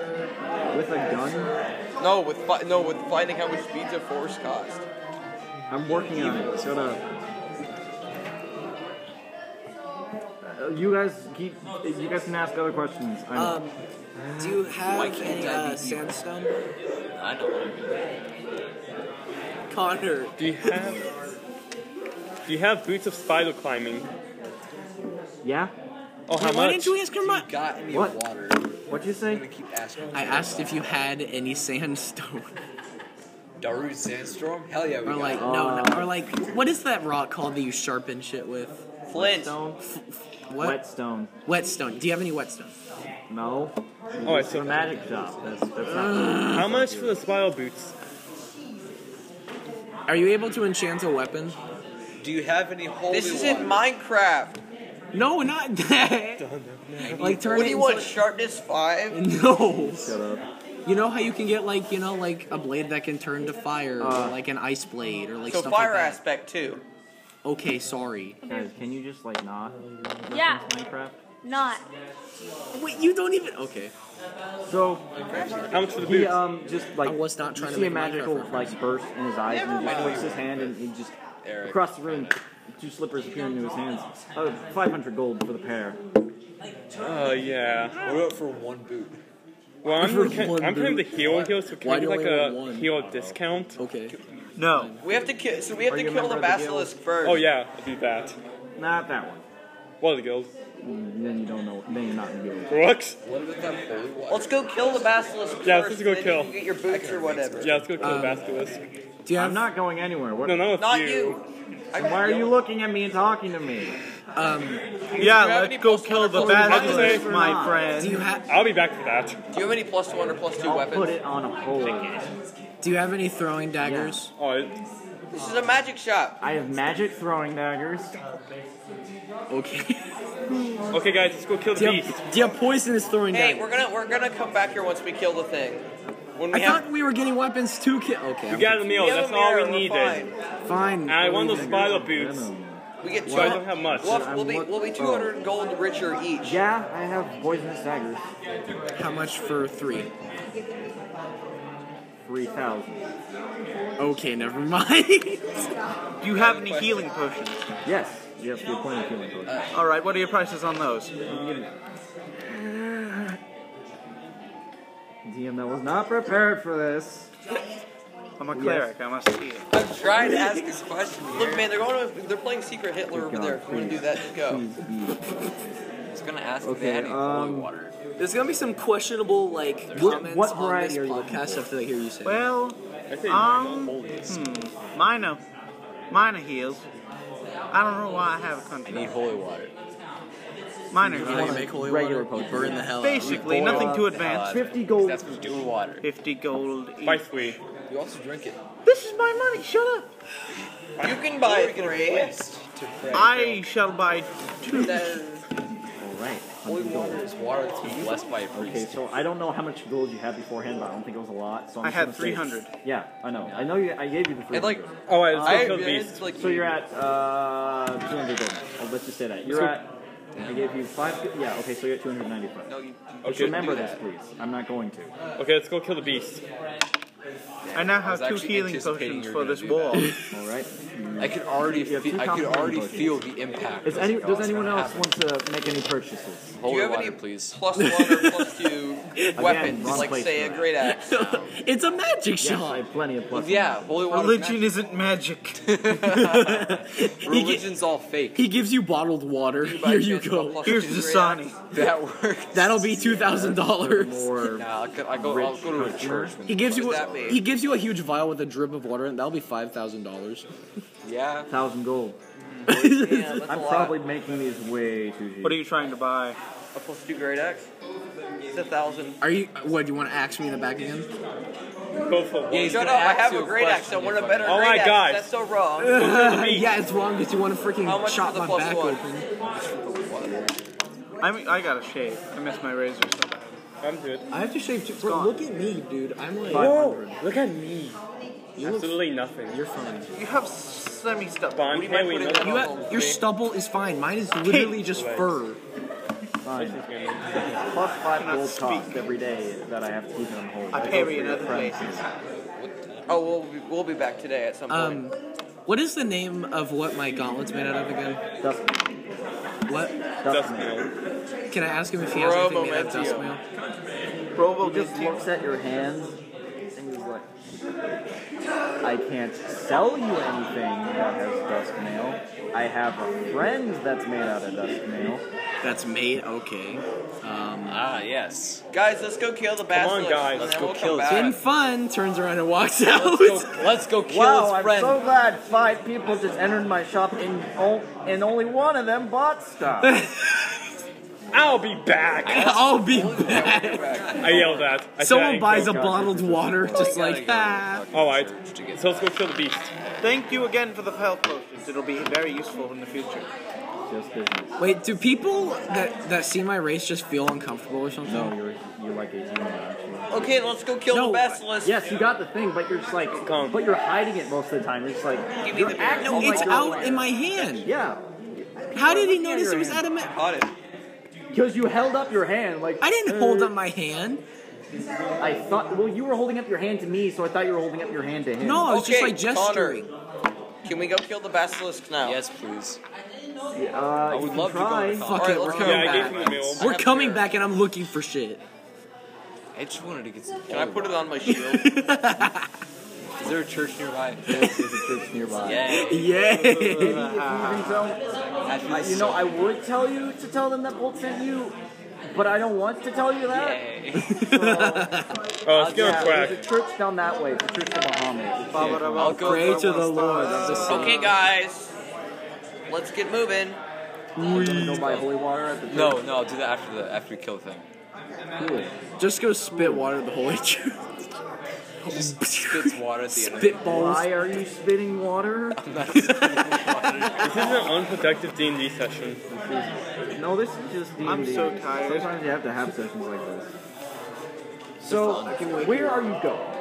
A: With a gun?
J: No, with fi- no, with finding how much speeds of force cost.
A: I'm working on it. Shut up. Uh, You guys keep. You guys can ask other questions. I'm,
D: Uh,
L: Um, do you
A: Why
L: have
A: can't
L: any
A: I be
L: uh,
A: you?
L: sandstone?
H: I know.
L: Connor.
I: Do you have? Do you have boots of spider climbing?
A: Yeah.
I: Oh, how
H: Why
I: much?
H: didn't you ask her much? Got
L: any
H: what?
L: water?
A: What'd you say?
H: I asked if you had any sandstone.
L: Daru sandstorm? Hell yeah,
H: Or like no,
A: Uh,
H: no, or like what is that rock called that you sharpen shit with?
J: Flint.
H: F- f- what?
A: Whetstone.
H: Whetstone. Do you have any whetstone?
A: No.
I: Oh, I see.
A: magic shop. That's, that's
H: Uh,
I: How much for the spiral boots?
H: Are you able to enchant a weapon?
J: Do you have any holy This isn't Minecraft.
H: No, not that. like turn
J: What
H: it
J: do you
H: into,
J: want? Sharpness five?
H: No. Shut up. You know how you can get like you know like a blade that can turn to fire,
J: Uh,
H: or like an ice blade, or like
J: so
H: stuff
J: fire
H: like that.
J: aspect too.
H: Okay, sorry.
A: Guys, can you just like not?
C: Yeah.
A: Minecraft.
C: Not.
H: Wait, you don't even. Okay.
A: So,
I: how much for the
A: He
I: boots?
A: um just like I was
H: not
I: trying to
A: see
I: make
A: a
I: a
A: magical
I: Minecraft
A: like burst in his eyes and he
I: Never
A: just
I: mind.
A: flips his hand and he just
I: Eric.
A: across the room. Two slippers appear into his hands. Uh, 500 gold for the pair.
I: Oh yeah.
L: What about for one boot?
I: Well, I'm,
A: For
I: reca-
A: one
I: I'm playing the
A: boot.
I: hero heal, so can
A: Why
I: I get
A: do I
I: like
A: only
I: a
A: want one?
I: hero discount?
H: Okay.
J: No. We have to kill. So we have
I: Are
J: to
I: you a
J: kill
I: member of
J: the
I: the guild?
J: basilisk first.
I: Oh yeah, I'll do that.
A: Not that one.
I: What the guild?
A: Mm, Then you don't know. Then you're not in the guild.
I: Brooks?
L: What about that holy water?
J: Let's go kill the basilisk
I: Yeah, let's
J: first.
I: just go
J: then
I: kill.
J: You can get your boots or whatever.
I: Yeah, let's go kill
A: Um,
I: the basilisk.
H: Do you
A: I'm not going anywhere. What?
I: No, not with
J: Not
I: you.
J: you.
A: Then Why are you looking at me and talking to me?
H: Um.
T: Yeah, let's go kill the
I: Basilisk,
T: basilisk,
I: or
T: my
I: not?
T: friend.
H: Do you have?
I: I'll be back for that.
J: Do you have any plus one or plus two weapons?
A: Put it on a hold.
H: Do you have any throwing daggers?
I: Oh, it-
J: This is a magic shop.
A: I have magic throwing daggers.
H: Okay.
I: okay, guys, let's go kill
H: Do
I: the
H: you
I: beast.
H: have, do you have poisonous throwing
J: Hey,
H: daggers?
J: we're gonna we're gonna come back here once we kill the thing. When we
H: I
J: have
H: thought we were getting weapons to kill. Okay.
I: You
H: I'm
I: got a
J: we
I: meal.
J: have
I: That's
J: a
I: all
J: mirror,
I: we
J: we're
I: needed.
H: confused. Fine.
I: And I want those
H: throwing
I: spider
H: daggers.
I: boots.
J: Fine. We get two.
I: So I don't have much.
J: We'll, have- we'll be we'll be two hundred gold richer each.
A: Oh. Yeah, I have poisonous daggers.
H: How much for three?
A: 3,000.
H: Okay, never mind.
T: Do you have any healing potions?
A: Yes. Yes, you're playing healing potions.
T: All right, what are your prices on those?
A: DM that was not prepared for this.
T: I'm a cleric. I must see it.
J: I'm trying to ask this question. Look, man, they're going to they're playing Secret Hitler over there. If you want to do that, just go. It's gonna ask if they had
A: Okay,
J: any holy
A: um,
J: water.
H: There's gonna be some questionable like
A: What-
H: comments
A: what
H: on this
A: variety are you looking
H: podcast after they hear you say. it.
T: Well, um, hmm, minor, minor heals. I don't know why I have a
H: I
T: country.
H: need holy water.
T: Minor
H: You know how you
T: heals.
H: make holy
A: Regular
H: water? You
A: potion.
H: burn the hell out. of it.
T: Basically,
H: You boil
T: nothing
H: the
T: too
H: hell out of it.
A: 50 gold.
H: That's what you do with water.
T: Fifty gold. each.
I: By three.
L: You also drink it.
T: This is my money. Shut up.
J: You can buy three.
L: To pray.
T: I shall buy two.
A: Alright.
L: Holy
A: 100 gold.
L: water is water that's been blessed by a priest.
A: Okay, so I don't know how much gold you had beforehand, but I don't think it was a lot. So I'm
T: I
A: just
T: had
A: gonna say-
T: 300.
A: Yeah, I know. I know you, I gave you the 300.
J: And like,
I: Oh, right, let's go
J: I
I: kill the beast.
J: it's like
A: so you're at uh, 200 gold. Oh, let's just say that. You're at. I gave you five. Yeah, okay, so you're at 295.
J: No, you,
A: Just
I: Okay.
A: remember
J: do
A: this,
J: that.
A: please. I'm not going to.
I: Okay, let's go kill the beast.
T: I now
L: was
T: have two
L: actually
T: healing
L: anticipating
T: potions
L: you
T: for
L: were
T: this
L: gonna
T: wall.
A: Alright?
L: I could already
A: You have two
L: feel, I could
A: complicating
L: already
A: potions.
L: feel the impact.
A: Is
L: of
A: any,
L: what's
A: does anyone
L: gonna
A: else
L: happen.
A: want to make any purchases?
J: Do
L: Holy
J: you have
L: water,
J: any
L: please.
J: plus one or plus two weapons,
A: wrong
J: like
A: place for
J: say a
A: that.
J: great axe?
H: it's a magic
A: Yes, I
H: shop.
A: have plenty of plus.
L: Yeah, holy water.
T: Religion isn't magic.
H: He gi-
L: Religion's all fake.
H: He gives you bottled water.
J: by
H: Here you
J: chance, a
H: go.
J: plus
T: Here's
J: two
T: the
J: great
T: Sani.
L: That works.
H: That'll be two thousand dollars.
A: Or
L: Nah, I'll go, I'll go, I'll go to a church.
H: He gives you
J: What does
H: a,
J: that mean?
D: Mm.
H: he gives you a huge vial with a drip of water, and that'll be five thousand dollars.
L: Yeah.
A: thousand gold.
J: axe. Yeah, that's
A: I'm
J: a lot.
A: probably making these way too cheap.
T: What are you trying to buy?
J: a plus two great axe. It's a thousand.
H: Are you? What? Do you want to axe me in the back again?
I: Go for one.
L: he's
J: Shut
L: gonna
J: up! I
L: ask
J: have
L: you
J: a great
L: question,
J: axe. I
L: you
J: want a
L: fucking-
J: better
I: Oh
J: great
I: my
J: axe.
I: God.
J: That's so wrong.
H: yeah, it's wrong because you want to
J: How
H: freaking
J: much
H: chop
J: for the
H: my
J: plus
H: back
J: one?
H: open.
T: I mean, I got to shave. I miss my razor so bad.
I: I'm good.
H: I have to shave too. Bro,
T: gone.
H: look at me, dude. I'm like,
I: Whoa! Look at me.
H: you look,
I: Absolutely nothing.
H: you're fine.
T: You have s-
A: send me stuff.
I: Bon,
A: Woody might
I: can we
A: put in
I: milk
A: that
I: it?
A: hole.
H: Your stubble is fine. Mine is literally just fur.
D: Fine. Plus five gold cost every day that I have to keep it on hold.
A: I
D: go
A: pay
D: for
A: me in
D: your
A: other
D: friends.
A: places.
J: Oh, we'll be, we'll be back today at some point.
H: Um, what is the name of what my gauntlet's made out of again? What?
I: Dust meal.
H: Can I ask him if he has anything made out of dust
J: Robomentio.
H: mail?
D: He just looks at your hand and he's like, I can't sell you anything that has dust mail. I have a friend that's made out of dust mail.
H: That's made. Okay. Um,
I: Ah, yes.
J: guys, let's go kill the
I: on,
J: basilisk.
I: guys,
J: and
I: let's
J: then
I: go
J: we'll come
I: kill this
J: back.
H: been fun. Turns around and walks
I: Let's
H: out.
I: go, let's go kill
D: wow,
I: his
D: I'm
I: friend.
D: so glad five people just entered my shop and, o- and only one of them bought stuff.
I: I'll be back.
H: I'll be back. Oh
I: I yelled that. I
H: Someone
I: said,
H: buys a
I: "Go,
H: bottled water, just like ah.
I: All right. So let's go kill the beast.
A: Thank you again for the health potions. It'll be very useful in the future.
D: just business.
H: Wait, do people that that see my race just feel uncomfortable or something?
D: No, you're, you're like a human, actually.
J: Okay, let's go kill
H: No,
J: the basilisk.
D: Yes, you got the thing, but you're just like,
I: Come.
D: but you're hiding it most of the time. You're just like, you're acting
H: No,
D: like
H: it's
D: you're
H: out
D: aware.
H: in my hand.
D: Yeah,
H: How did he
D: Look at
H: notice
D: your
H: it was out
D: hand.
H: of my?
J: Got it.
D: because you held up your hand like
H: I didn't
D: "Uh,
H: hold up my hand.
D: I thought, well, you were holding up your hand to me, so I thought you were holding up your hand Uh, to him.
H: No, I was just
J: Okay,
H: like gesturing.
J: Can we go kill the basilisk now?
H: Yes, please.
D: Yeah, uh, I
H: would
D: can
H: love to go
D: try.
H: with
J: All
H: Fuck it,
J: right,
H: we're
J: let's go.
H: coming
I: Yeah, I gave
H: back.
I: him the meal.
H: We're coming back, and I'm looking for shit. I just wanted to get some.
J: Can I put it on my shield?
H: Is there a church nearby?
D: There's a church nearby.
H: yeah.
D: Even so, you know, I would tell you to tell them that Bolt sent you, but I don't want to tell you that.
I: Oh, let's
D: Uh, Yeah,
I: get
D: there's
I: him
D: a church down that way, the Church of Muhammad.
H: I'll pray to the Lord of the sun.
J: okay, guys. Let's get moving.
D: I'm gonna go buy holy water at the church.
B: No, no, do that after the after we kill the thing.
H: Just go spit water to the holy church.
B: Spits water at the end. of it.
H: Spit balls.
D: Why are you spitting water?
I: This is an unproductive D&D session.
D: No, this is just D&D.
A: I'm so tired.
D: Sometimes you have to have sessions like this. So, where are you going?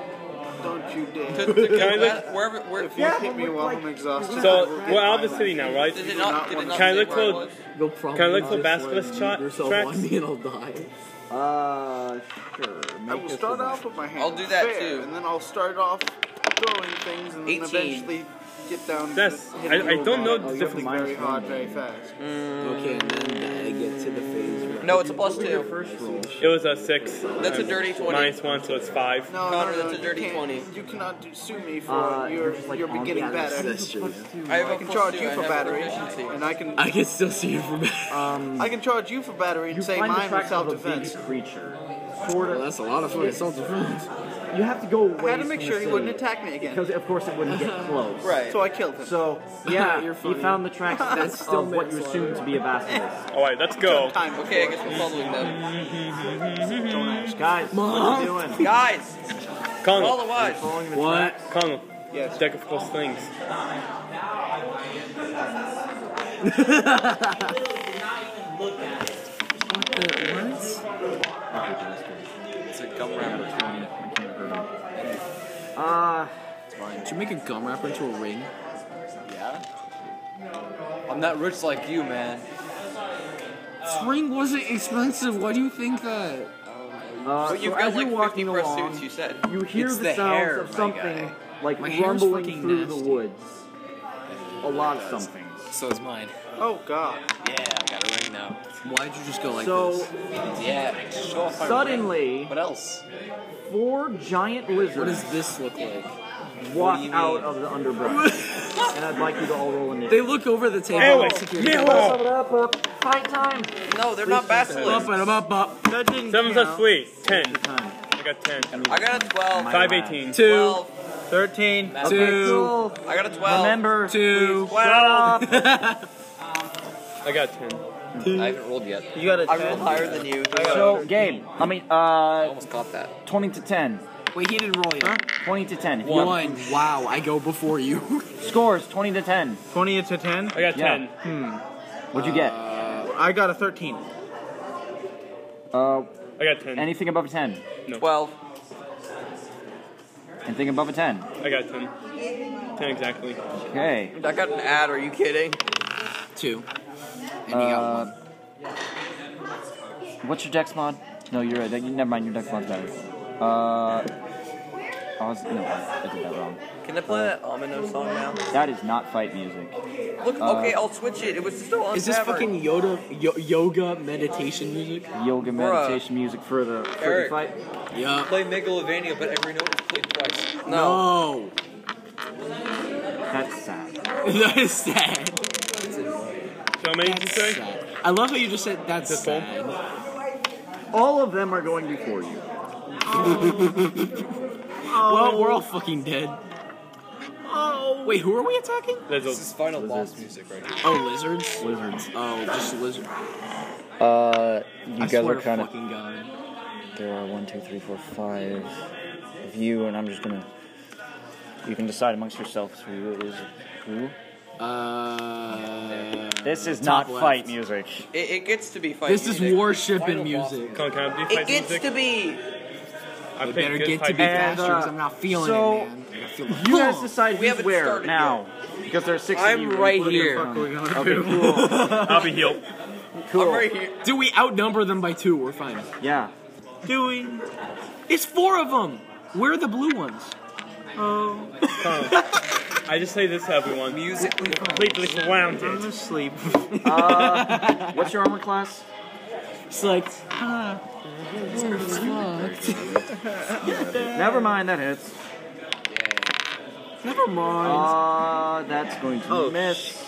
A: Don't you
J: To,
A: dare.
J: to go
I: Can I
J: back- wherever, where,
A: If you hit me while I'm exhausted, I
I: So
A: will
I: we're
A: get
I: out of the
A: my
I: city now, right?
J: did it not, did it not
I: Can I
J: say
I: look
J: where I
I: for-
J: was?
H: You'll probably
I: Can I look for
H: notice
I: basilisk
H: when
I: tra-
H: yourself
I: tracks?
H: on me and I'll die.
D: Uh, sure.
A: I will start off with my hand.
J: I'll do that
A: fair,
J: too.
A: And then I'll start off throwing things and
J: 18.
A: then eventually get down to
I: That's-
A: the- hit
I: I-
A: the Oh,
I: I
A: little
I: don't know
A: ball.
I: the
A: Something
I: difference.
A: very hard, very fast.
H: Okay, and then I get to the phase where
J: No, it's a plus two.
D: First roll.
I: It was a six. Uh,
J: That's a dirty 20.
I: Minus one, so it's five.
A: No,
J: Connor,
A: no, no,
J: that's a
A: you
J: dirty
A: can't-
J: 20.
A: You cannot do, sue me for
D: Uh,
A: your
D: just like
A: your
D: on
A: beginning
D: the
A: battery.
H: That's true.
J: I have
A: I
J: a
A: can
J: plus
A: charge
J: two,
A: you
J: I
A: for
J: have
A: battery,
J: proficiency.
A: and I can
H: I can still see you from back.
A: I can charge you for battery and
D: You
A: say
D: find the
A: mine with
D: tracks of a big
A: self-defense.
D: creature. Sort
H: Well,
D: of.
H: that's a lot of fun. It's all different.
D: You have to go away.
A: I had to
D: from
A: make
D: the
A: sure he
D: city,
A: wouldn't attack me again,
D: Because, of course, it wouldn't get close.
J: Right.
A: so I killed him.
D: So, yeah,
H: You're
D: you
H: funny.
D: found the tracks
H: That's
D: that's
H: still
D: of what you
H: manslaughter.
D: assumed to be a basilisk.
I: All right, let's go.
A: Time
D: uh,
J: Okay, I guess we're following them.
D: Guys, what are you doing?
J: Guys,
I: Connell,
J: follow us.
H: What?
I: Connell,
A: Yes.
I: deck of close things.
H: What?
B: It's a gum wrapper.
D: Uh,
H: Did you make a gum wrapper into a ring?
B: Yeah. I'm not rich like you, man.
H: This ring wasn't expensive. Why do you think that?
D: uh,
J: But you've
D: so
J: got
D: as
J: like
D: you're
J: 50
D: walking
J: pursuits, you
D: along,
J: said.
D: you hear
B: It's
D: the,
B: the
D: sounds
B: hair,
D: of
B: my
D: something
B: guy.
D: like
H: My hair's
D: rumbling
H: fucking
D: through the
H: nasty.
D: woods. A lot of something.
B: So is mine.
A: Oh God.
B: Yeah, I got a ring now.
H: Why'd you just go like
D: So,
H: this?
B: Yeah. Show off my
D: Suddenly-
B: ring. What else?
D: four giant
H: What
D: lizards
H: does this look like?
D: walk
B: you
D: out
B: mean?
D: of the underbrush. and I'd like you to all roll
H: They
D: initiative.
H: look over the table.
I: Anyway,
H: Security.
I: yeah.
D: Up, up, up. Fight time!
J: No, they're not
H: Up
J: basilisks.
H: and up, up.
A: That didn't
I: Seven plus
A: count.
I: three, ten.
D: Time.
I: I got ten.
J: I got a 12.
I: Five, eighteen.
H: Two,
J: 12.
A: 13.
D: Okay,
H: two,
D: cool.
J: I got a 12.
D: Remember,
H: two.
D: shut up.
I: I got ten.
B: I haven't rolled yet.
A: You got a
J: I
A: 10.
J: rolled higher than you.
D: So, game. I mean,
B: I
D: uh,
B: almost caught that.
D: 20 to 10.
H: Wait, he didn't roll yet.
D: 20 to 10. If you
H: One. Wow, I go before you.
D: have- Scores 20 to 10.
A: 20 to 10.
I: I got
D: Yeah.
I: ten.
D: What'd you get?
H: Uh,
A: I got a 13.
D: Uh,
I: I got ten.
D: anything above 10.
J: 12.
H: Anything above a 10?
I: I got 10. 10 exactly.
H: Okay.
J: I got an ad. Are you kidding?
U: Two.
H: And you got one. What's your dex mod? No, you're right. Never mind. Your dex mod's better. Uh, I was no, I did that wrong.
J: Can I play that Amino song now?
H: That is not fight music.
J: Look,
H: Uh,
J: okay, I'll switch it. It was still on.
A: Is this
J: Tavern.
A: fucking Yoda yo- yoga meditation music?
H: Yoga
J: Bruh.
H: meditation music for the for the
A: Eric.
H: fight.
A: Yeah.
V: Play Megalovania, but every note is played twice.
A: No.
H: That's sad.
A: that is sad.
I: How many did you say?
A: I love how you just said that's sad.
H: All of them are going before you.
A: Well, we're all fucking dead. Oh. Wait, who are we attacking?
V: This is final boss music right now.
A: Oh, lizards.
H: Lizards.
A: Oh, just lizard.
H: Uh, you
A: I
H: guys
A: swear
H: are
A: to
H: kind of.
A: fucking god.
H: There are one, two, three, four, five of you, and I'm just gonna. You can decide amongst yourselves who is who.
A: Uh,
H: This is
A: top
H: not
A: left.
H: fight music.
J: It, it gets to be fight.
A: This is
J: music.
A: worship in music.
I: Can, can I do
J: It
I: fight
J: gets
I: music?
J: to be.
I: I picked
A: Better
I: good
A: get to
I: fight
A: be
I: music.
A: faster because
H: uh,
A: I'm not feeling
H: so-
A: it, man. I gotta feel the
H: You guys
A: boom.
H: decide who's
J: We haven't
H: where
J: started
H: now. Because there's six of
J: I'm
H: you.
J: right
H: including
J: here.
A: What
H: Conan.
A: the fuck are we
H: Okay,
A: gonna
H: cool.
I: I'll be healed.
H: cool.
J: I'm right here.
A: Do we outnumber them by two? We're fine.
H: Yeah.
A: Do we? It's four of them. Where are the blue ones? Oh,
I: I just say this to everyone.
J: Musically.
I: Completely
A: I'm
I: surrounded.
A: asleep.
H: Uh, what's your armor class?
A: It's like, huh.
H: Never mind, that hits.
A: Never mind.
H: Uh, that's going to
D: Oh,
H: miss.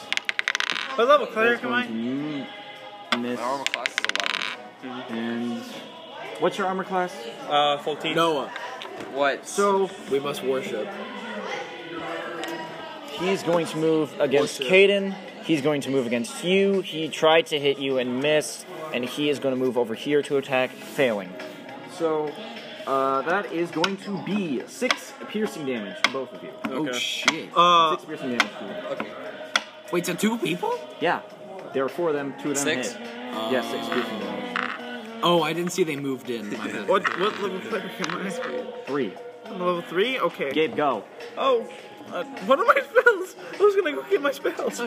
D: What level
H: That's
D: cleric am I?
H: going to miss.
J: My armor class is
H: And what's your armor class?
I: Uh, 14.
A: Noah,
J: 11. What?
H: So
A: we must worship.
H: he's going to move against Caden. He's going to move against you. He tried to hit you and missed, and he is going to move over here to attack, failing. So uh, that is going to be six piercing damage to both of you.
A: Oh shit.
D: Uh,
H: Six piercing damage to you.
A: Wait, to two people?
H: Yeah. There are four of them, two of them
J: Six?
H: hit. yeah, six piercing damage.
A: Oh, I didn't see they moved in. My bad.
D: what what level cleric am I?
H: Three.
D: I'm level three. Okay.
H: Gabe, go.
D: Oh, uh, what are my spells? I was gonna go get my spells.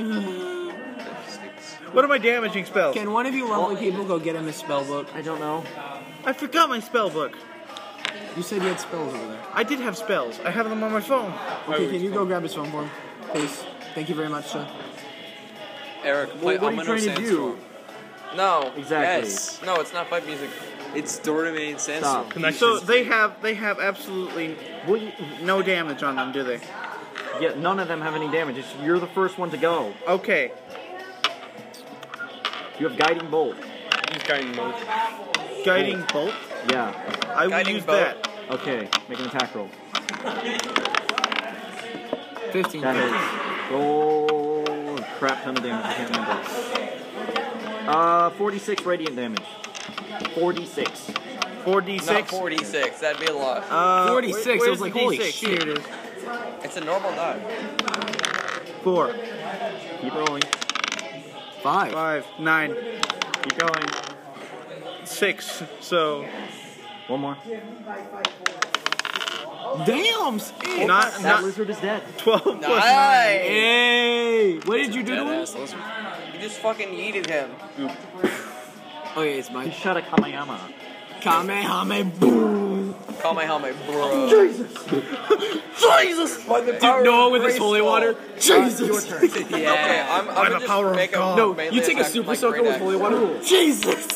D: What are my damaging spells?
A: Can one of you lovely people go get him his spell book?
H: I don't know.
D: I forgot my spell book.
A: You said you had spells over there.
D: I did have spells. I have them on my phone.
A: Okay, can you go grab his phone for him? Please. Thank you very much, sir.
V: Eric, play
H: what are you
V: Amino
H: trying to
V: Sandstorm.
J: No.
H: Exactly.
J: Yes. No, it's not fight music.
V: It's Dorame and Sandstorm.
D: So
I: Connections.
D: they have they have absolutely
H: Well, you,
D: no damage on them, do they?
H: yeah, none of them have any damage. It's, you're the first one to go.
D: Okay.
H: You have guiding bolt.
I: He's guiding mode.
D: Guiding bolt.
H: Yeah.
D: I will
J: Guiding
D: use
J: bolt.
D: that.
H: Okay. Make an attack roll.
A: 15.
H: That is roll a crap ton of damage. I can't remember. Uh, 46 radiant damage. 46.
D: Four d
J: Not
D: six.
J: 46. That'd be a lot.
D: Uh,
A: 46,
D: where-
A: I
D: where's
A: was like,
D: the
A: holy
D: D6?
A: shit.
D: Here it is.
J: It's a normal die.
D: Four,
H: Keep rolling.
A: 5.
D: five, nine,
H: Keep going.
D: six. So
H: One more.
A: Damn! Steve.
D: not
H: That
D: not
H: lizard is dead.
D: twelve plus nine.
J: Nice.
A: Hey! What did you do to him?
V: Deadass lizard.
J: You just fucking yeeted him.
A: Okay, it's
H: He
A: my
H: shot a Kamayama.
A: Kamehame boom!
J: Call my helmet, bro. Jesus. Jesus. By the power
A: Dude, Noah
J: of
A: with his
J: grace,
A: holy
J: Noah.
A: water. Jesus!
J: Yeah. Okay, I'm, I'm gonna
D: the
J: just
D: power of
J: make a
D: God.
A: no,
J: melee
A: you take a
J: attack
A: super
J: like
A: soaker with
J: great
A: holy
J: axe.
A: water. Jesus!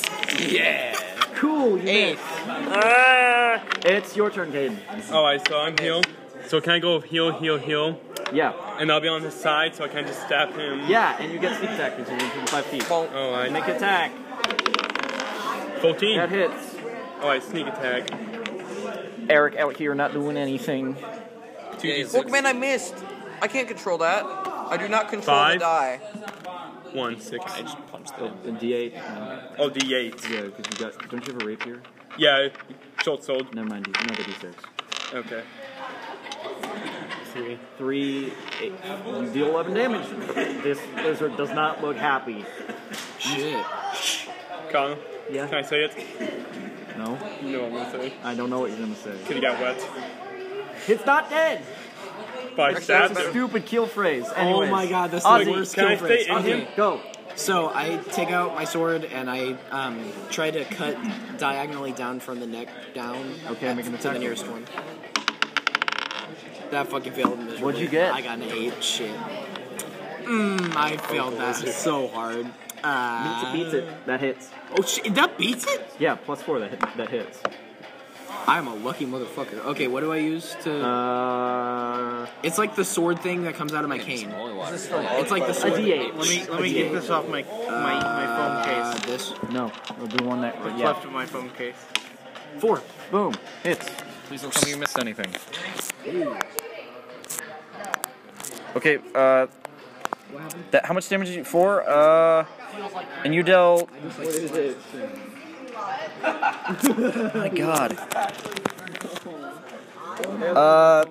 H: Cool. You
J: Eight.
H: Uh, It's your turn, Caden.
I: Alright, so I'm healed. So can I go heal, heal, heal?
H: Yeah.
I: And I'll be on his side, so I can just stab him.
H: Yeah, and you get sneak attack because you're within five feet.
J: Bonk.
I: Oh, I
H: Make attack.
I: 14.
H: That hits.
I: Alright, sneak attack.
H: Eric out here not doing anything.
J: Look, man, I missed. I can't control that. I do not control
I: Five.
J: the die.
I: 1, 6.
H: A, a D8. uh,
I: Oh, D8.
H: yeah, because you got. Don't you have a rapier?
I: Yeah, short sword.
H: Never mind. Another D6.
I: Okay.
H: Three. Three. Eight. You deal 11 damage. This lizard does not look happy.
A: Shit.
I: Connor?
H: Yeah.
I: Can I say it?
H: No,
I: No, I'm gonna say it.
H: I don't know what you're gonna say.
I: Could he got wet?
A: It's not dead.
I: By
A: Actually, that's
I: stab
A: a stupid kill phrase.
D: Oh
A: Anyways.
D: my god, that's
A: Ozzy,
D: the worst
A: can
D: kill
A: I stay
D: phrase.
A: in
D: Okay,
A: him? Go.
D: So I take out my sword and I um, try to cut diagonally down from the neck down.
A: Okay,
D: at-
A: make an
D: to the
A: attack
D: nearest one. That fucking failed miserably.
A: What'd you get?
D: I got an eight. Shit. Mm, I failed that so hard. Uh,
A: Beats it, beats it. That hits.
D: Oh shit, that beats it.
A: Yeah, plus four. That hit, that hits.
D: I'm a lucky motherfucker. Okay, what do I use to?
A: Uh,
D: it's like the sword thing that comes out of my cane. It's like the
A: A
D: sword.
A: D8.
W: Let me let me
A: A
W: get
A: D8.
W: this off my my, my phone
D: Uh,
W: case.
D: this
A: No, it'll be one that.
W: What's
A: yeah.
W: left of my phone case.
D: four.
A: Boom. Hits.
X: Please don't tell me you missed anything.
H: Okay, uh. That, how much damage did you. Four? Uh. And you dealt. my god. Uh.